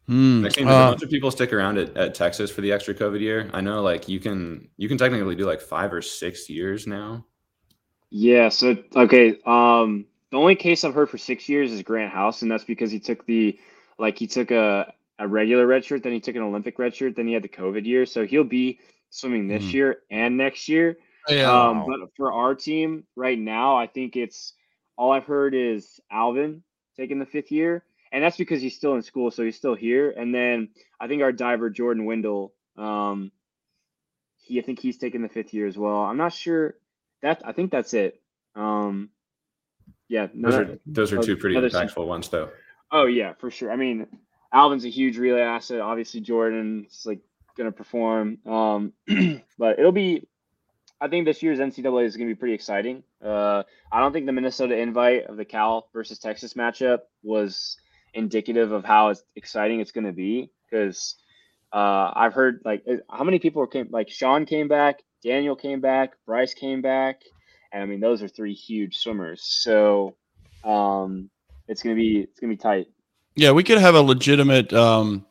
Speaker 3: Hmm.
Speaker 2: I've seen
Speaker 3: uh,
Speaker 2: a bunch of people stick around at, at Texas for the extra COVID year. I know, like you can you can technically do like five or six years now.
Speaker 1: Yeah. So okay. Um, the only case I've heard for six years is Grant House, and that's because he took the, like, he took a a regular red shirt, then he took an Olympic red shirt, then he had the COVID year. So he'll be swimming this
Speaker 3: Mhm.
Speaker 1: year and next year.
Speaker 5: Yeah.
Speaker 1: Um,
Speaker 4: Wow.
Speaker 1: but for our team right now, I think it's all I've heard is Alvin taking the fifth year, and that's because he's still in school, so he's still here. And then I think our diver Jordan Wendell, um, he I think he's taking the fifth year as well. I'm not sure. That I think that's it. Um, yeah, no,
Speaker 2: Those are those are two pretty
Speaker 1: another sen-
Speaker 2: impactful ones, though.
Speaker 1: Oh yeah, for sure. I mean, Alvin's a huge relay asset. Obviously, Jordan's like gonna perform. Um, but it'll be I think this year's NCAA is going to be pretty exciting. Uh, I don't think the Minnesota invite of the Cal versus Texas matchup was indicative of how exciting it's going to be because uh, I've heard like how many people came like Sean came back, Daniel came back, Bryce came back, and I mean those are three huge swimmers. So um, it's gonna be it's gonna be tight.
Speaker 3: Yeah, we could have a legitimate um,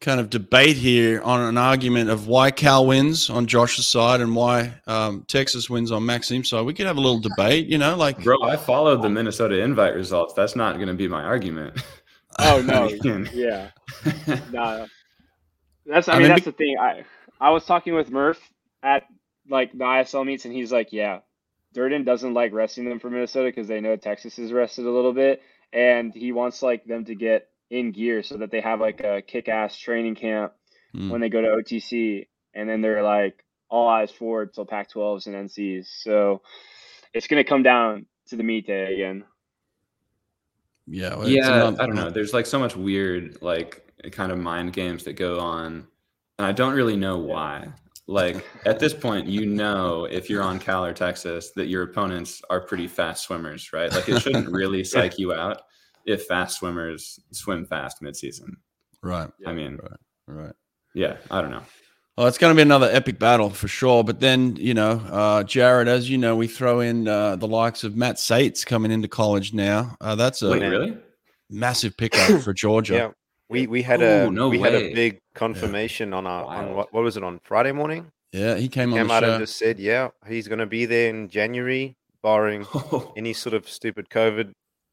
Speaker 3: kind of debate here on an argument of why Cal wins on Josh's side and why um, Texas wins on Maxim's side. We could have a little debate, you know, like
Speaker 2: Bro, I followed the Minnesota invite results. That's not going to be my argument.
Speaker 1: Oh no, yeah, no. That's I, mean, that's the thing. I I was talking with Murph at like the ISL meets, and he's like, yeah, Durden doesn't like resting them for Minnesota because they know Texas is rested a little bit, and he wants like them to get in gear so that they have like a kick-ass training camp
Speaker 2: Hmm.
Speaker 3: Mm.
Speaker 1: when they go to OTC, and then they're like all eyes forward till Pac-12s and NCs. So it's gonna come down to the meet day again.
Speaker 3: yeah, well, it's
Speaker 2: yeah
Speaker 3: another-
Speaker 2: i don't know there's like so much weird like kind of mind games that go on and i don't really know why like at this point you know if you're on cal or texas that your opponents are pretty fast swimmers right like it shouldn't really psych you out if fast swimmers swim fast midseason
Speaker 3: Right,
Speaker 2: i mean
Speaker 3: right.
Speaker 2: yeah i don't know
Speaker 3: Well, it's going to be another epic battle for sure. But then, you know, uh, Jared, as you know, we throw in uh, the likes of Matt Sates coming into college now. Uh, that's a
Speaker 2: wait
Speaker 4: man.
Speaker 2: really
Speaker 3: massive pickup for Georgia.
Speaker 4: Yeah, we we had
Speaker 2: Ooh,
Speaker 4: a
Speaker 2: no
Speaker 4: we had
Speaker 2: way.
Speaker 4: a big confirmation on our on
Speaker 2: Wild.
Speaker 4: what, what was it on Friday morning?
Speaker 3: Yeah, he came on
Speaker 4: Came
Speaker 3: the
Speaker 4: out
Speaker 3: show.
Speaker 4: and just said, yeah, he's going to be there in January, barring any sort of stupid COVID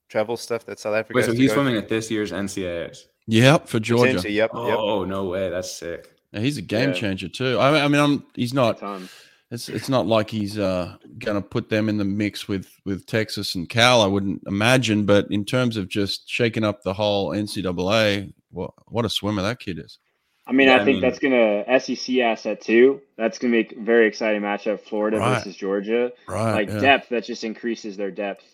Speaker 4: travel stuff that South Africa.
Speaker 2: wait
Speaker 4: has
Speaker 2: so
Speaker 4: to
Speaker 2: he's
Speaker 4: go
Speaker 2: swimming at this year's ncaa's
Speaker 3: Yep, for
Speaker 4: through.
Speaker 3: Georgia.
Speaker 4: Potentially, Yep, yep.
Speaker 2: oh no way that's sick
Speaker 3: Yeah, He's a game
Speaker 1: Yeah.
Speaker 3: changer too. I mean, I mean, I'm, he's not.
Speaker 1: Ton.
Speaker 3: It's it's not like he's uh, going to put them in the mix with with Texas and Cal. I wouldn't imagine. But in terms of just shaking up the whole NCAA, what what a swimmer that kid is.
Speaker 1: I mean,
Speaker 2: Yeah,
Speaker 1: I
Speaker 2: I
Speaker 1: think
Speaker 2: mean-
Speaker 1: that's gonna SEC asset too. That's gonna make a very exciting matchup: Florida
Speaker 3: Right.
Speaker 1: versus Georgia.
Speaker 3: Right.
Speaker 1: like
Speaker 3: yeah.
Speaker 1: depth that just increases their depth.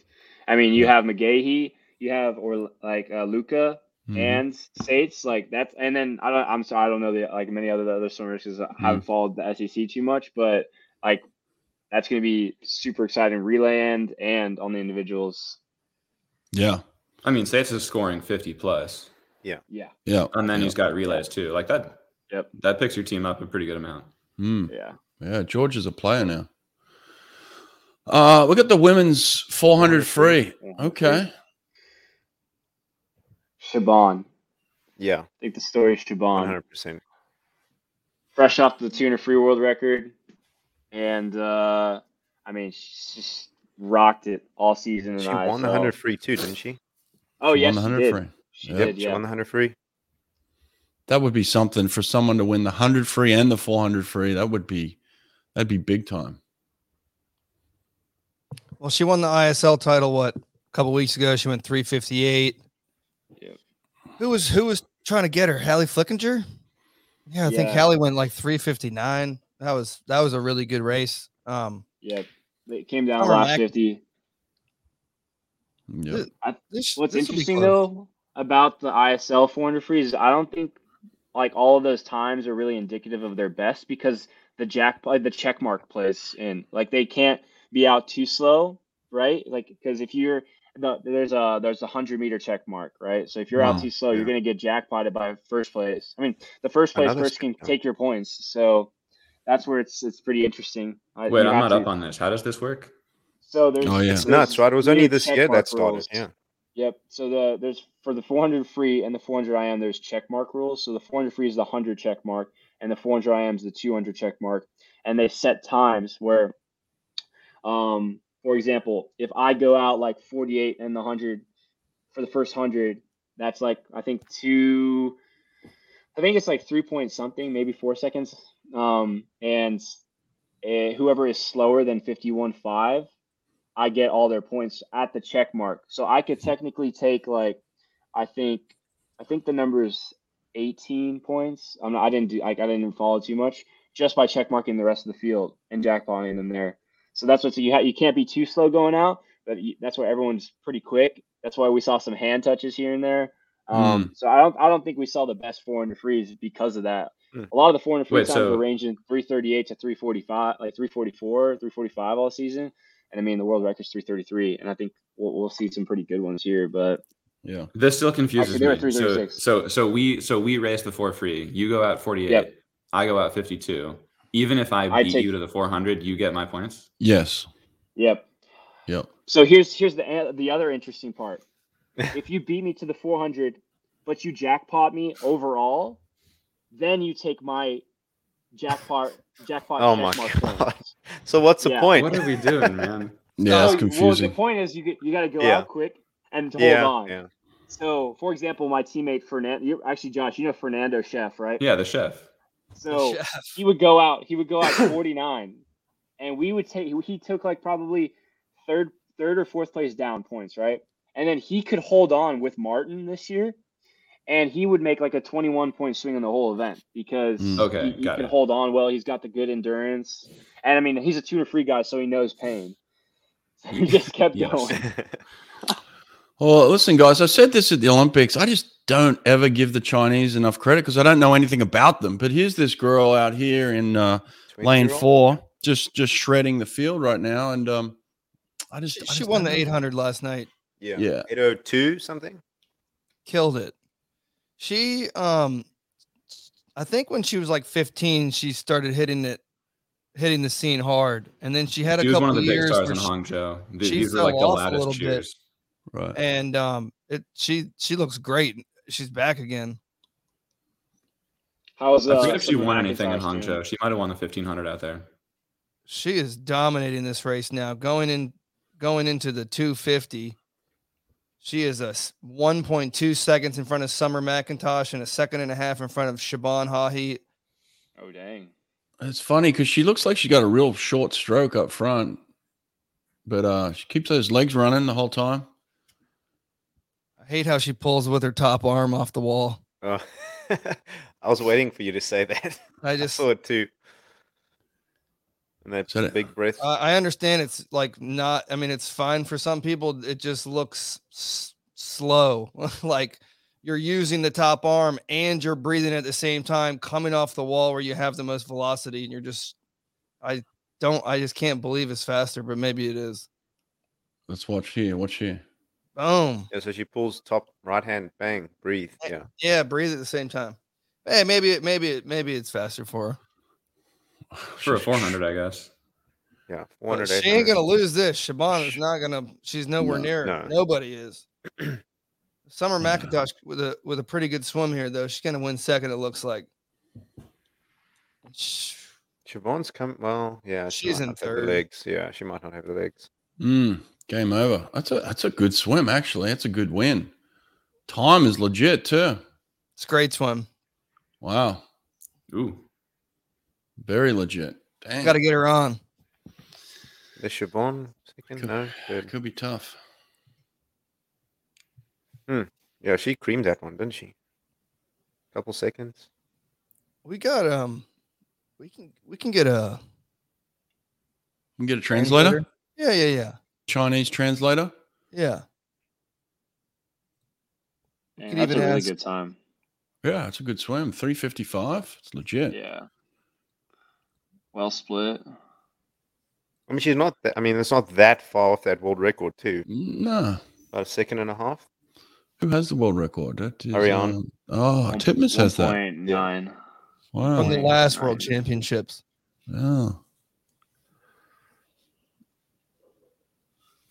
Speaker 1: I mean, you have McGahee, you have or like uh, Luca
Speaker 3: Mhm.
Speaker 1: and States, like that's, and then I don't. I'm sorry, I don't know the like many other the other swimmers because I
Speaker 3: Mm.
Speaker 1: haven't followed the SEC too much, but like that's going to be super exciting relay end and on the individuals.
Speaker 3: yeah.
Speaker 2: i mean states is scoring 50 plus
Speaker 1: Yeah,
Speaker 3: Yeah.
Speaker 2: and then
Speaker 3: Yeah.
Speaker 2: he's got relays too like that
Speaker 1: Yep.
Speaker 2: that picks your team up a pretty good amount
Speaker 3: Mm.
Speaker 1: yeah.
Speaker 3: Yeah, George is a player now. Uh, we got the women's 400 free. Okay.
Speaker 1: Shaban, I
Speaker 4: yeah,
Speaker 1: think the story is
Speaker 4: one
Speaker 1: Shaban.
Speaker 4: hundred percent.
Speaker 1: fresh off the 200 free world record and uh i mean she's just rocked it all season in
Speaker 4: She
Speaker 1: the ISL.
Speaker 4: won one hundred free too, didn't she?
Speaker 1: oh yes she
Speaker 3: 100
Speaker 1: did
Speaker 3: free.
Speaker 1: she
Speaker 3: Yep,
Speaker 4: Yep,
Speaker 1: did
Speaker 4: she won
Speaker 1: yeah
Speaker 4: the hundred free.
Speaker 3: That would be something for someone to win the 100 free and the 400 free. That would be that'd be big time.
Speaker 5: Well, she won the ISL title what a couple weeks ago. She went 358.
Speaker 1: Yep.
Speaker 5: Who was who was trying to get her? Hallie Flickinger? Yeah, I think
Speaker 1: Yeah.
Speaker 5: Hallie went like 359. That was that was a really good race. Um
Speaker 1: yeah it came down
Speaker 5: Or
Speaker 1: last
Speaker 5: Mac-
Speaker 1: 50
Speaker 3: Yeah.
Speaker 1: what's
Speaker 5: this, this will be
Speaker 1: interesting
Speaker 5: fun.
Speaker 1: though about the isl 400 free is i don't think like all of those times are really indicative of their best because the jack uh, the check mark plays in like they can't be out too slow right like because if you're the, there's a there's a hundred meter check mark right so if you're
Speaker 3: Mhm.
Speaker 1: out too slow you're
Speaker 4: Mm, Yeah.
Speaker 1: going to get jackpotted by first place i mean the first place
Speaker 4: Another
Speaker 1: person can
Speaker 4: spectacle.
Speaker 1: take your points so that's where it's it's pretty interesting I,
Speaker 2: Wait,
Speaker 1: you
Speaker 2: I'm
Speaker 1: have
Speaker 2: not up
Speaker 1: to-
Speaker 2: on this. How does this work?
Speaker 1: so there's
Speaker 3: Oh, yeah.
Speaker 1: there's
Speaker 4: It's nuts, right? It was only
Speaker 1: weird
Speaker 4: this
Speaker 1: check
Speaker 4: year
Speaker 1: mark
Speaker 4: that started.
Speaker 1: rules.
Speaker 4: Yeah,
Speaker 1: Yep. So the there's for the 400 free and the 400 IM there's check mark rules. So the 400 free is the 100 check mark and the 400 IM is the 200 check mark and they set times where um for example, if I go out like 48 and the 100 for the first 100, that's like I think 2 I think it's like 3 point something, maybe 4 seconds. Um and eh, whoever is slower than 51.5 I get all their points at the check mark. So I could technically take like I think I think the number is 18 points. I'm not, I didn't do I, I didn't even follow too much just by check marking the rest of the field and jackpotting them there. So that's what so you ha- you can't be too slow going out, but you, that's why everyone's pretty quick. That's why we saw some hand touches here and there. Um, So I don't I don't think we saw the best four in the freeze because of that. A lot of the four and free
Speaker 2: Wait,
Speaker 1: times
Speaker 2: so-
Speaker 1: were ranging 338 to 345, like 344, 345 all season. And I mean, the world record's 333. And I think we'll, we'll see some pretty good ones here. But
Speaker 3: Yeah.
Speaker 2: This still confuses
Speaker 1: Actually, they were
Speaker 2: me.
Speaker 1: 336.
Speaker 2: So, so so we so we race the four free. You go out forty eight.
Speaker 1: Yep.
Speaker 2: I go out fifty two. Even if I
Speaker 1: I
Speaker 2: beat
Speaker 1: take-
Speaker 2: you to the four hundred, you get my points.
Speaker 3: Yes.
Speaker 1: yep.
Speaker 3: Yep.
Speaker 1: So here's here's the the other interesting part. if you beat me to the 400, but you jackpot me overall, then you take my jackpot jackpot.
Speaker 4: Oh my
Speaker 1: checkmark
Speaker 4: God.
Speaker 1: points.
Speaker 4: So what's the
Speaker 1: Yeah.
Speaker 4: point?
Speaker 2: What are we doing, man?
Speaker 1: So,
Speaker 3: Yeah, that's
Speaker 1: Well,
Speaker 3: confusing.
Speaker 1: the point is you get, you got to go
Speaker 4: Yeah.
Speaker 1: out quick and hold
Speaker 4: yeah,
Speaker 1: on.
Speaker 4: yeah.
Speaker 1: So, for example, my teammate Fernando, you actually Josh, you know Fernando Chef, right?
Speaker 2: Yeah, the chef.
Speaker 1: So
Speaker 5: Chef.
Speaker 1: he would go out. He would go out 49, and we would take. He took like probably third, third or fourth place down points, right? And then he could hold on with Martin this year, and he would make like a 21 point swing in the whole event because
Speaker 3: Mm.
Speaker 2: Okay,
Speaker 1: he, he
Speaker 2: got
Speaker 1: can
Speaker 2: it.
Speaker 1: hold on well. He's got the good endurance, and I mean he's a tuner free guy, so he knows pain. So he just kept
Speaker 2: Yes.
Speaker 1: going.
Speaker 3: Well, listen, guys, I said this at the Olympics. I just don't ever give the Chinese enough credit because I don't know anything about them. But here's this girl out here in uh, lane
Speaker 4: 22-year-old?
Speaker 3: four, just just shredding the field right now, and um, I just
Speaker 5: She,
Speaker 3: I
Speaker 5: she
Speaker 3: just
Speaker 5: won
Speaker 3: don't
Speaker 5: the
Speaker 3: know.
Speaker 5: 800 last night.
Speaker 4: Yeah.
Speaker 3: Yeah.
Speaker 4: 802 something.
Speaker 5: Killed it. She um I think when she was like 15, she started hitting it hitting the scene hard. And then she had a
Speaker 2: She was
Speaker 5: couple
Speaker 2: one of the big
Speaker 5: years
Speaker 2: stars
Speaker 5: where
Speaker 2: in
Speaker 5: she-
Speaker 2: Hangzhou. Th-
Speaker 5: she
Speaker 2: These are
Speaker 5: fell
Speaker 2: like the
Speaker 5: off a
Speaker 2: loudest
Speaker 5: little bit.
Speaker 2: cheers.
Speaker 3: Right.
Speaker 5: and um it she she looks great. She's back again.
Speaker 1: How's uh,
Speaker 2: I forget if she
Speaker 1: Summer
Speaker 2: won anything in
Speaker 1: McIntosh
Speaker 2: Hangzhou.
Speaker 1: doing?
Speaker 2: She might have won the fifteen hundred out there.
Speaker 5: She is dominating this race now. Going in going into the 250. She is a s- 1.2 seconds in front of Summer McIntosh and a second and a half in front of Shaban Hahi.
Speaker 1: Oh dang!
Speaker 3: It's funny because she looks like she got a real short stroke up front, but uh, she keeps those legs running the whole time.
Speaker 5: I hate how she pulls with her top arm off the wall.
Speaker 4: Oh. I was waiting for you to say that.
Speaker 5: I
Speaker 4: I
Speaker 5: just
Speaker 4: saw it too. And that
Speaker 3: Said it.
Speaker 4: big breath.
Speaker 5: I I understand it's like not. I mean, it's fine for some people. It just looks s- slow. like you're using the top arm and you're breathing at the same time, coming off the wall where you have the most velocity, and you're just. I don't. I just can't believe it's faster, but maybe it is.
Speaker 3: Let's watch here. Watch here.
Speaker 5: Boom.
Speaker 4: yeah, so she pulls top right hand, bang, breathe. Yeah.
Speaker 5: Yeah, breathe at the same time. Hey, maybe it. Maybe it. Maybe it's faster for her.
Speaker 2: For a four hundred, I guess.
Speaker 4: Yeah.
Speaker 5: But
Speaker 4: 400.
Speaker 5: she
Speaker 4: 800.
Speaker 5: ain't gonna lose this. Shaban is not gonna. She's nowhere
Speaker 3: No,
Speaker 5: near.
Speaker 4: no.
Speaker 5: Nobody is. Summer
Speaker 3: No.
Speaker 5: McIntosh with a with a pretty good swim here though. She's gonna win second. It looks like. Sh-
Speaker 4: Siobhan's come. Well, yeah. she
Speaker 5: She's
Speaker 4: might
Speaker 5: in
Speaker 4: not have the
Speaker 5: third.
Speaker 4: Legs. Yeah. She might not have the legs.
Speaker 3: Mm, game over. That's a that's a good swim actually. That's a good win. Time is legit too.
Speaker 5: It's a great swim.
Speaker 3: Wow,
Speaker 2: Ooh.
Speaker 3: very legit. Dang,
Speaker 5: Got to get her on.
Speaker 4: The Siobhan second?
Speaker 3: Cool.
Speaker 4: No.
Speaker 3: it
Speaker 4: Third.
Speaker 3: could be tough.
Speaker 4: Yeah. She creamed that one, didn't she? Couple seconds.
Speaker 5: We got um, we can we can get a
Speaker 3: You can get a translator,
Speaker 5: yeah yeah yeah
Speaker 3: Chinese translator.
Speaker 5: yeah.
Speaker 1: Man,
Speaker 5: could
Speaker 1: that's a
Speaker 5: even
Speaker 1: really
Speaker 5: ask-
Speaker 1: good time.
Speaker 3: Yeah, it's a good swim. Three fifty five. It's legit.
Speaker 1: Yeah. Well split.
Speaker 4: I mean, she's not. That, I mean, it's not that far off that world record, too.
Speaker 3: Nah,
Speaker 4: About a second and a half.
Speaker 3: who has the world record? That is,
Speaker 4: Ariane.
Speaker 3: um, oh, Titmus has that.
Speaker 1: Nine.
Speaker 3: Wow.
Speaker 5: From the
Speaker 4: Oh,
Speaker 5: last
Speaker 4: right.
Speaker 5: World Championships.
Speaker 3: Oh,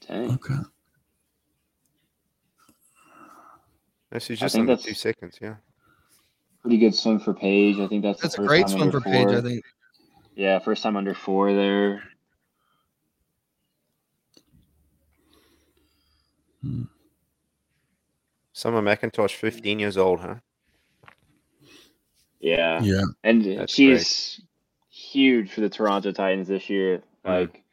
Speaker 1: Dang.
Speaker 3: okay.
Speaker 4: No, she's just
Speaker 1: think
Speaker 4: under
Speaker 1: that's-
Speaker 4: two seconds. Yeah.
Speaker 1: Pretty good swim for Paige. I think that's,
Speaker 5: That's
Speaker 1: the
Speaker 5: a
Speaker 1: first
Speaker 5: great
Speaker 1: time
Speaker 5: swim
Speaker 1: under
Speaker 5: for Paige. I
Speaker 1: four.
Speaker 5: think
Speaker 1: Yeah, first time under four there.
Speaker 4: Summer McIntosh, 15 years old, huh?
Speaker 1: Yeah.
Speaker 3: Yeah,
Speaker 1: And
Speaker 4: That's
Speaker 1: she's huge for the Toronto Titans this year. Like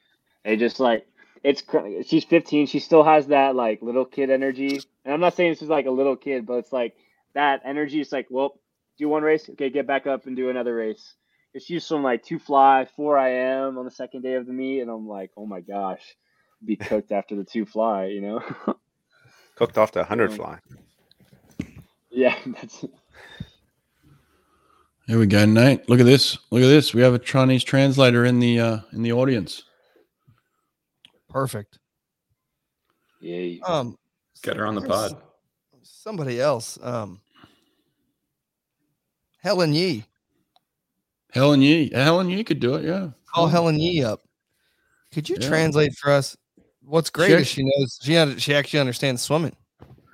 Speaker 1: they just like it's cr- she's 15, she still has that like little kid energy. And I'm not saying this is like a little kid, but it's like that energy is like, well, do one race, okay, get back up and do another race. 'Cause She used to swim like two fly, four AM on the second day of the meet, and I'm like, oh my gosh, be cooked after the two fly, you know?
Speaker 4: Cooked after 100
Speaker 1: Yeah.
Speaker 4: fly.
Speaker 1: yeah, that's
Speaker 3: Here we go, Nate. Look at this. Look at this. We have a Chinese translator in the uh, in the audience.
Speaker 5: Perfect.
Speaker 1: Yay.
Speaker 5: Um,
Speaker 2: Get her on the
Speaker 5: there's
Speaker 2: pod.
Speaker 5: Somebody else. Um, Helen Yee.
Speaker 3: Helen Yee. Helen Yee coee could do it. Yeah.
Speaker 2: Oh.
Speaker 5: Call Helen Yee up. Could you
Speaker 3: Yeah.
Speaker 5: translate for us? What's great
Speaker 3: She
Speaker 5: is she knows she un- she actually understands swimming.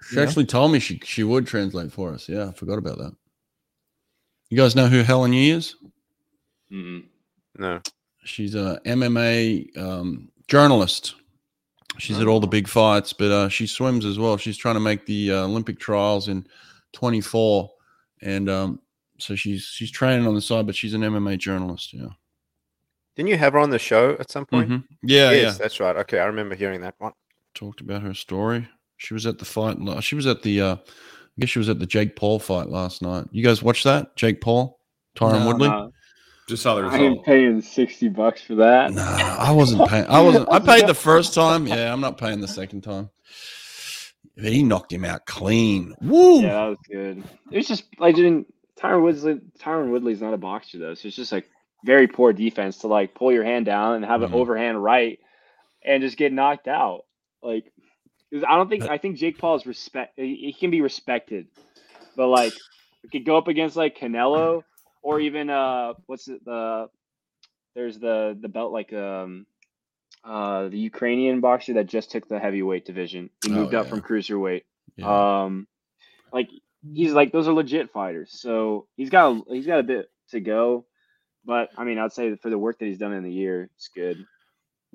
Speaker 3: She
Speaker 5: Yeah.
Speaker 3: actually told me she she would translate for us. Yeah, I forgot about that. You guys know who Helen Yee is?
Speaker 1: Mm-mm.
Speaker 4: No.
Speaker 3: She's a MMA um, journalist. She's at all the big fights, but uh, she swims as well. She's trying to make the uh, Olympic trials in 24, and um, so she's she's training on the side, but she's an MMA journalist. Yeah,
Speaker 4: Didn't you have her on the show at some point?
Speaker 3: Mhm. yeah,
Speaker 4: yes,
Speaker 3: yeah.
Speaker 4: that's right. Okay, I remember hearing that one.
Speaker 3: Talked about her story. She was at the fight. la- She was at the. Uh, I guess she was at the Jake Paul fight last night. You guys watch that? Jake Paul, Tyron
Speaker 5: No,
Speaker 3: Woodley.
Speaker 1: Uh,
Speaker 2: Just saw the
Speaker 1: I am
Speaker 2: result.
Speaker 1: paying sixty bucks for that.
Speaker 3: No, I wasn't paying. I wasn't. I paid the first time. Yeah, I'm not paying the second time. But he knocked him out clean. Woo!
Speaker 1: Yeah, that was good. It's just like didn't Tyron Woodley. Tyron Woodley's not a boxer though, so it's just like very poor defense to like pull your hand down and have
Speaker 3: Mhm.
Speaker 1: an overhand right and just get knocked out. Like, 'cause I don't think I think Jake Paul is respect. He he can be respected, but like we could go up against like Canelo or even uh what's it the there's the the belt like um uh the Ukrainian boxer that just took the heavyweight division. He
Speaker 3: Oh,
Speaker 1: moved up
Speaker 3: yeah.
Speaker 1: from cruiserweight.
Speaker 3: Yeah.
Speaker 1: Um, like he's like those are legit fighters. So he's got a, he's got a bit to go, but I mean I'd say that for the work that he's done in the year, it's good.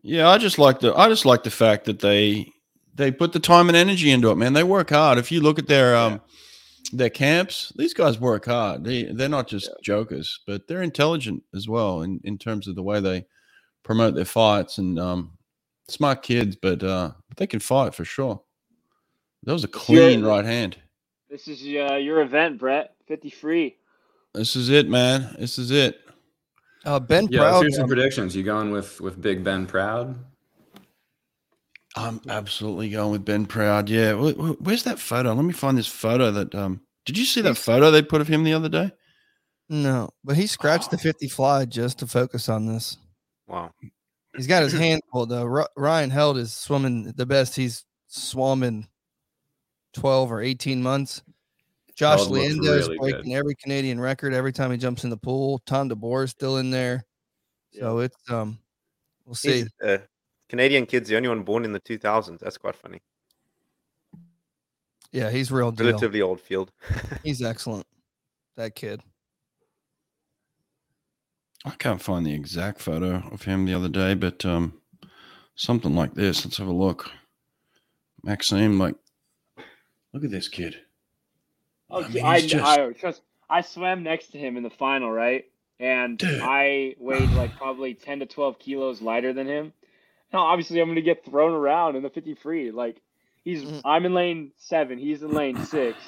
Speaker 3: Yeah, I just like the. I just like the fact that they they put the time and energy into it, man. They work hard. If you look at their um their camps, these guys work hard. They they're not just jokers, but they're intelligent as well in in terms of the way they promote their fights and um smart kids, but uh they can fight for sure. That was a clean right hand.
Speaker 1: This is uh, your event, Brett. Fifty free.
Speaker 3: This is it, man. This is it.
Speaker 5: Uh, ben
Speaker 2: Yeah,
Speaker 5: Proud.
Speaker 2: here's some predictions. You going with with Big Ben Proud?
Speaker 3: I'm absolutely going with Ben Proud. Yeah. Wh- wh- Where's that photo? Let me find this photo that um did you see that photo they put of him the other day?
Speaker 5: No, but he scratched the 50 fly just to focus on this.
Speaker 4: Wow.
Speaker 5: He's got his hand full though. Ry- Ryan Held is swimming the best he's swum in 12 or 18 months. Josh
Speaker 2: Held looks
Speaker 5: Leando is
Speaker 2: really good.
Speaker 5: breaking every Canadian record every time he jumps in the pool. Tom DeBoer is still in there. So it's um we'll see.
Speaker 4: He's, uh, Canadian kid's the only one born in the 2000s. That's quite funny.
Speaker 5: yeah, he's real deal.
Speaker 4: Relatively old field.
Speaker 5: He's excellent. That kid.
Speaker 3: I can't find the exact photo of him the other day, but um something like this. Let's have a look. Maxime, like look at this kid.
Speaker 1: Oh,
Speaker 3: I
Speaker 1: I,
Speaker 3: mean,
Speaker 1: I,
Speaker 3: he's just-
Speaker 1: trust. I swam next to him in the final, right? And
Speaker 3: Dude.
Speaker 1: I weighed like probably ten to twelve kilos lighter than him. Now, obviously, I'm gonna get thrown around in the fifty free. Like he's,
Speaker 5: Mm.
Speaker 1: I'm in lane seven. He's in lane six.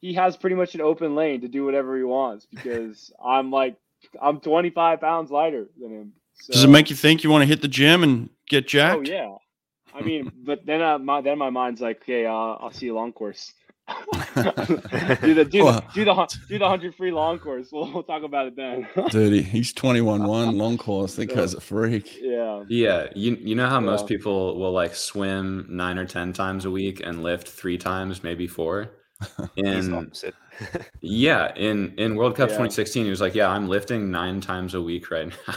Speaker 1: He has pretty much an open lane to do whatever he wants because I'm like, I'm 25 pounds lighter than him. So,
Speaker 3: Does it make you think you want to hit the gym and get jacked?
Speaker 1: Oh yeah. I mean, but then uh, my then my mind's like, okay, uh, I'll see you long course. do the do,
Speaker 3: Well-
Speaker 1: the do the hun- do the hundred free long course. We'll, we'll talk about it then.
Speaker 3: Dude, he- he's 21 1 long course. That guy's a freak.
Speaker 1: yeah.
Speaker 2: Yeah, you you know how most
Speaker 1: Yeah.
Speaker 2: people will like swim nine or ten times a week and lift three times, maybe four.
Speaker 4: He's
Speaker 3: Mm.
Speaker 2: In
Speaker 4: opposite.
Speaker 2: yeah, in in World Cup
Speaker 1: Yeah.
Speaker 2: 2016, he was like, "Yeah, I'm lifting nine times a week right now."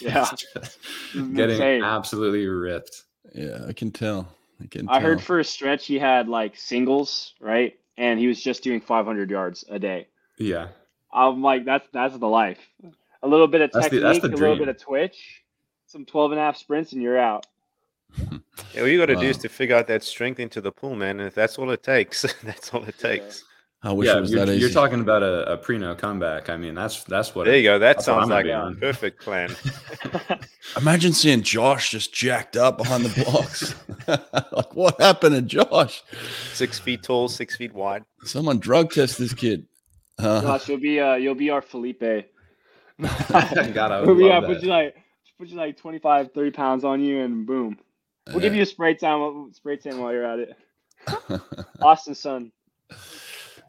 Speaker 1: Yeah.
Speaker 2: It's just
Speaker 1: This is
Speaker 2: getting
Speaker 1: insane.
Speaker 2: absolutely ripped.
Speaker 3: Yeah, I can tell. I can
Speaker 1: I heard
Speaker 3: tell.
Speaker 1: for a stretch he had like singles, right? And he was just doing 500 yards a day.
Speaker 2: Yeah,
Speaker 1: I'm like, that's that's the life. A little bit of
Speaker 2: That's the-
Speaker 1: technique,
Speaker 2: that's the
Speaker 1: a little
Speaker 2: dream.
Speaker 1: bit of twitch, some 12 and a half sprints, and you're out.
Speaker 4: Yeah, all you got to do is
Speaker 3: Wow.
Speaker 4: to figure out that strength into the pool, man. And if that's all it takes, that's all it
Speaker 1: Yeah.
Speaker 4: takes.
Speaker 3: I wish
Speaker 2: yeah.
Speaker 3: it was
Speaker 2: you're,
Speaker 3: that easy.
Speaker 2: you're talking about a, a preno comeback. I mean, that's that's what.
Speaker 4: There you go. That
Speaker 2: That's what
Speaker 4: sounds
Speaker 2: I'm
Speaker 4: like
Speaker 2: gonna
Speaker 4: a
Speaker 2: be on.
Speaker 4: perfect plan.
Speaker 3: Imagine seeing Josh just jacked up behind the blocks. like, what happened to Josh?
Speaker 4: six feet tall, six feet wide.
Speaker 3: Someone drug test this kid.
Speaker 2: Uh-huh.
Speaker 3: Uh,
Speaker 1: Josh, you'll be uh, you'll be our Felipe.
Speaker 2: God, I would
Speaker 1: We'll be- yeah,
Speaker 2: love
Speaker 1: put
Speaker 2: that.
Speaker 1: you like put you like 25, 30 pounds on you, and boom, we'll give you a spray tan, spray tan while you're at it. Austin Sun.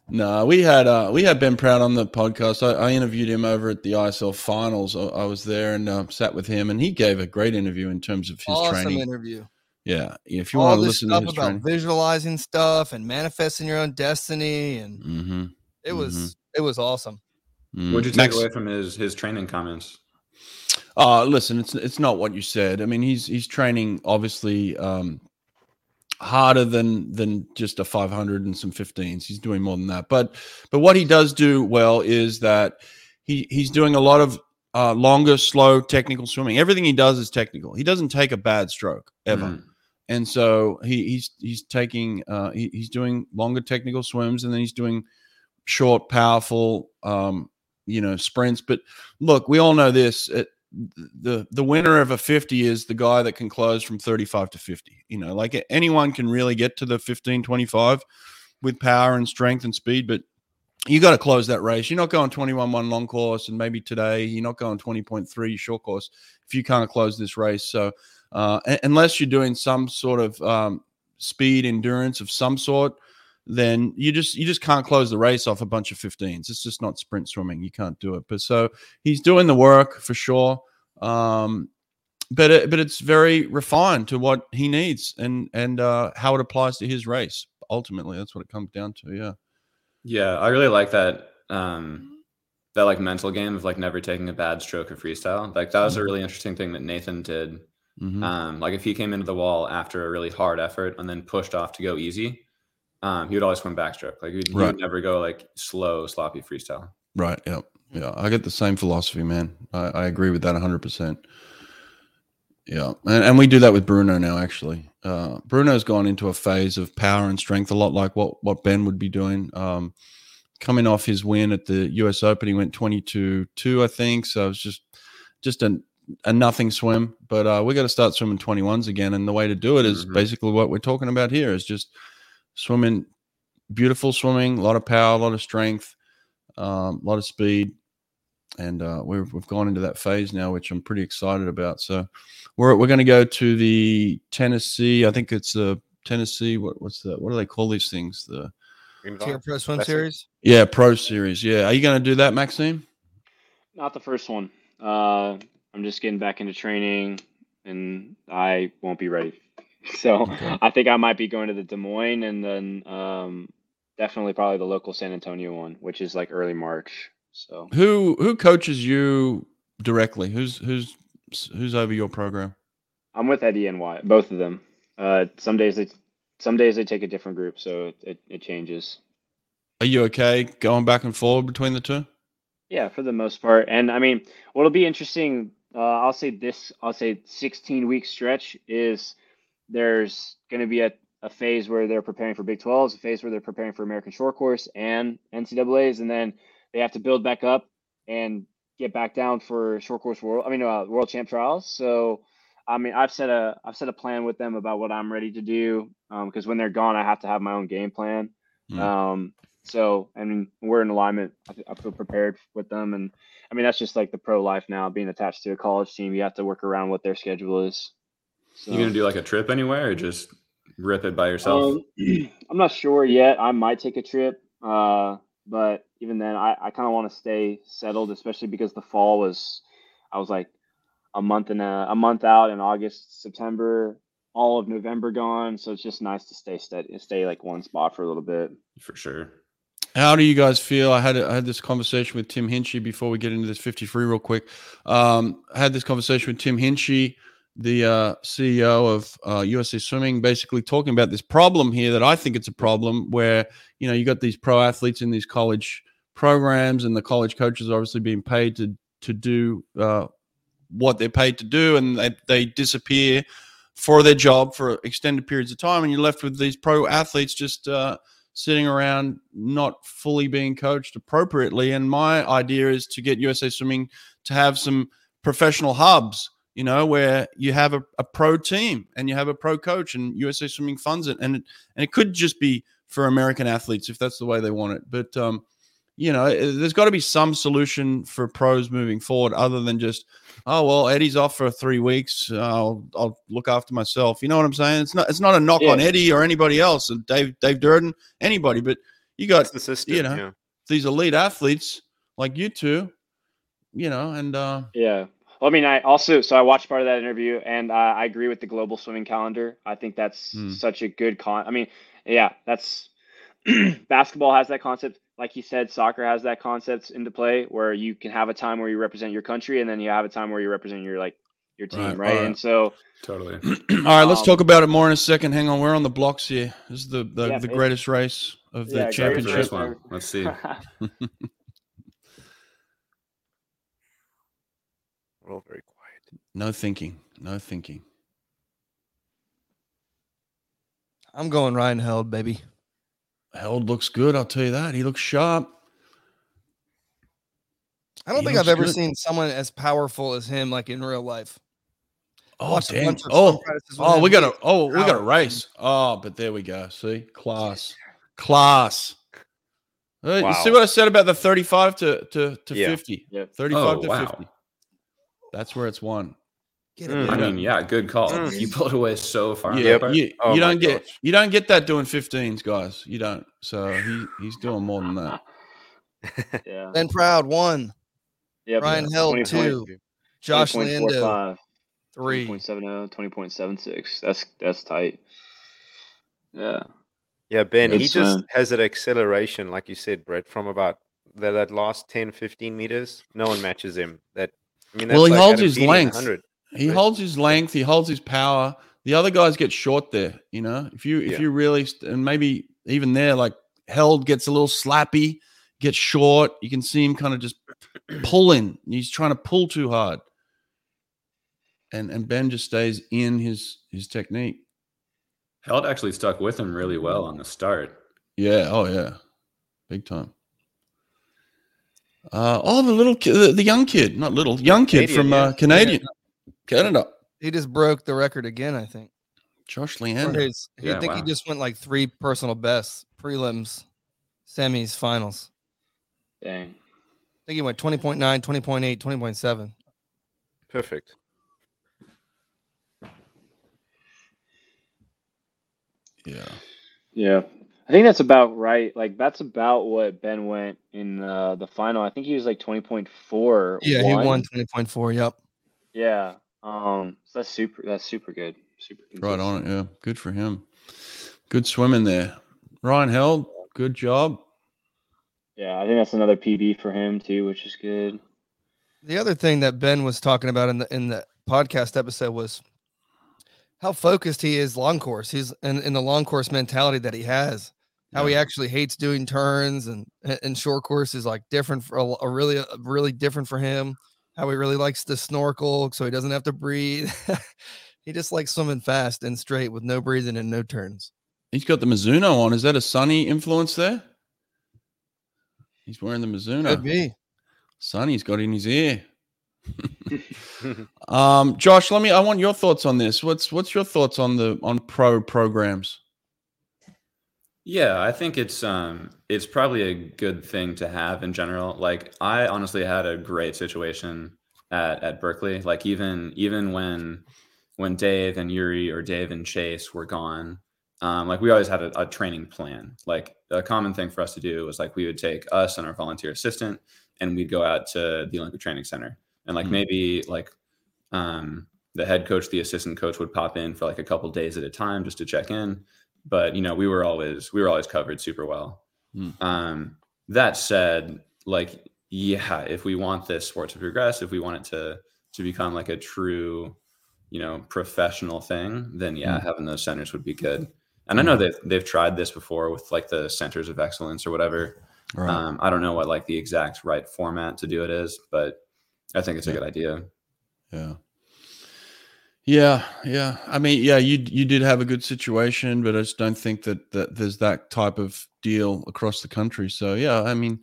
Speaker 3: No, we had uh, we had Ben Proud on the podcast. I, I interviewed him over at the ISL finals. I, I was there and uh, sat with him, and he gave a great interview in terms of his
Speaker 5: awesome
Speaker 3: training.
Speaker 5: interview.
Speaker 3: Yeah, if you
Speaker 5: All
Speaker 3: want to
Speaker 5: this
Speaker 3: listen to
Speaker 5: stuff
Speaker 3: his
Speaker 5: about
Speaker 3: training,
Speaker 5: visualizing stuff and manifesting your own destiny, and
Speaker 3: mm-hmm.
Speaker 5: it was it was awesome.
Speaker 2: What'd
Speaker 3: Mm,
Speaker 2: you take away from his his training comments?
Speaker 3: Uh, listen, it's it's not what you said. I mean, he's he's training obviously um, harder than than just a 500 and some 15s. He's doing more than that. But but what he does do well is that he he's doing a lot of uh, longer, slow, technical swimming. Everything he does is technical. He doesn't take a bad stroke ever.
Speaker 2: Mm.
Speaker 3: And so he, he's he's taking uh, he, he's doing longer technical swims, and then he's doing short, powerful, um, you know, sprints. But look, we all know this. It, the the winner of a 50 is the guy that can close from 35 to 50 you know like anyone can really get to the 15 25 with power and strength and speed but you got to close that race you're not going 21 1 long course and maybe today you're not going 20.3 short course if you can't close this race so uh, un- unless you're doing some sort of um, speed endurance of some sort then you just you just can't close the race off a bunch of 15s it's just not sprint swimming you can't do it but so he's doing the work for sure um but it, but it's very refined to what he needs and and uh how it applies to his race ultimately that's what it comes down to yeah
Speaker 2: Yeah, I really like that
Speaker 1: Mm-hmm.
Speaker 2: um that like mental game of like never taking a bad stroke of freestyle. Like that was
Speaker 1: Mm-hmm.
Speaker 2: a really interesting thing that Nathan did.
Speaker 3: Mhm.
Speaker 2: Um like if he came into the wall after a really hard effort and then pushed off to go easy, um he would always swim backstroke. Like he'd, he
Speaker 3: Right.
Speaker 2: would never go like slow sloppy freestyle.
Speaker 3: right yeah yeah i get the same philosophy man i, I agree with that 100% yeah and, and we do that with bruno now actually uh bruno's gone into a phase of power and strength a lot like what what ben would be doing um coming off his win at the us open he went 22 2 i think so it's just just an a nothing swim, but uh, we got to start swimming 21s again. And the way to do it is
Speaker 2: Mhm.
Speaker 3: basically what we're talking about here is just swimming, beautiful swimming, a lot of power, a lot of strength, um, a lot of speed. And uh, we've, we've gone into that phase now, which I'm pretty excited about. So we're, we're going to go to the Tennessee. I think it's a Tennessee. What, what's the, what do they call these things? The
Speaker 4: Dream
Speaker 5: Tier
Speaker 4: Dog?
Speaker 5: Pro Swim
Speaker 4: That's it.
Speaker 5: Series.
Speaker 3: yeah, pro series. Yeah. Are you going to do that, Maxime?
Speaker 1: Not the first one. Uh, I'm just getting back into training, and I won't be ready. So
Speaker 3: Okay.
Speaker 1: I think I might be going to the Des Moines, and then um, definitely probably the local San Antonio one, which is like early March. So
Speaker 3: Who, who coaches you directly? Who's, who's, who's over your program?
Speaker 1: I'm with Eddie and Wyatt, both of them. Uh, some days they, some days they take a different group, so it, it, it changes.
Speaker 3: Are you okay going back and forward between the two?
Speaker 1: Yeah, for the most part. And I mean, what'll be interesting, uh, I'll say this, I'll say 16 week stretch is there's going to be a, a phase where they're preparing for Big 12s, a phase where they're preparing for American Short Course and NCAAs, and then they have to build back up and get back down for short course world. I mean, uh, world champ trials. So, I mean, I've set a I've set a plan with them about what I'm ready to do because when they're gone, I have to have my own game plan.
Speaker 2: Hmm.
Speaker 3: Mm.
Speaker 1: Um, so, I mean, we're in alignment. I, fe- I feel prepared with them, and I mean, that's just like the pro life now. Being attached to a college team, you have to work around what their schedule is. So.
Speaker 2: You gonna do like a trip anywhere or just rip it by yourself?
Speaker 1: Um, I'm not sure yet. I might take a trip, uh, but even then, I, I kind of want to stay settled, especially because the fall was, I was like a month and a, a month out in August, September, all of November gone. So it's just nice to stay steady, stay like one spot for a little bit.
Speaker 2: For sure.
Speaker 3: How do you guys feel? I had I had this conversation with Tim Hinchy before we get into this 53 real quick. Um, I had this conversation with Tim Hinchy, the uh, CEO of uh, USA Swimming, basically talking about this problem here that I think it's a problem where you know you got these pro athletes in these college programs, and the college coaches are obviously being paid to to do uh, what they're paid to do, and they, they disappear for their job for extended periods of time, and you're left with these pro athletes just. Uh, sitting around not fully being coached appropriately. And my idea is to get USA Swimming to have some professional hubs, you know, where you have a, a pro team and you have a pro coach and USA Swimming funds it. And it, and it could just be for American athletes if that's the way they want it. But, um, you know, eh, there's got to be some solution for pros moving forward other than just, oh well, Eddie's off for three weeks. I'll I'll look after myself. You know what I'm saying? It's not it's not a knock on
Speaker 1: Yeah.
Speaker 3: Eddie or anybody else, and Dave Dave Durden anybody, but You got
Speaker 4: That's the system.
Speaker 3: you know.
Speaker 4: yeah.
Speaker 3: these elite athletes like you two, you know, and uh,
Speaker 1: Yeah. Well, I mean, I also so I watched part of that interview, and I, I agree with the global swimming calendar. I think that's
Speaker 3: Hmm.
Speaker 1: such a good con. I mean, yeah, that's basketball has that concept. Like you said, soccer has that concept into play where you can have a time where you represent your country, and then you have a time where you represent your like your team,
Speaker 3: Right,
Speaker 1: right?
Speaker 3: alright.
Speaker 1: And so
Speaker 2: Totally.
Speaker 3: all right, let's
Speaker 1: Um,
Speaker 3: talk about it more in a second. Hang on, we're on the blocks here. This is the the,
Speaker 1: Yeah,
Speaker 3: the
Speaker 1: it-
Speaker 3: greatest race of the
Speaker 1: Yeah, greatest
Speaker 2: Here's the first
Speaker 3: championship.
Speaker 2: one. Let's see.
Speaker 4: We're all very quiet.
Speaker 3: No thinking, no thinking.
Speaker 5: I'm going Ryan Held, baby.
Speaker 3: Held looks good. I'll tell you that. He looks sharp.
Speaker 5: I don't
Speaker 3: He
Speaker 5: think I've
Speaker 3: looks
Speaker 5: ever
Speaker 3: good.
Speaker 5: seen someone as powerful as him, like in real life.
Speaker 3: Oh
Speaker 5: Watched a
Speaker 3: damn!
Speaker 5: bunch of swim
Speaker 3: Oh,
Speaker 5: practices with
Speaker 3: oh,
Speaker 5: him.
Speaker 3: we got a oh, we got a
Speaker 5: Howard.
Speaker 3: race. Oh, but there we go. See, class, class. Hey, You see
Speaker 4: Wow.
Speaker 3: what I said about the thirty-five to to to
Speaker 4: Yeah.
Speaker 3: fifty?
Speaker 1: Yep.
Speaker 3: Thirty-five
Speaker 2: Oh
Speaker 3: to
Speaker 2: wow.
Speaker 3: fifty. That's where it's won.
Speaker 5: Get
Speaker 4: Mm.
Speaker 5: it.
Speaker 2: I
Speaker 5: baby.
Speaker 2: mean, yeah, good call.
Speaker 4: Mm.
Speaker 2: You pulled away so far.
Speaker 3: Yeah,
Speaker 4: but-
Speaker 3: you,
Speaker 4: oh
Speaker 3: you
Speaker 4: my
Speaker 3: don't get
Speaker 4: gosh.
Speaker 3: you don't get that doing fifteens, guys. You don't. So he he's doing more than that.
Speaker 1: yeah.
Speaker 5: Ben Proud one,
Speaker 1: Yep.
Speaker 5: Ryan Held
Speaker 1: 20.45,
Speaker 5: two, Josh
Speaker 1: 20.45,
Speaker 5: Lando three.
Speaker 1: 20.70, 20.76. That's that's tight. Yeah.
Speaker 4: Yeah, Ben, he
Speaker 1: It's,
Speaker 4: just
Speaker 1: uh,
Speaker 4: has that acceleration, like you said, Brett, from about that, that last 10, 15 meters. No one matches him. That I mean, that's
Speaker 3: Well, he
Speaker 4: like
Speaker 3: holds
Speaker 4: Adam
Speaker 3: his
Speaker 4: Peaty in
Speaker 3: length.
Speaker 4: 100.
Speaker 3: He
Speaker 4: Right.
Speaker 3: holds his length. He holds his power. The other guys get short there. You know, if you if
Speaker 4: Yeah.
Speaker 3: you really st- and maybe even there, like Held gets a little slappy, gets short. You can see him kind of just pulling. He's trying to pull too hard, and and Ben just stays in his his technique.
Speaker 2: Held actually stuck with him really well on the start.
Speaker 3: Yeah. Oh yeah. Big time. Uh, oh, the little kid, the, the young kid, not little, young kid
Speaker 4: Canadian,
Speaker 3: from
Speaker 4: yeah.
Speaker 3: uh, Canadian, Canada,
Speaker 5: He just broke the record again, I think.
Speaker 3: Josh
Speaker 5: Or
Speaker 3: Leander.
Speaker 5: his, he- I
Speaker 2: Yeah,
Speaker 5: think he
Speaker 2: wow.
Speaker 5: just went like three personal bests, prelims, semis, finals.
Speaker 1: Dang.
Speaker 5: I think he went 20.9, 20.8, 20.7.
Speaker 4: Perfect.
Speaker 3: Yeah.
Speaker 1: Yeah. I think that's about right. Like that's about what Ben went in uh, the final. I think he was like twenty point four.
Speaker 5: Yeah, he won 20.4. Yep.
Speaker 1: Yeah. Um. So that's super. That's super good. Super.
Speaker 3: Right
Speaker 1: consistent.
Speaker 3: on it. Yeah. Good for him. Good swimming there. Ryan Held, good job.
Speaker 1: Yeah. I think that's another PB for him too, which is good.
Speaker 5: The other thing that Ben was talking about in the in the podcast episode was how focused he is long course. He's in, in the long course mentality that he has. How he actually hates doing turns and and short course is like different for a, lo- a really a really different for him. How he really likes to snorkel so he doesn't have to breathe. he just likes swimming fast and straight with no breathing and no turns.
Speaker 3: He's got the Mizuno on. Is that a sunny influence there? He's wearing the
Speaker 5: Could
Speaker 3: Mizuno.
Speaker 5: be.
Speaker 3: Sonny's got in his ear. um, Josh, let me. I want your thoughts on this. What's what's your thoughts on the on pro programs?
Speaker 2: Yeah, I think it's um it's probably a good thing to have in general. Like I honestly had a great situation at at Berkeley. Like even even when when Dave and Yuri or Dave and Chase were gone, um, like we always had a, a training plan. Like a common thing for us to do was like we would take us and our volunteer assistant and we'd go out to the Olympic Training Center and like
Speaker 3: Hmm.
Speaker 2: maybe like um the head coach, the assistant coach would pop in for like a couple days at a time just to check in but you know we were always we were always covered super well
Speaker 3: Hmm.
Speaker 2: um that said like yeah if we want this sport to progress if we want it to to become like a true you know professional thing then yeah
Speaker 3: Hmm.
Speaker 2: having those centers would be good and i know they've they've tried this before with like the centers of excellence or whatever
Speaker 3: Right.
Speaker 2: um i don't know what like the exact right format to do it is but i think it's a
Speaker 3: Yeah.
Speaker 2: good idea
Speaker 3: yeah. Yeah, yeah. I mean, yeah, you you did have a good situation, but I just don't think that that there's that type of deal across the country. So yeah, I mean,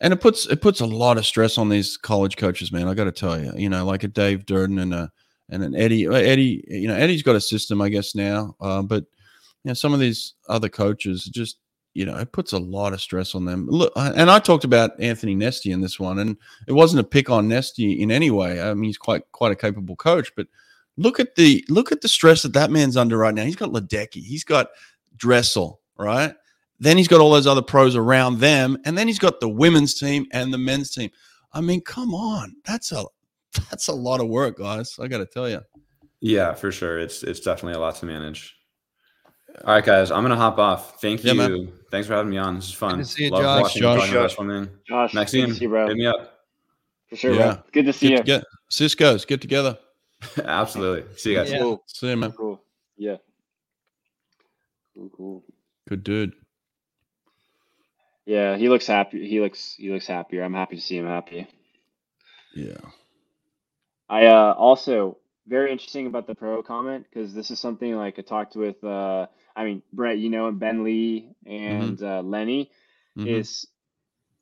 Speaker 3: and it puts it puts a lot of stress on these college coaches, man. I got to tell you, you know, like a Dave Durden and a and an Eddie uh, Eddie, you know, Eddie's got a system, I guess now, uh, but you know, some of these other coaches just you know, it puts a lot of stress on them. Look, I- and I talked about Anthony Nesty in this one, and it wasn't a pick on Nesty in any way. I mean, he's quite quite a capable coach, but look at the look at the stress that that man's under right now. He's got Ledecky, he's got Dressel, right? Then he's got all those other pros around them, and then he's got the women's team and the men's team. I mean, come on, that's a that's a lot of work, guys. I got to tell you.
Speaker 2: Yeah, for sure. It's it's definitely a lot to manage. All right, guys, I'm gonna hop off. Thank
Speaker 3: Yeah,
Speaker 2: you.
Speaker 3: man.
Speaker 2: Thanks for having me on. This is fun.
Speaker 5: Good to see you,
Speaker 2: Love
Speaker 5: Josh.
Speaker 2: watching
Speaker 3: Josh.
Speaker 2: Josh. Josh. Swimming.
Speaker 1: Josh, good
Speaker 2: Maxime,
Speaker 1: to see you, bro.
Speaker 2: hit me up.
Speaker 1: For sure,
Speaker 3: Yeah.
Speaker 1: bro. Good to see
Speaker 3: Get
Speaker 1: you.
Speaker 3: together. Cisco's get together.
Speaker 2: Absolutely. See you guys.
Speaker 5: Yeah.
Speaker 1: Cool.
Speaker 3: See you, man.
Speaker 1: Cool. Yeah. Cool, cool.
Speaker 3: Good dude.
Speaker 1: Yeah, he looks happy. He looks he looks happier. I'm happy to see him happy.
Speaker 3: Yeah.
Speaker 1: I uh, also very interesting about the pro comment because this is something like I talked with. Uh, I mean Brett, you know, and Ben Lee and uh, Lenny
Speaker 3: Mhm.
Speaker 1: is.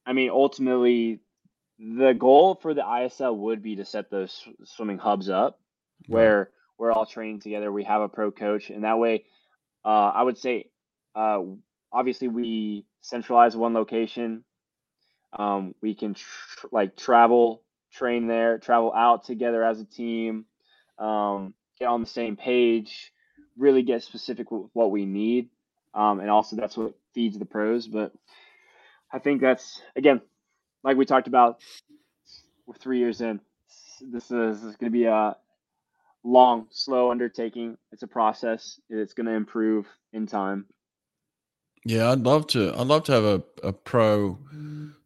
Speaker 1: I mean, ultimately, the goal for the ISL would be to set those sw- swimming hubs up
Speaker 3: Right.
Speaker 1: where we're all training together. We have a pro coach, and that way, uh, I would say, uh, obviously, we centralize one location. Um, we can tr- like travel, train there, travel out together as a team, um, get on the same page, really get specific with what we need, um, and also that's what feeds the pros. But I think that's again, like we talked about, we're three years in. This is, this is going to be a long, slow undertaking. It's a process. It's going to improve in time.
Speaker 3: Yeah, I'd love to. I'd love to have a, a pro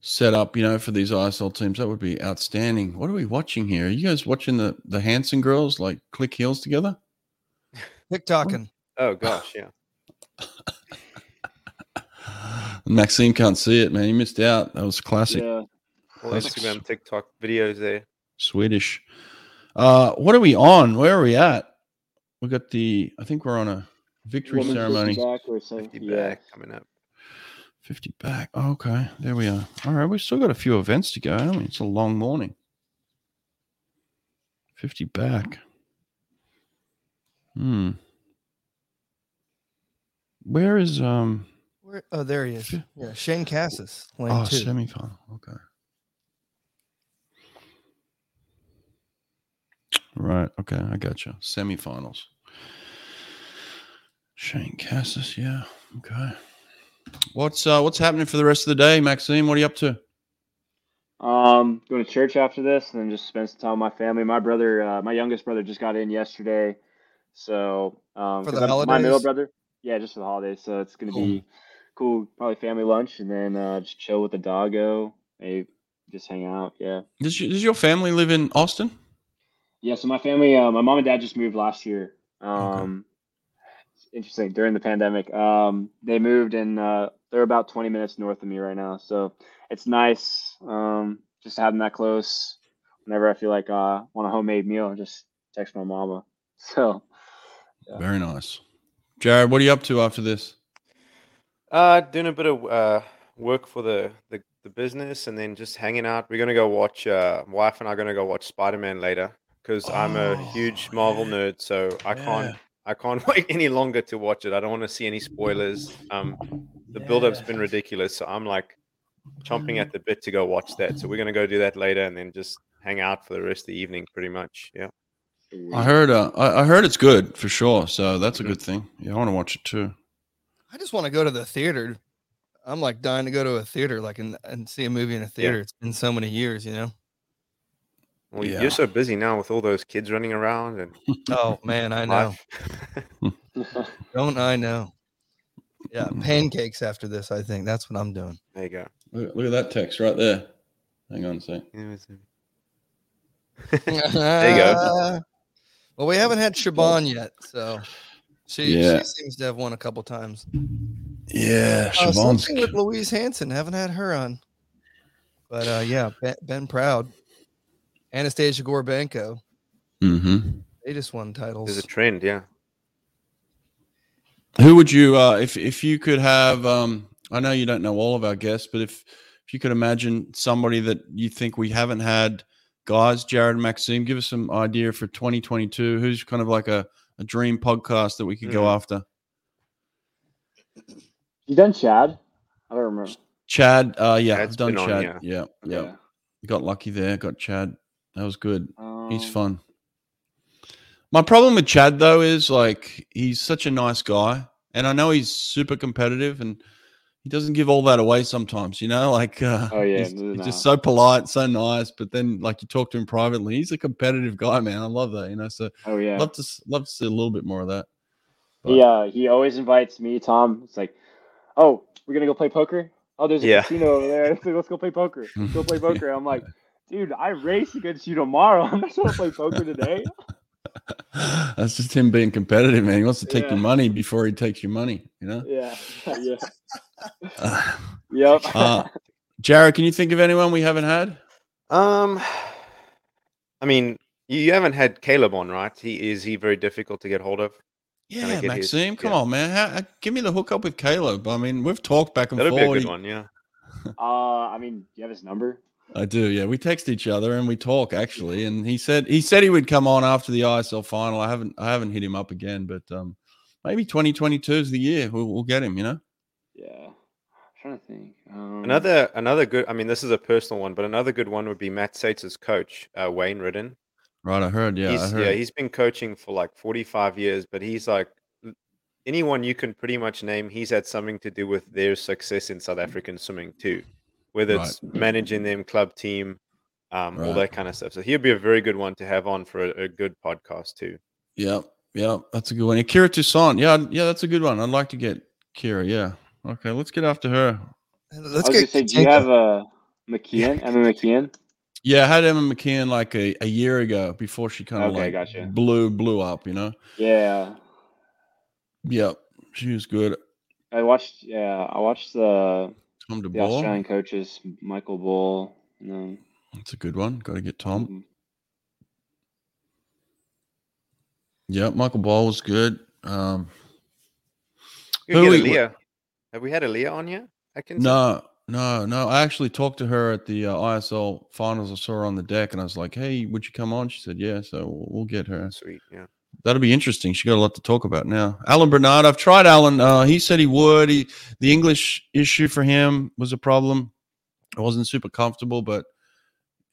Speaker 3: set up, you know, for these ISL teams. That would be outstanding. What are we watching here? Are you guys watching the the Hanson girls like click heels together?
Speaker 5: TikToking.
Speaker 4: Oh gosh, yeah.
Speaker 3: Maxime can't see it, man. You missed out. That was classic
Speaker 1: Yeah.
Speaker 4: All
Speaker 3: That's-
Speaker 4: Instagram, TikTok videos there.
Speaker 3: Swedish. Uh, what are we on? Where are we at? We got the. I think we're on a victory
Speaker 1: Women's 50
Speaker 3: ceremony.
Speaker 1: back or so-
Speaker 4: 50
Speaker 1: yeah.
Speaker 4: back coming up.
Speaker 3: Fifty back. Oh, okay, there we are. All right, we've still got a few events to go. haven't we? It's a long morning. Fifty back. Hmm. Where is um?
Speaker 5: Where, oh, there he is. Yeah, Shane Cassis. Lane
Speaker 3: Oh,
Speaker 5: two.
Speaker 3: semifinal. Okay. Right. Okay. I gotcha. Semifinals. Shane Cassis. Yeah. Okay. What's uh what's happening for the rest of the day, Maxime? What are you up to?
Speaker 1: Um, going to church after this, and then just spend some time with my family. My brother, uh, my youngest brother, just got in yesterday, so um,
Speaker 5: For
Speaker 1: 'cause
Speaker 5: the
Speaker 1: I'm- my middle
Speaker 5: holidays?
Speaker 1: brother, yeah, just for the holidays. So it's going to
Speaker 3: Cool.
Speaker 1: be cool, probably family lunch, and then uh, just chill with the doggo. Maybe just hang out. Yeah,
Speaker 3: Does, you, does your family live in Austin?
Speaker 1: yeah. So my family, uh, my mom and dad just moved last year. Um, it's interesting during the pandemic. Um, they moved, and uh, they're about 20 minutes north of me right now, so it's nice um, just having that close. Whenever I feel like uh, want a homemade meal, I just text my mama. So Yeah.
Speaker 3: Very nice. Jared, what are you up to after this?
Speaker 4: Uh, doing a bit of uh, work for the, the the business, and then just hanging out. We're gonna go watch. Uh, wife and I are gonna go watch Spider Man later because I'm a huge
Speaker 3: Oh,
Speaker 4: Marvel
Speaker 3: yeah.
Speaker 4: nerd, so I can't
Speaker 3: Yeah.
Speaker 4: I can't wait any longer to watch it. I don't want to see any spoilers. Um, the build up's been ridiculous, so I'm like
Speaker 3: Mm-hmm.
Speaker 4: chomping at the bit to go watch that. So we're gonna go do that later, and then just hang out for the rest of the evening, pretty much. Yeah.
Speaker 3: I heard uh, I, I heard it's good for sure. So that's a good thing. Yeah, I want to watch it too.
Speaker 5: I just want to go to the theater. I'm like dying to go to a theater, like and, and see a movie in a theater. It's been so many years, you know.
Speaker 4: Well,
Speaker 3: Yeah.
Speaker 4: you're so busy now with all those kids running around and
Speaker 5: Oh man, I know.
Speaker 4: life.
Speaker 5: Don't I know? Yeah, pancakes after this. I think that's what I'm doing.
Speaker 4: there you go.
Speaker 3: Look, look at that text right there. Hang on a sec.
Speaker 4: Yeah, it's a-
Speaker 5: there
Speaker 4: you go.
Speaker 5: Well, we haven't had Shaban yet, so she,
Speaker 3: Yeah.
Speaker 5: she seems to have won a couple times.
Speaker 3: Yeah,
Speaker 5: Uh,
Speaker 3: Siobhan's.
Speaker 5: something with Louise Hanson. Haven't had her on, but uh, yeah, Ben, ben Proud, Anastasia Gorbenko.
Speaker 3: Mhm.
Speaker 5: They just won titles.
Speaker 4: There's a trend, yeah.
Speaker 3: Who would you, uh, if if you could have? Um, I know you don't know all of our guests, but if if you could imagine somebody that you think we haven't had, guys, Jared, and Maxime, give us some idea for 2022. Who's kind of like a, a dream podcast that we could go
Speaker 4: Hmm.
Speaker 3: after?
Speaker 1: you done Chad? I don't remember.
Speaker 3: Chad, uh, yeah,
Speaker 4: Chad's
Speaker 3: I've done
Speaker 4: been on,
Speaker 3: Chad.
Speaker 4: yeah.
Speaker 3: yeah, yeah, Got lucky there. Got Chad. That was good.
Speaker 1: Um,
Speaker 3: He's fun. My problem with Chad though is like he's such a nice guy, and I know he's super competitive, and he doesn't give all that away sometimes, you know, like uh,
Speaker 1: Oh, yeah,
Speaker 3: he's,
Speaker 1: no,
Speaker 3: he's
Speaker 1: no.
Speaker 3: just so polite, so nice, but then like you talk to him privately, he's a competitive guy, man. I love that, you know. So
Speaker 1: Oh yeah.
Speaker 3: love to s- love to see a little bit more of that.
Speaker 1: He uh, he always invites me, Tom. It's like, oh, we're gonna go play poker. Oh, there's a
Speaker 4: Yeah.
Speaker 1: casino over there. It's like, Let's go play poker. Let's go play poker. I'm like, dude, I race against you tomorrow. I'm not gonna play poker today.
Speaker 3: That's just him being competitive, man. He wants to take
Speaker 1: Yeah.
Speaker 3: your money before he takes your money, you know.
Speaker 1: Yeah, yeah,
Speaker 3: Uh,
Speaker 1: yep.
Speaker 3: uh, Jared, can you think of anyone we haven't had?
Speaker 4: Um, I mean, you, you haven't had Caleb on, right? He is he very difficult to get hold of. I
Speaker 3: Yeah,
Speaker 4: get his-
Speaker 3: Maxime, come
Speaker 4: yeah.
Speaker 3: on, man. How, uh, give me the hookup with Caleb. I mean, we've talked back and
Speaker 4: That'll be a
Speaker 3: forth.
Speaker 4: good one. Yeah.
Speaker 3: Mm-hmm.
Speaker 1: uh, I mean, do you have his number?
Speaker 3: I do, yeah. We text each other and we talk actually. And he said he said he would come on after the ISL final. I haven't I haven't hit him up again, but um, maybe 2022 is the year we'll, we'll get him. You know,
Speaker 1: Yeah, I'm trying to think. Um,
Speaker 4: Another another good. I mean, this is a personal one, but another good one would be Matt Satz's coach, uh, Wayne Ridden.
Speaker 3: right? I heard. Yeah, I
Speaker 4: he's,
Speaker 3: heard.
Speaker 4: yeah, he's been coaching for like 45 years, but he's like l- anyone you can pretty much name, he's had something to do with their success in South African swimming too, whether
Speaker 3: Right.
Speaker 4: it's managing them, club team, um, all
Speaker 3: Right.
Speaker 4: that kind of stuff. So he'd be a very good one to have on for a, a good podcast too.
Speaker 3: yeah, yeah. That's a good one. Akira Toussaint. Yeah, I'd- yeah. That's a good one. I'd like to get Kira. Yeah. Okay, let's get after her.
Speaker 5: Let's
Speaker 1: I was gonna
Speaker 5: get
Speaker 1: say, do you
Speaker 5: Katinka.
Speaker 1: have a McKeon? Emma McKeon?
Speaker 3: Yeah, I had Emma McKeon like a, a year ago before she kind of
Speaker 1: Okay,
Speaker 3: like
Speaker 1: gotcha.
Speaker 3: blew blew up. You know.
Speaker 1: Yeah,
Speaker 3: Yep, she was good.
Speaker 1: I watched. Yeah, I watched the
Speaker 3: Tom
Speaker 1: the
Speaker 3: DeBoer.
Speaker 1: Australian coaches, Michael Bull. And then,
Speaker 3: That's a good one. Got to get Tom. Yeah, Michael Ball was good. Um,
Speaker 4: You
Speaker 3: Who
Speaker 4: could get
Speaker 3: we-
Speaker 4: Aaliyah. Have we had Aaliyah on yet? Atkinson?
Speaker 3: no, no, no. I actually talked to her at the uh, ISL finals. I saw her on the deck, and I was like, "Hey, would you come on?" She said, "Yeah." So we'll, we'll get her.
Speaker 4: Sweet. Yeah.
Speaker 3: That'll be interesting. She got a lot to talk about now. Alan Bernard. I've tried Alan. Uh, he said he would. He the English issue for him was a problem. I wasn't super comfortable, but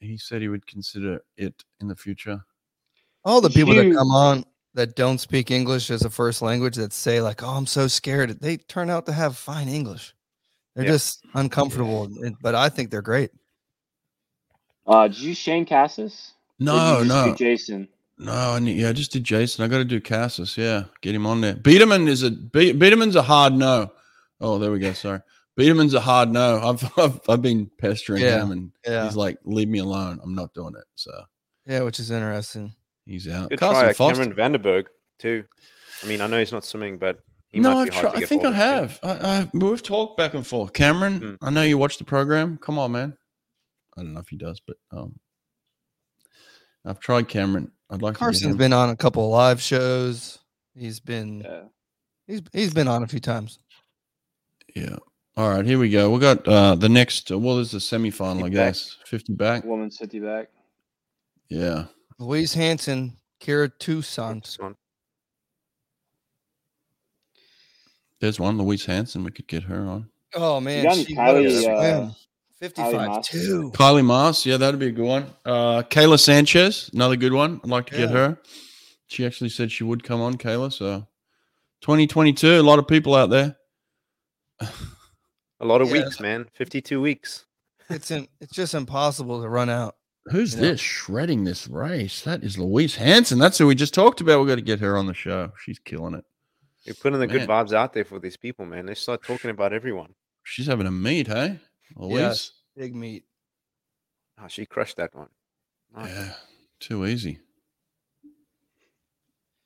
Speaker 3: he said he would consider it in the future.
Speaker 5: all the people
Speaker 1: You-
Speaker 5: that come on that don't speak English as a first language that say like, "Oh, I'm so scared," they turn out to have fine English. They're
Speaker 4: Yeah.
Speaker 5: just uncomfortable, and- but I think they're great.
Speaker 1: Uh, did you Shane Cassis? Or did
Speaker 3: No,
Speaker 1: you just do
Speaker 3: no.
Speaker 1: Jason.
Speaker 3: No, I need, yeah, I just did Jason. I got to do Cassis. Yeah, get him on there. Biederman is a Be- Biederman's a hard no. Oh, there we go. Sorry, Biederman's a hard no. I've I've, I've been pestering
Speaker 5: Yeah,
Speaker 3: him, and
Speaker 5: Yeah,
Speaker 3: he's like, "Leave me alone. I'm not doing it." So
Speaker 5: yeah, which is interesting.
Speaker 3: he's out.
Speaker 4: Good
Speaker 3: Carson
Speaker 4: try, uh,
Speaker 3: Foster.
Speaker 4: Cameron Vanderberg too. I mean, I know he's not swimming, but he
Speaker 3: no,
Speaker 4: might
Speaker 3: I've
Speaker 4: be hard
Speaker 3: tried.
Speaker 4: to
Speaker 3: I
Speaker 4: get
Speaker 3: think I
Speaker 4: hold of, too.
Speaker 3: have. I, I we've talked back and forth. Cameron,
Speaker 4: Mm.
Speaker 3: I know you watch the program. Come on, man. I don't know if he does, but um, I've tried Cameron. I'd like to get
Speaker 5: Carson's
Speaker 3: him.
Speaker 5: been on a couple of live shows. He's been
Speaker 1: Yeah.
Speaker 5: he's he's been on a few times.
Speaker 3: Yeah. All right, here we go. We got uh the next. Uh, well, there's the semifinal, I
Speaker 4: 50 back.
Speaker 3: guess. Fifty back.
Speaker 1: uh, Woman fifty back.
Speaker 3: Yeah.
Speaker 5: Louise Hanson, Kira Toussaint.
Speaker 4: This one.
Speaker 3: There's one, Louise Hanson. We could get her on.
Speaker 5: Oh man,
Speaker 1: got any
Speaker 5: she what a
Speaker 1: Kylie, uh,
Speaker 5: swim. 55
Speaker 1: Moss?
Speaker 5: two.
Speaker 3: Kylie Mars. Yeah, that'd be a good one. Uh, Kayla Sanchez, another good one. I'd like to get
Speaker 5: Yeah.
Speaker 3: her. She actually said she would come on, Kayla. So, 2022, a lot of people out there.
Speaker 4: A lot of
Speaker 5: Yeah.
Speaker 4: weeks, man. 52 weeks.
Speaker 5: It's in, it's just impossible to run out.
Speaker 3: Who's
Speaker 5: Yeah.
Speaker 3: this shredding this race? That is Louise Hanson. That's who we just talked about. We got to get her on the show. She's killing it.
Speaker 4: You're putting the good
Speaker 3: Man.
Speaker 4: vibes out there for these people, man. They start talking about everyone.
Speaker 3: She's having a meet, hey? Louise.
Speaker 5: Yes. Big meat.
Speaker 4: Ah, she crushed that one. Nice.
Speaker 3: Yeah. Too easy.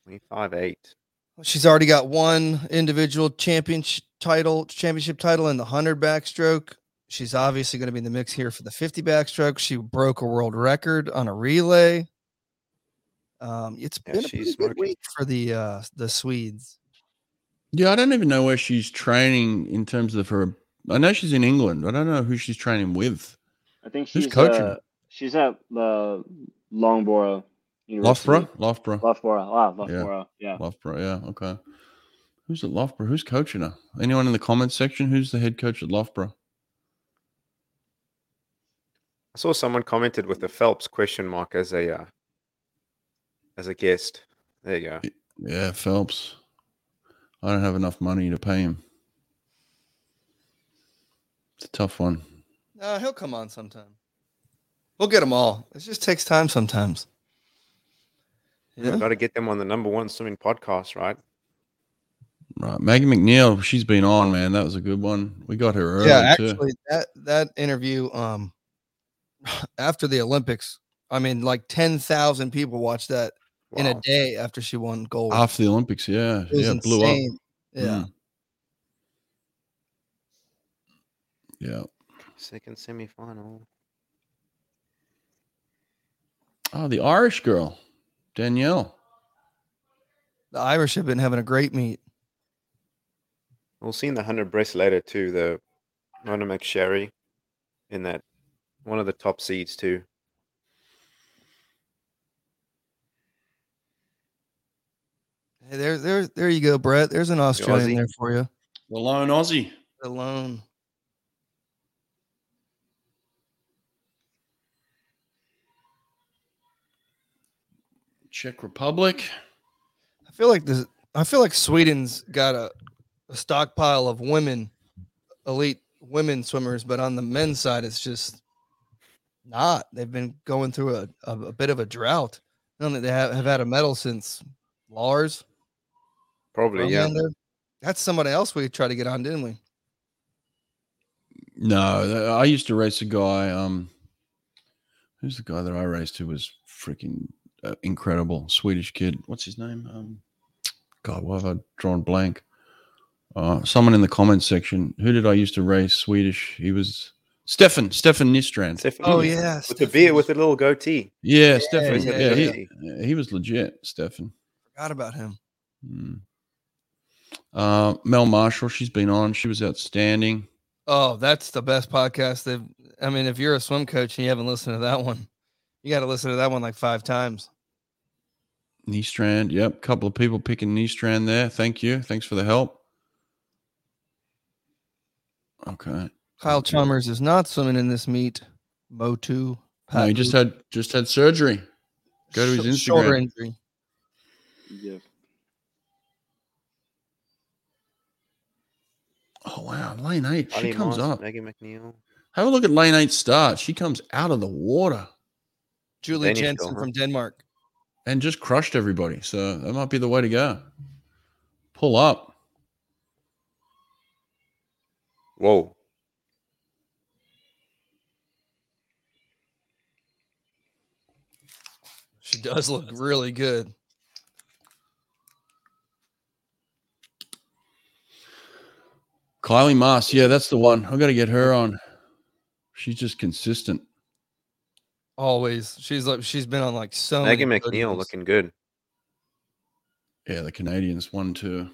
Speaker 4: 25 8.
Speaker 5: She's already got one individual championship title, championship title in the 100 backstroke. She's obviously going to be in the mix here for the 50 backstroke. She broke a world record on a relay. Um, it's
Speaker 4: Yeah,
Speaker 5: been a
Speaker 4: she's
Speaker 5: pretty good
Speaker 4: smoking.
Speaker 5: week for the uh, the Swedes.
Speaker 3: Yeah, I don't even know where she's training in terms of her. I know she's in England. I don't know who she's training with.
Speaker 1: I think
Speaker 3: Who's
Speaker 1: she's
Speaker 3: coaching
Speaker 1: uh,
Speaker 3: her?
Speaker 1: she's at the Longborough University.
Speaker 3: Loughborough, Loughborough,
Speaker 1: Loughborough. Wow, Loughborough. Yeah.
Speaker 3: Loughborough. Yeah, okay. Who's at Loughborough? Who's coaching her? Anyone in the comments section? Who's the head coach at Loughborough?
Speaker 4: I saw someone commented with the Phelps question mark as a uh, as a guest. There you go.
Speaker 3: Yeah, Phelps. I don't have enough money to pay him. It's a tough one.
Speaker 5: No, Uh, he'll come on sometime. We'll get them all. It just takes time sometimes. Yeah.
Speaker 4: Got to get them on the number one swimming podcast, right?
Speaker 3: Right. Maggie McNeil, she's been on, man. That was a good one. We got her early.
Speaker 5: yeah,
Speaker 3: too.
Speaker 5: actually that that interview um after the Olympics, I mean like 10,000 people watched that in a
Speaker 4: Wow.
Speaker 5: day after she won gold.
Speaker 3: After the Olympics, yeah.
Speaker 5: It was
Speaker 3: Yeah, it blew up.
Speaker 5: insane. Yeah.
Speaker 3: Mm. Yeah.
Speaker 4: Second semifinal.
Speaker 3: Oh, the Irish girl, Danielle.
Speaker 5: The Irish have been having a great meet.
Speaker 4: We'll see in the 100 breast later, too. The Mona McSherry in that one of the top seeds, too.
Speaker 5: Hey, there, there, there you go, Brett. There's an Australian
Speaker 4: Aussie.
Speaker 5: there for you.
Speaker 3: The lone Aussie.
Speaker 5: Alone.
Speaker 3: Czech Republic.
Speaker 5: I feel like this. I feel like Sweden's got a, a stockpile of women, elite women swimmers, but on the men's side, it's just not. They've been going through a, a, a bit of a drought. I don't think they have, have had a medal since Lars.
Speaker 4: Probably, yeah.
Speaker 5: Rolander. That's somebody else we tried to get on, didn't we?
Speaker 3: No, th- I used to race a guy. Um, who's the guy that I raced who was freaking uh, incredible? Swedish kid. What's his name? Um, God, why have I drawn blank? Uh, someone in the comments section. Who did I used to race? Swedish. He was Stefan. Stefan Nistrand.
Speaker 4: Stephanie
Speaker 5: Oh
Speaker 4: with-
Speaker 5: yeah,
Speaker 4: With the beard, with the little goatee.
Speaker 3: yeah, Stefan.
Speaker 5: yeah,
Speaker 3: Yeah,
Speaker 4: yeah.
Speaker 3: he, yeah, he was legit. Stefan.
Speaker 5: forgot about him.
Speaker 3: Mm. Uh, Mel Marshall. She's been on. She was outstanding.
Speaker 5: Oh, that's the best podcast. They've. I mean, if you're a swim coach and you haven't listened to that one, you got to listen to that one like five times.
Speaker 3: Nistrand. Yep. Couple of people picking Nistrand there. Thank you. Thanks for the help. Okay.
Speaker 5: Kyle
Speaker 3: Okay.
Speaker 5: Chalmers is not swimming in this meet. Motu.
Speaker 3: No, he
Speaker 5: Patu.
Speaker 3: just had just had surgery. Go to his
Speaker 5: Sh- Shoulder
Speaker 3: Instagram.
Speaker 5: injury.
Speaker 1: Yeah.
Speaker 3: Oh wow, lane eight. She
Speaker 4: Ali
Speaker 3: comes
Speaker 4: Moss,
Speaker 3: up.
Speaker 4: Maggie McNeil.
Speaker 3: Have a look at lane eight start. She comes out of the water
Speaker 5: Julie
Speaker 4: Danish girl,
Speaker 5: Jensen
Speaker 4: huh?
Speaker 5: from Denmark.
Speaker 3: and just crushed everybody. So that might be the way to go. Pull up.
Speaker 4: Whoa.
Speaker 5: She does look really good.
Speaker 3: Kylie Moss. Yeah, that's the one. I've got to get her on. She's just consistent.
Speaker 5: Always. She's like she's been on like so
Speaker 4: Maggie
Speaker 5: many podiums.
Speaker 4: McNeil looking good.
Speaker 3: Yeah, the Canadians one too.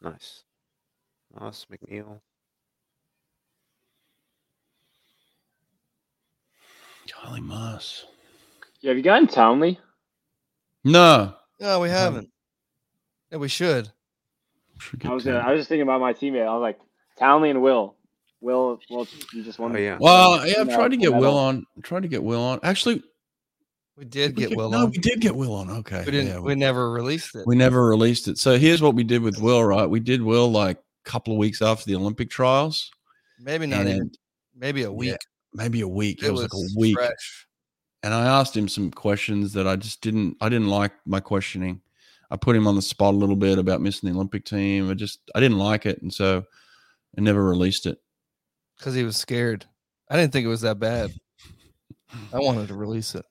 Speaker 4: Nice. Nice, McNeil. Oh,
Speaker 3: Kylie Moss.
Speaker 1: Yeah, have you gotten Townley?
Speaker 3: No.
Speaker 5: No,
Speaker 3: Uh-huh.
Speaker 5: we haven't. Yeah, we should.
Speaker 3: Should get
Speaker 1: I was gonna,
Speaker 3: Townley.
Speaker 1: I was just thinking about my teammate. I was like Townley and Will. Will, Will, you just won.
Speaker 4: Oh,
Speaker 1: the-
Speaker 4: yeah.
Speaker 3: Well, yeah, I've
Speaker 1: No,
Speaker 3: tried to get
Speaker 1: not at
Speaker 3: Will
Speaker 1: all.
Speaker 3: on. Tried to get Will on. Actually,
Speaker 5: We did
Speaker 3: we
Speaker 5: get
Speaker 3: did-
Speaker 5: Will
Speaker 3: No,
Speaker 5: on.
Speaker 3: we did get Will on. Okay,
Speaker 5: We didn't
Speaker 3: yeah,
Speaker 5: we
Speaker 3: we,
Speaker 5: never released it.
Speaker 3: we never released it. So here's what we did with Will. Right, we did Will like a couple of weeks after the Olympic trials,
Speaker 5: Maybe not
Speaker 3: and
Speaker 5: even maybe a week.
Speaker 3: maybe a week. It,
Speaker 5: It
Speaker 3: was, like
Speaker 5: was
Speaker 3: a week,
Speaker 5: fresh.
Speaker 3: and I asked him some questions that I just didn't. I didn't like my questioning. I put him on the spot a little bit about missing the Olympic team. I just I didn't like it, and so I never released it.
Speaker 5: Because he was scared. I didn't think it was that bad. I wanted to release it.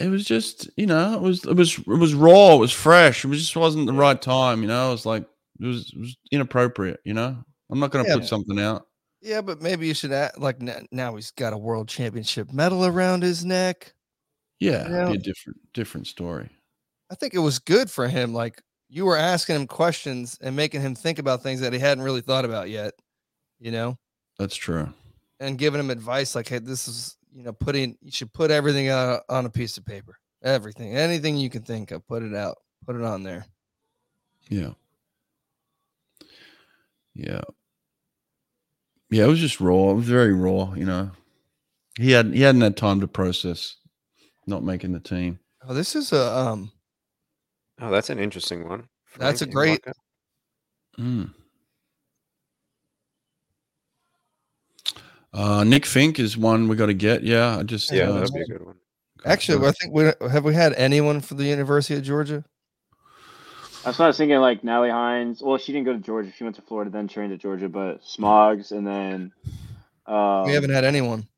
Speaker 3: it was just you know it was it was it was raw it was fresh it was just wasn't the right time you know it was like it was, it was inappropriate you know i'm not going to
Speaker 5: Yeah.
Speaker 3: put something out
Speaker 5: Yeah, but maybe you should act like n- now he's got a world championship medal around his neck.
Speaker 3: yeah it'd
Speaker 5: Yeah.
Speaker 3: be a different different story
Speaker 5: I think it was good for him. Like you were asking him questions and making him think about things that he hadn't really thought about yet, you know,
Speaker 3: that's true
Speaker 5: and giving him advice like, hey, this is, you know, putting, you should put everything on, a- on a piece of paper, everything, anything you can think of, put it out, put it on there.
Speaker 3: yeah yeah yeah it was just raw it was very raw you know he had he hadn't had time to process not making the team
Speaker 5: Oh, this is a, um,
Speaker 4: Oh, that's an interesting one.
Speaker 5: That's a
Speaker 4: Frank
Speaker 5: great-
Speaker 4: Iwaka.
Speaker 3: Hmm. Mm. Uh, Nick Fink is one we got to get. Yeah, I just
Speaker 4: Yeah,
Speaker 3: uh,
Speaker 4: that'd be a good one.
Speaker 3: got
Speaker 5: Actually,
Speaker 3: to-
Speaker 5: I think we have we had anyone for the University of Georgia.
Speaker 1: That's what I was thinking. Like Natalie Hines. Well, she didn't go to Georgia. She went to Florida, then trained at Georgia. But Smogs, and then um,
Speaker 5: we haven't had anyone,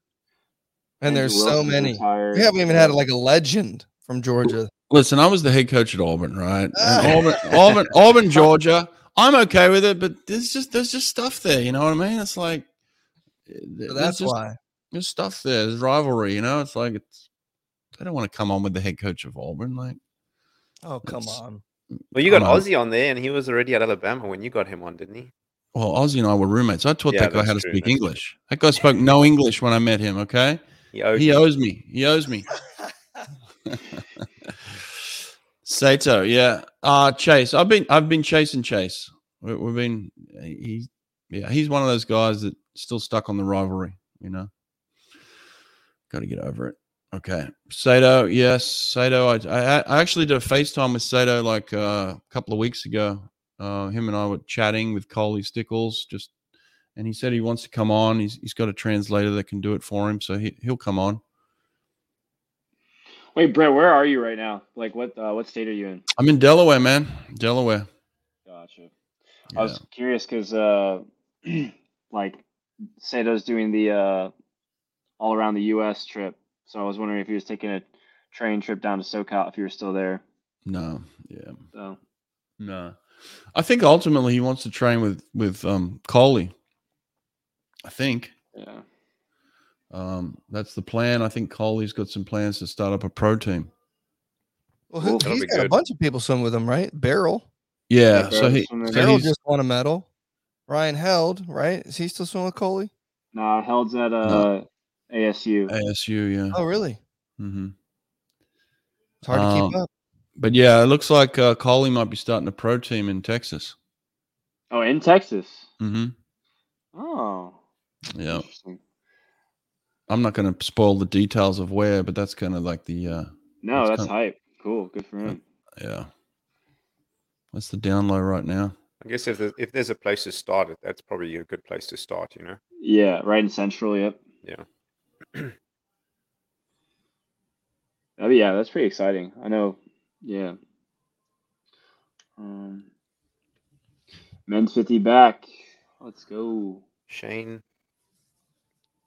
Speaker 5: and
Speaker 1: Andrew
Speaker 5: there's so
Speaker 1: Wilson's
Speaker 5: many.
Speaker 1: retired.
Speaker 5: We haven't even had like a legend from Georgia.
Speaker 3: listen, I was the head coach at Auburn, right? And Auburn, Auburn, Auburn, Georgia. I'm okay with it, but there's just there's just stuff there. You know what I mean? It's like eh,
Speaker 5: So
Speaker 3: there's
Speaker 5: that's
Speaker 3: just,
Speaker 5: why.
Speaker 3: There's stuff there. There's rivalry. You know, it's like it's. They don't want to come on with the head coach of Auburn. Like,
Speaker 5: Oh come
Speaker 3: That's-
Speaker 5: on.
Speaker 4: Well, you got
Speaker 3: Come on.
Speaker 4: Aussie on there, and he was already at Alabama when you got him on, didn't he?
Speaker 3: well, Ozzy and I were roommates. I taught
Speaker 4: Yeah,
Speaker 3: that guy how to
Speaker 4: that's true,
Speaker 3: speak
Speaker 4: that's true.
Speaker 3: English. That guy spoke no English when I met him. Okay,
Speaker 4: He owed
Speaker 3: he
Speaker 4: you.
Speaker 3: owes me. He owes me. Sato, yeah. Uh Chase. I've been I've been chasing Chase. We, we've been he yeah, he's one of those guys that still stuck on the rivalry, you know. Got to get over it. Okay. Sato, yes. Sato, I, I I actually did a FaceTime with Sato like uh, a couple of weeks ago. Uh, him and I were chatting with Coley Stickles just and he said he wants to come on. He's he's got a translator that can do it for him, so he he'll come on.
Speaker 1: Wait, Brett, where are you right now? Like, what uh, what state are you in?
Speaker 3: I'm in Delaware, man. Delaware.
Speaker 1: Gotcha.
Speaker 3: Yeah.
Speaker 1: I was curious because, uh, like, Sato's doing the uh, all around the U.S. trip, so I was wondering if he was taking a train trip down to SoCal if you were still there.
Speaker 3: No, yeah,
Speaker 1: So
Speaker 3: no. I think ultimately he wants to train with with um Coley. I think
Speaker 1: yeah,
Speaker 3: um that's the plan. I think Coley's got some plans to start up a pro team.
Speaker 5: Well, who,
Speaker 1: Ooh,
Speaker 4: that'll
Speaker 5: he's
Speaker 4: be
Speaker 5: got a
Speaker 4: good.
Speaker 5: bunch of people swim with him, right? Beryl.
Speaker 3: Yeah,
Speaker 1: Yeah,
Speaker 3: so he,
Speaker 1: Barrett's swimming.
Speaker 3: so
Speaker 5: Beryl
Speaker 3: he's,
Speaker 5: just won a medal. Ryan Held, right? Is he still swimming with Coley?
Speaker 1: nah, Held's at uh, ASU.
Speaker 3: ASU. Yeah,
Speaker 5: Oh, really?
Speaker 3: hmm
Speaker 5: It's hard to keep
Speaker 3: Um,
Speaker 5: up.
Speaker 3: but yeah, it looks like uh, Coley might be starting a pro team in Texas.
Speaker 1: Oh, in Texas.
Speaker 3: hmm
Speaker 1: Oh,
Speaker 3: Yeah,
Speaker 1: interesting.
Speaker 3: I'm not going to spoil the details of where, but that's kind of like the uh,
Speaker 1: No,
Speaker 3: That's
Speaker 1: that's hype. Cool, good for him.
Speaker 3: yeah. That's the down low right now.
Speaker 4: I guess if there's, if there's a place to start, it that's probably a good place to start. You know,
Speaker 1: Yeah, right in Central. Yep.
Speaker 4: Yeah.
Speaker 1: Oh yeah, that's pretty exciting. I know. Yeah. Um, men's fifty back. Let's go.
Speaker 4: Shane.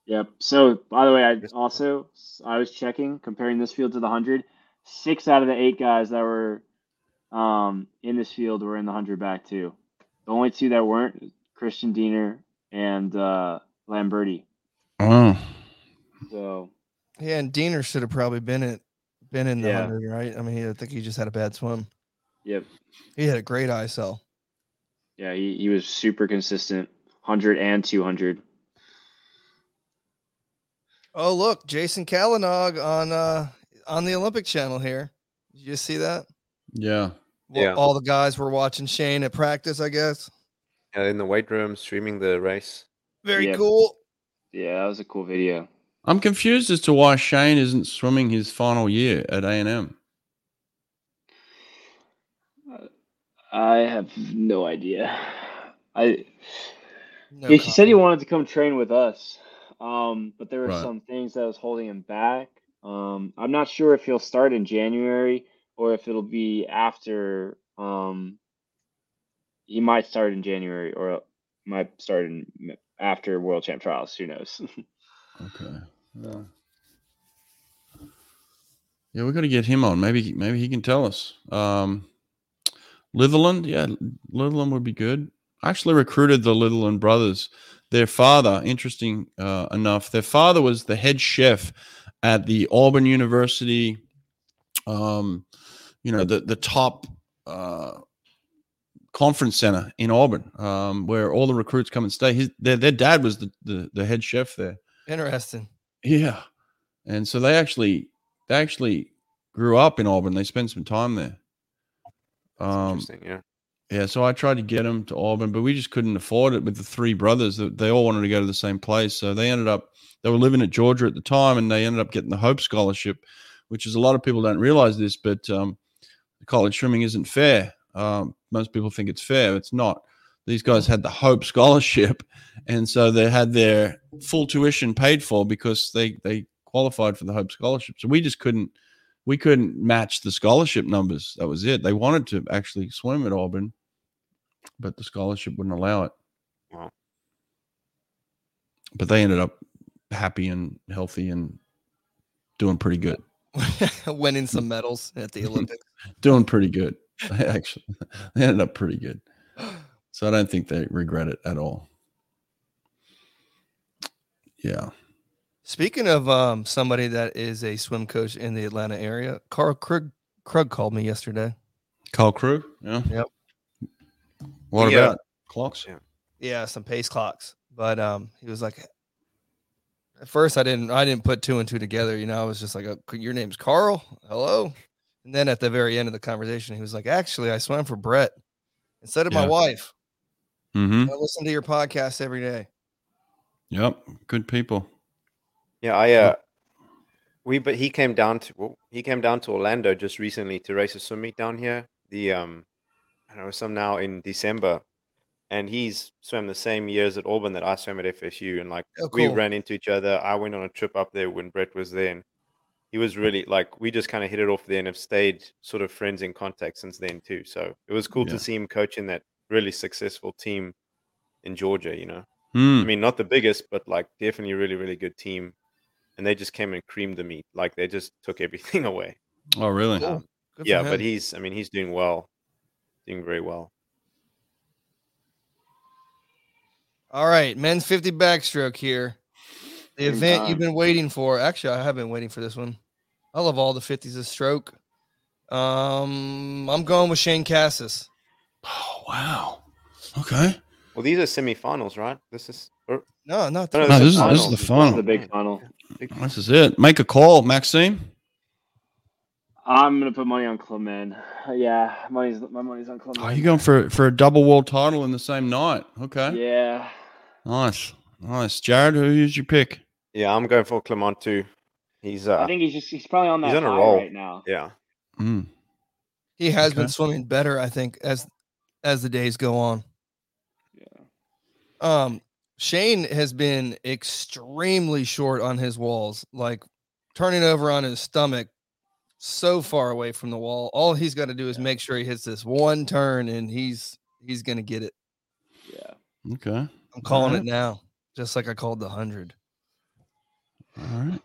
Speaker 1: Yep. So by the way, I
Speaker 4: Yes.
Speaker 1: also I was checking comparing this field to the hundred. Six out of the eight guys that were um, in this field were in the hundred back too. The only two that weren't Christian Diener and uh, Lamberti.
Speaker 3: Oh,
Speaker 1: So
Speaker 5: Yeah, and Diener should have probably been it, been in the
Speaker 1: Yeah.
Speaker 5: 100, right? I mean, I think he just had a bad swim.
Speaker 1: yep.
Speaker 5: He had a great ISO.
Speaker 1: Yeah, he, he was super consistent. 100 and 200.
Speaker 5: Oh, look, Jason Kalanog on uh on the Olympic channel here. Did you see that?
Speaker 3: yeah.
Speaker 5: Well,
Speaker 4: Yeah.
Speaker 5: All the guys were watching Shane at practice, I guess.
Speaker 4: Uh, in the weight room, streaming the race.
Speaker 5: Very
Speaker 1: Yeah.
Speaker 5: cool.
Speaker 1: Yeah, that was a cool video.
Speaker 3: I'm confused as to why Shane isn't swimming his final year at A and M.
Speaker 1: I have no idea. I
Speaker 5: No
Speaker 1: he said he
Speaker 5: comment.
Speaker 1: wanted to come train with us, um, but there were
Speaker 3: Right.
Speaker 1: some things that was holding him back. Um, I'm not sure if he'll start in January or if it'll be after. Um, he might start in January or might start in after World Champ Trials. Who knows?
Speaker 3: Okay. Yeah. Yeah, we got to get him on. Maybe maybe he can tell us. Um, Litherland, yeah, Litherland would be good. I actually recruited the Litherland brothers. Their father, interesting uh, enough, their father was the head chef at the Auburn University. Um, you know the the top uh, conference center in Auburn, um, where all the recruits come and stay. His, their, their dad was the, the the head chef there.
Speaker 5: Interesting.
Speaker 3: Yeah. And so they actually they actually grew up in Auburn. They spent some time there.
Speaker 4: That's
Speaker 3: Um
Speaker 4: interesting. Yeah.
Speaker 3: yeah, so I tried to get them to Auburn, but we just couldn't afford it with the three brothers. They- They all wanted to go to the same place. So they ended up they were living at Georgia at the time and they ended up getting the Hope scholarship, which is a lot of people don't realize this, but um college swimming isn't fair. Um, most people think it's fair. It's not. these guys had the Hope Scholarship, and so they had their full tuition paid for because they they qualified for the Hope Scholarship. So we just couldn't we couldn't match the scholarship numbers. That was it. They wanted to actually swim at Auburn, but the scholarship wouldn't allow it.
Speaker 4: Wow.
Speaker 3: But they ended up happy and healthy and doing pretty good.
Speaker 5: Winning some medals at the Olympics.
Speaker 3: Doing pretty good. actually, they ended up pretty good. So I don't think they regret it at all. Yeah.
Speaker 5: Speaking of um, somebody that is a swim coach in the Atlanta area, Carl Krug, Krug called me yesterday.
Speaker 3: Carl Crew. Yeah.
Speaker 5: Yep.
Speaker 3: What
Speaker 4: Yeah.
Speaker 3: about clocks?
Speaker 5: yeah some pace clocks but um he was like at first i didn't i didn't put two and two together you know i was just like oh, your name's carl hello and then at the very end of the conversation he was like actually i swam for brett instead of my
Speaker 3: Yeah.
Speaker 5: wife
Speaker 3: Mm-hmm.
Speaker 5: i listen to your podcast every day
Speaker 3: Yep. Good people.
Speaker 4: Yeah, I uh, we but he came down to well, he came down to Orlando just recently to race a swim meet down here. The um, I don't know some now in December, and he's swam the same years at Auburn that I swam at FSU, and like
Speaker 5: Oh,
Speaker 4: we
Speaker 5: cool.
Speaker 4: ran into each other. I went on a trip up there when Brett was there, and he was really like we just kind of hit it off there and have stayed sort of friends in contact since then too. So it was cool
Speaker 3: Yeah.
Speaker 4: to see him coaching that really successful team in Georgia. You know.
Speaker 3: Hmm.
Speaker 4: I mean, not the biggest, but like definitely really, really good team. And they just came and creamed the meat. Like they just took everything away.
Speaker 3: Oh, really?
Speaker 5: Cool. Good for
Speaker 4: yeah, but
Speaker 5: him.
Speaker 4: he's, I mean, he's doing well, doing very well.
Speaker 5: all right men's 50 backstroke here the
Speaker 1: Same
Speaker 5: event
Speaker 1: time.
Speaker 5: you've been waiting for actually i have been waiting for this one i love all the 50s of stroke um i'm going with shane cassis
Speaker 3: Oh, wow. Okay.
Speaker 4: Well, these are semifinals, right? This is oh, or,
Speaker 5: no not
Speaker 4: No,
Speaker 5: the-
Speaker 4: no,
Speaker 3: No,
Speaker 4: That's
Speaker 3: this is,
Speaker 4: the
Speaker 3: this is
Speaker 4: final.
Speaker 3: the
Speaker 4: This
Speaker 1: This is
Speaker 4: is
Speaker 1: the
Speaker 3: final.
Speaker 1: big final.
Speaker 3: This is it. Make a call, Maxime.
Speaker 1: I'm gonna put money on Clement. Yeah, money's my money's on Clement.
Speaker 3: Oh, you going for for a double world title in the same night? Okay.
Speaker 1: Yeah.
Speaker 3: Nice, nice. Jared, who is your pick?
Speaker 4: yeah, I'm going for Clement too. He's, uh,
Speaker 1: I think he's just he's probably on that
Speaker 4: He's on a
Speaker 1: high
Speaker 4: roll.
Speaker 1: right now.
Speaker 4: yeah,
Speaker 3: Mm.
Speaker 5: He has been
Speaker 3: Okay.
Speaker 5: swimming better, I think, as as the days go on.
Speaker 1: Yeah.
Speaker 5: Um, Shane has been extremely short on his walls, like turning over on his stomach so far away from the wall. All he's got to do is make sure he hits this one turn and he's he's gonna get it.
Speaker 1: Yeah.
Speaker 3: Okay.
Speaker 5: I'm calling
Speaker 3: Alright.
Speaker 5: it now, just like I called the hundred.
Speaker 3: All right.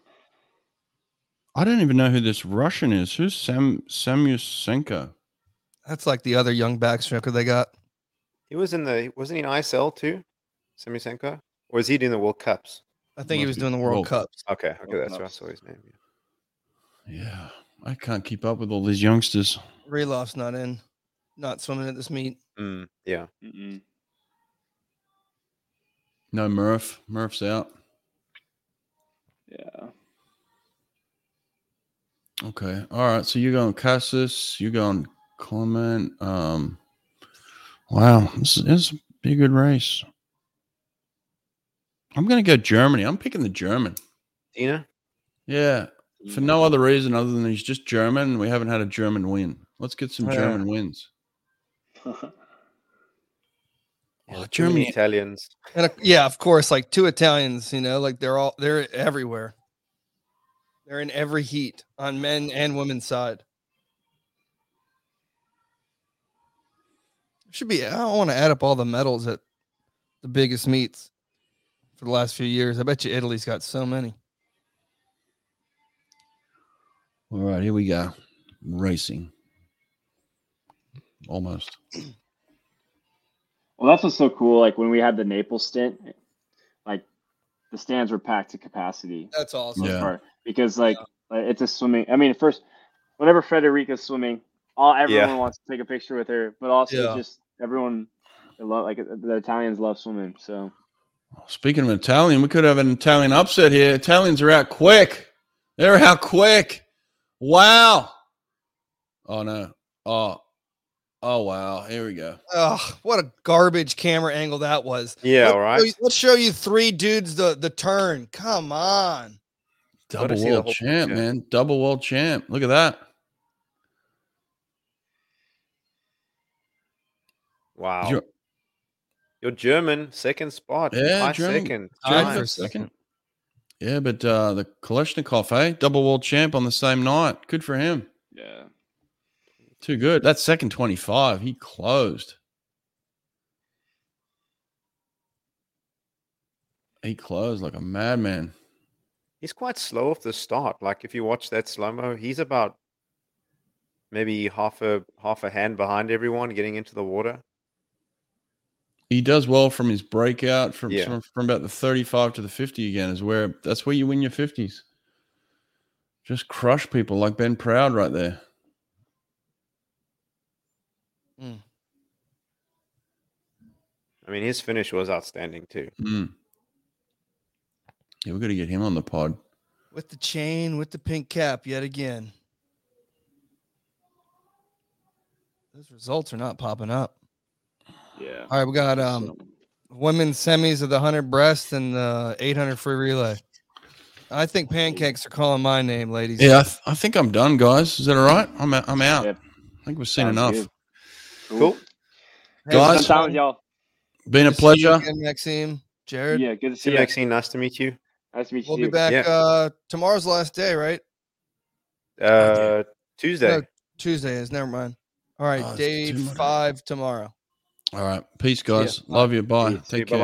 Speaker 3: I don't even know who this Russian is. Who's Sam Samusenko?
Speaker 5: That's like the other young backstroker they got.
Speaker 4: he was in the, wasn't he in ISL too? Semisenko? Or is he doing the World Cups?
Speaker 5: I think he
Speaker 3: Must
Speaker 5: was
Speaker 3: be
Speaker 5: doing the World
Speaker 3: World Cup.
Speaker 5: Cups.
Speaker 4: Okay, okay,
Speaker 1: World
Speaker 4: that's right. I
Speaker 1: Cups.
Speaker 4: saw his name. yeah.
Speaker 3: Yeah, I can't keep up with all these youngsters.
Speaker 5: Reloff's not in, not swimming at this meet.
Speaker 4: Mm, yeah,
Speaker 1: Mm-mm.
Speaker 3: No Murph. Murph's out.
Speaker 1: Yeah.
Speaker 3: Okay. All right. So you're going Cassis. You're going Clement. Um. Wow, this is, this is be a good race. I'm going to go Germany. I'm picking the German.
Speaker 5: Oh,
Speaker 4: Tina.
Speaker 3: Yeah, for no other reason other than he's just German. We haven't had a German win. Let's get some
Speaker 5: Yeah.
Speaker 3: German wins.
Speaker 4: Yeah,
Speaker 3: Oh,
Speaker 4: too many
Speaker 3: Germany.
Speaker 4: Italians.
Speaker 5: And uh, yeah, of course, like two Italians, you know, like they're all they're everywhere. They're in every heat on men and women's side. Should be. I don't want to add up all the medals at the biggest meets for the last few years. I bet you Italy's got so many.
Speaker 3: All right, here we go. Racing. Almost.
Speaker 1: Well, that's what's so cool. Like when we had the Naples stint, like the stands were packed to capacity.
Speaker 5: That's awesome.
Speaker 3: Yeah.
Speaker 1: part because like uh, it's a swimming. I mean, first, whenever Frederica's swimming, all everyone
Speaker 4: Yeah.
Speaker 1: wants to take a picture with her, but also
Speaker 5: Yeah.
Speaker 1: just everyone they love like the Italians love swimming. So
Speaker 3: Oh, Speaking of Italian, we could have an Italian upset here. Italians are out quick. They're out quick. Wow. Oh no. Oh. Oh wow. Here we go.
Speaker 5: Ugh, what a garbage camera angle that was.
Speaker 4: Yeah, all
Speaker 5: Let's show
Speaker 4: right.
Speaker 5: you- let's show you three dudes the the turn. Come on.
Speaker 4: Let
Speaker 3: Double
Speaker 4: us see the
Speaker 3: world
Speaker 4: whole
Speaker 3: champ,
Speaker 4: picture.
Speaker 3: man. Double world champ. Look at that.
Speaker 4: Wow.
Speaker 3: You're-
Speaker 4: You're German, second spot.
Speaker 3: Yeah,
Speaker 4: my
Speaker 3: German.
Speaker 4: second.
Speaker 5: Tied
Speaker 4: Nice.
Speaker 5: for
Speaker 2: second.
Speaker 3: Yeah, but uh, the Kalashnikov, hey, double world champ on the same night. Good for him.
Speaker 1: Yeah.
Speaker 3: Too good. That's second 25. He closed. He closed like a madman.
Speaker 4: He's quite slow off the start. Like if you watch that slow mo, he's about maybe half a half a hand behind everyone getting into the water.
Speaker 3: He does well from his breakout from,
Speaker 4: Yeah.
Speaker 3: from from about the 35 to the 50 again is where that's where you win your 50s. Just crush people like Ben Proud right there.
Speaker 4: I mean, his finish was outstanding too.
Speaker 3: Mm. Yeah, we got to get him on the pod.
Speaker 5: with the chain, with the pink cap, yet again. Those results are not popping up.
Speaker 1: Yeah.
Speaker 5: All right, we got um women's semis of the 100 breast and the 800 free relay. I think pancakes are calling my name, ladies.
Speaker 3: Yeah, I, th- I think I'm done, guys. Is that all right? I'm out. I'm out.
Speaker 1: Yep.
Speaker 3: I think we've seen
Speaker 1: Sounds
Speaker 3: enough.
Speaker 1: good.
Speaker 4: Cool.
Speaker 5: Hey,
Speaker 3: guys.
Speaker 5: good
Speaker 1: Spend time with y'all.
Speaker 3: Been a
Speaker 5: to see you
Speaker 3: pleasure.
Speaker 5: again, Maxime, Jared.
Speaker 1: Yeah, good to
Speaker 4: See
Speaker 1: see
Speaker 4: you,
Speaker 1: you.
Speaker 4: Maxine. Nice to meet you.
Speaker 1: Nice to meet you.
Speaker 5: We'll be
Speaker 1: too.
Speaker 5: back
Speaker 4: Yeah.
Speaker 5: uh tomorrow's last day, right?
Speaker 4: Uh, Tuesday.
Speaker 5: No, Tuesday is. Never mind. All right,
Speaker 3: Oh, it's
Speaker 5: day
Speaker 3: tomorrow.
Speaker 5: five tomorrow.
Speaker 3: All right. Peace, guys.
Speaker 5: Bye.
Speaker 3: Love you. Bye.
Speaker 4: See you.
Speaker 3: Take care.
Speaker 4: Bye-bye.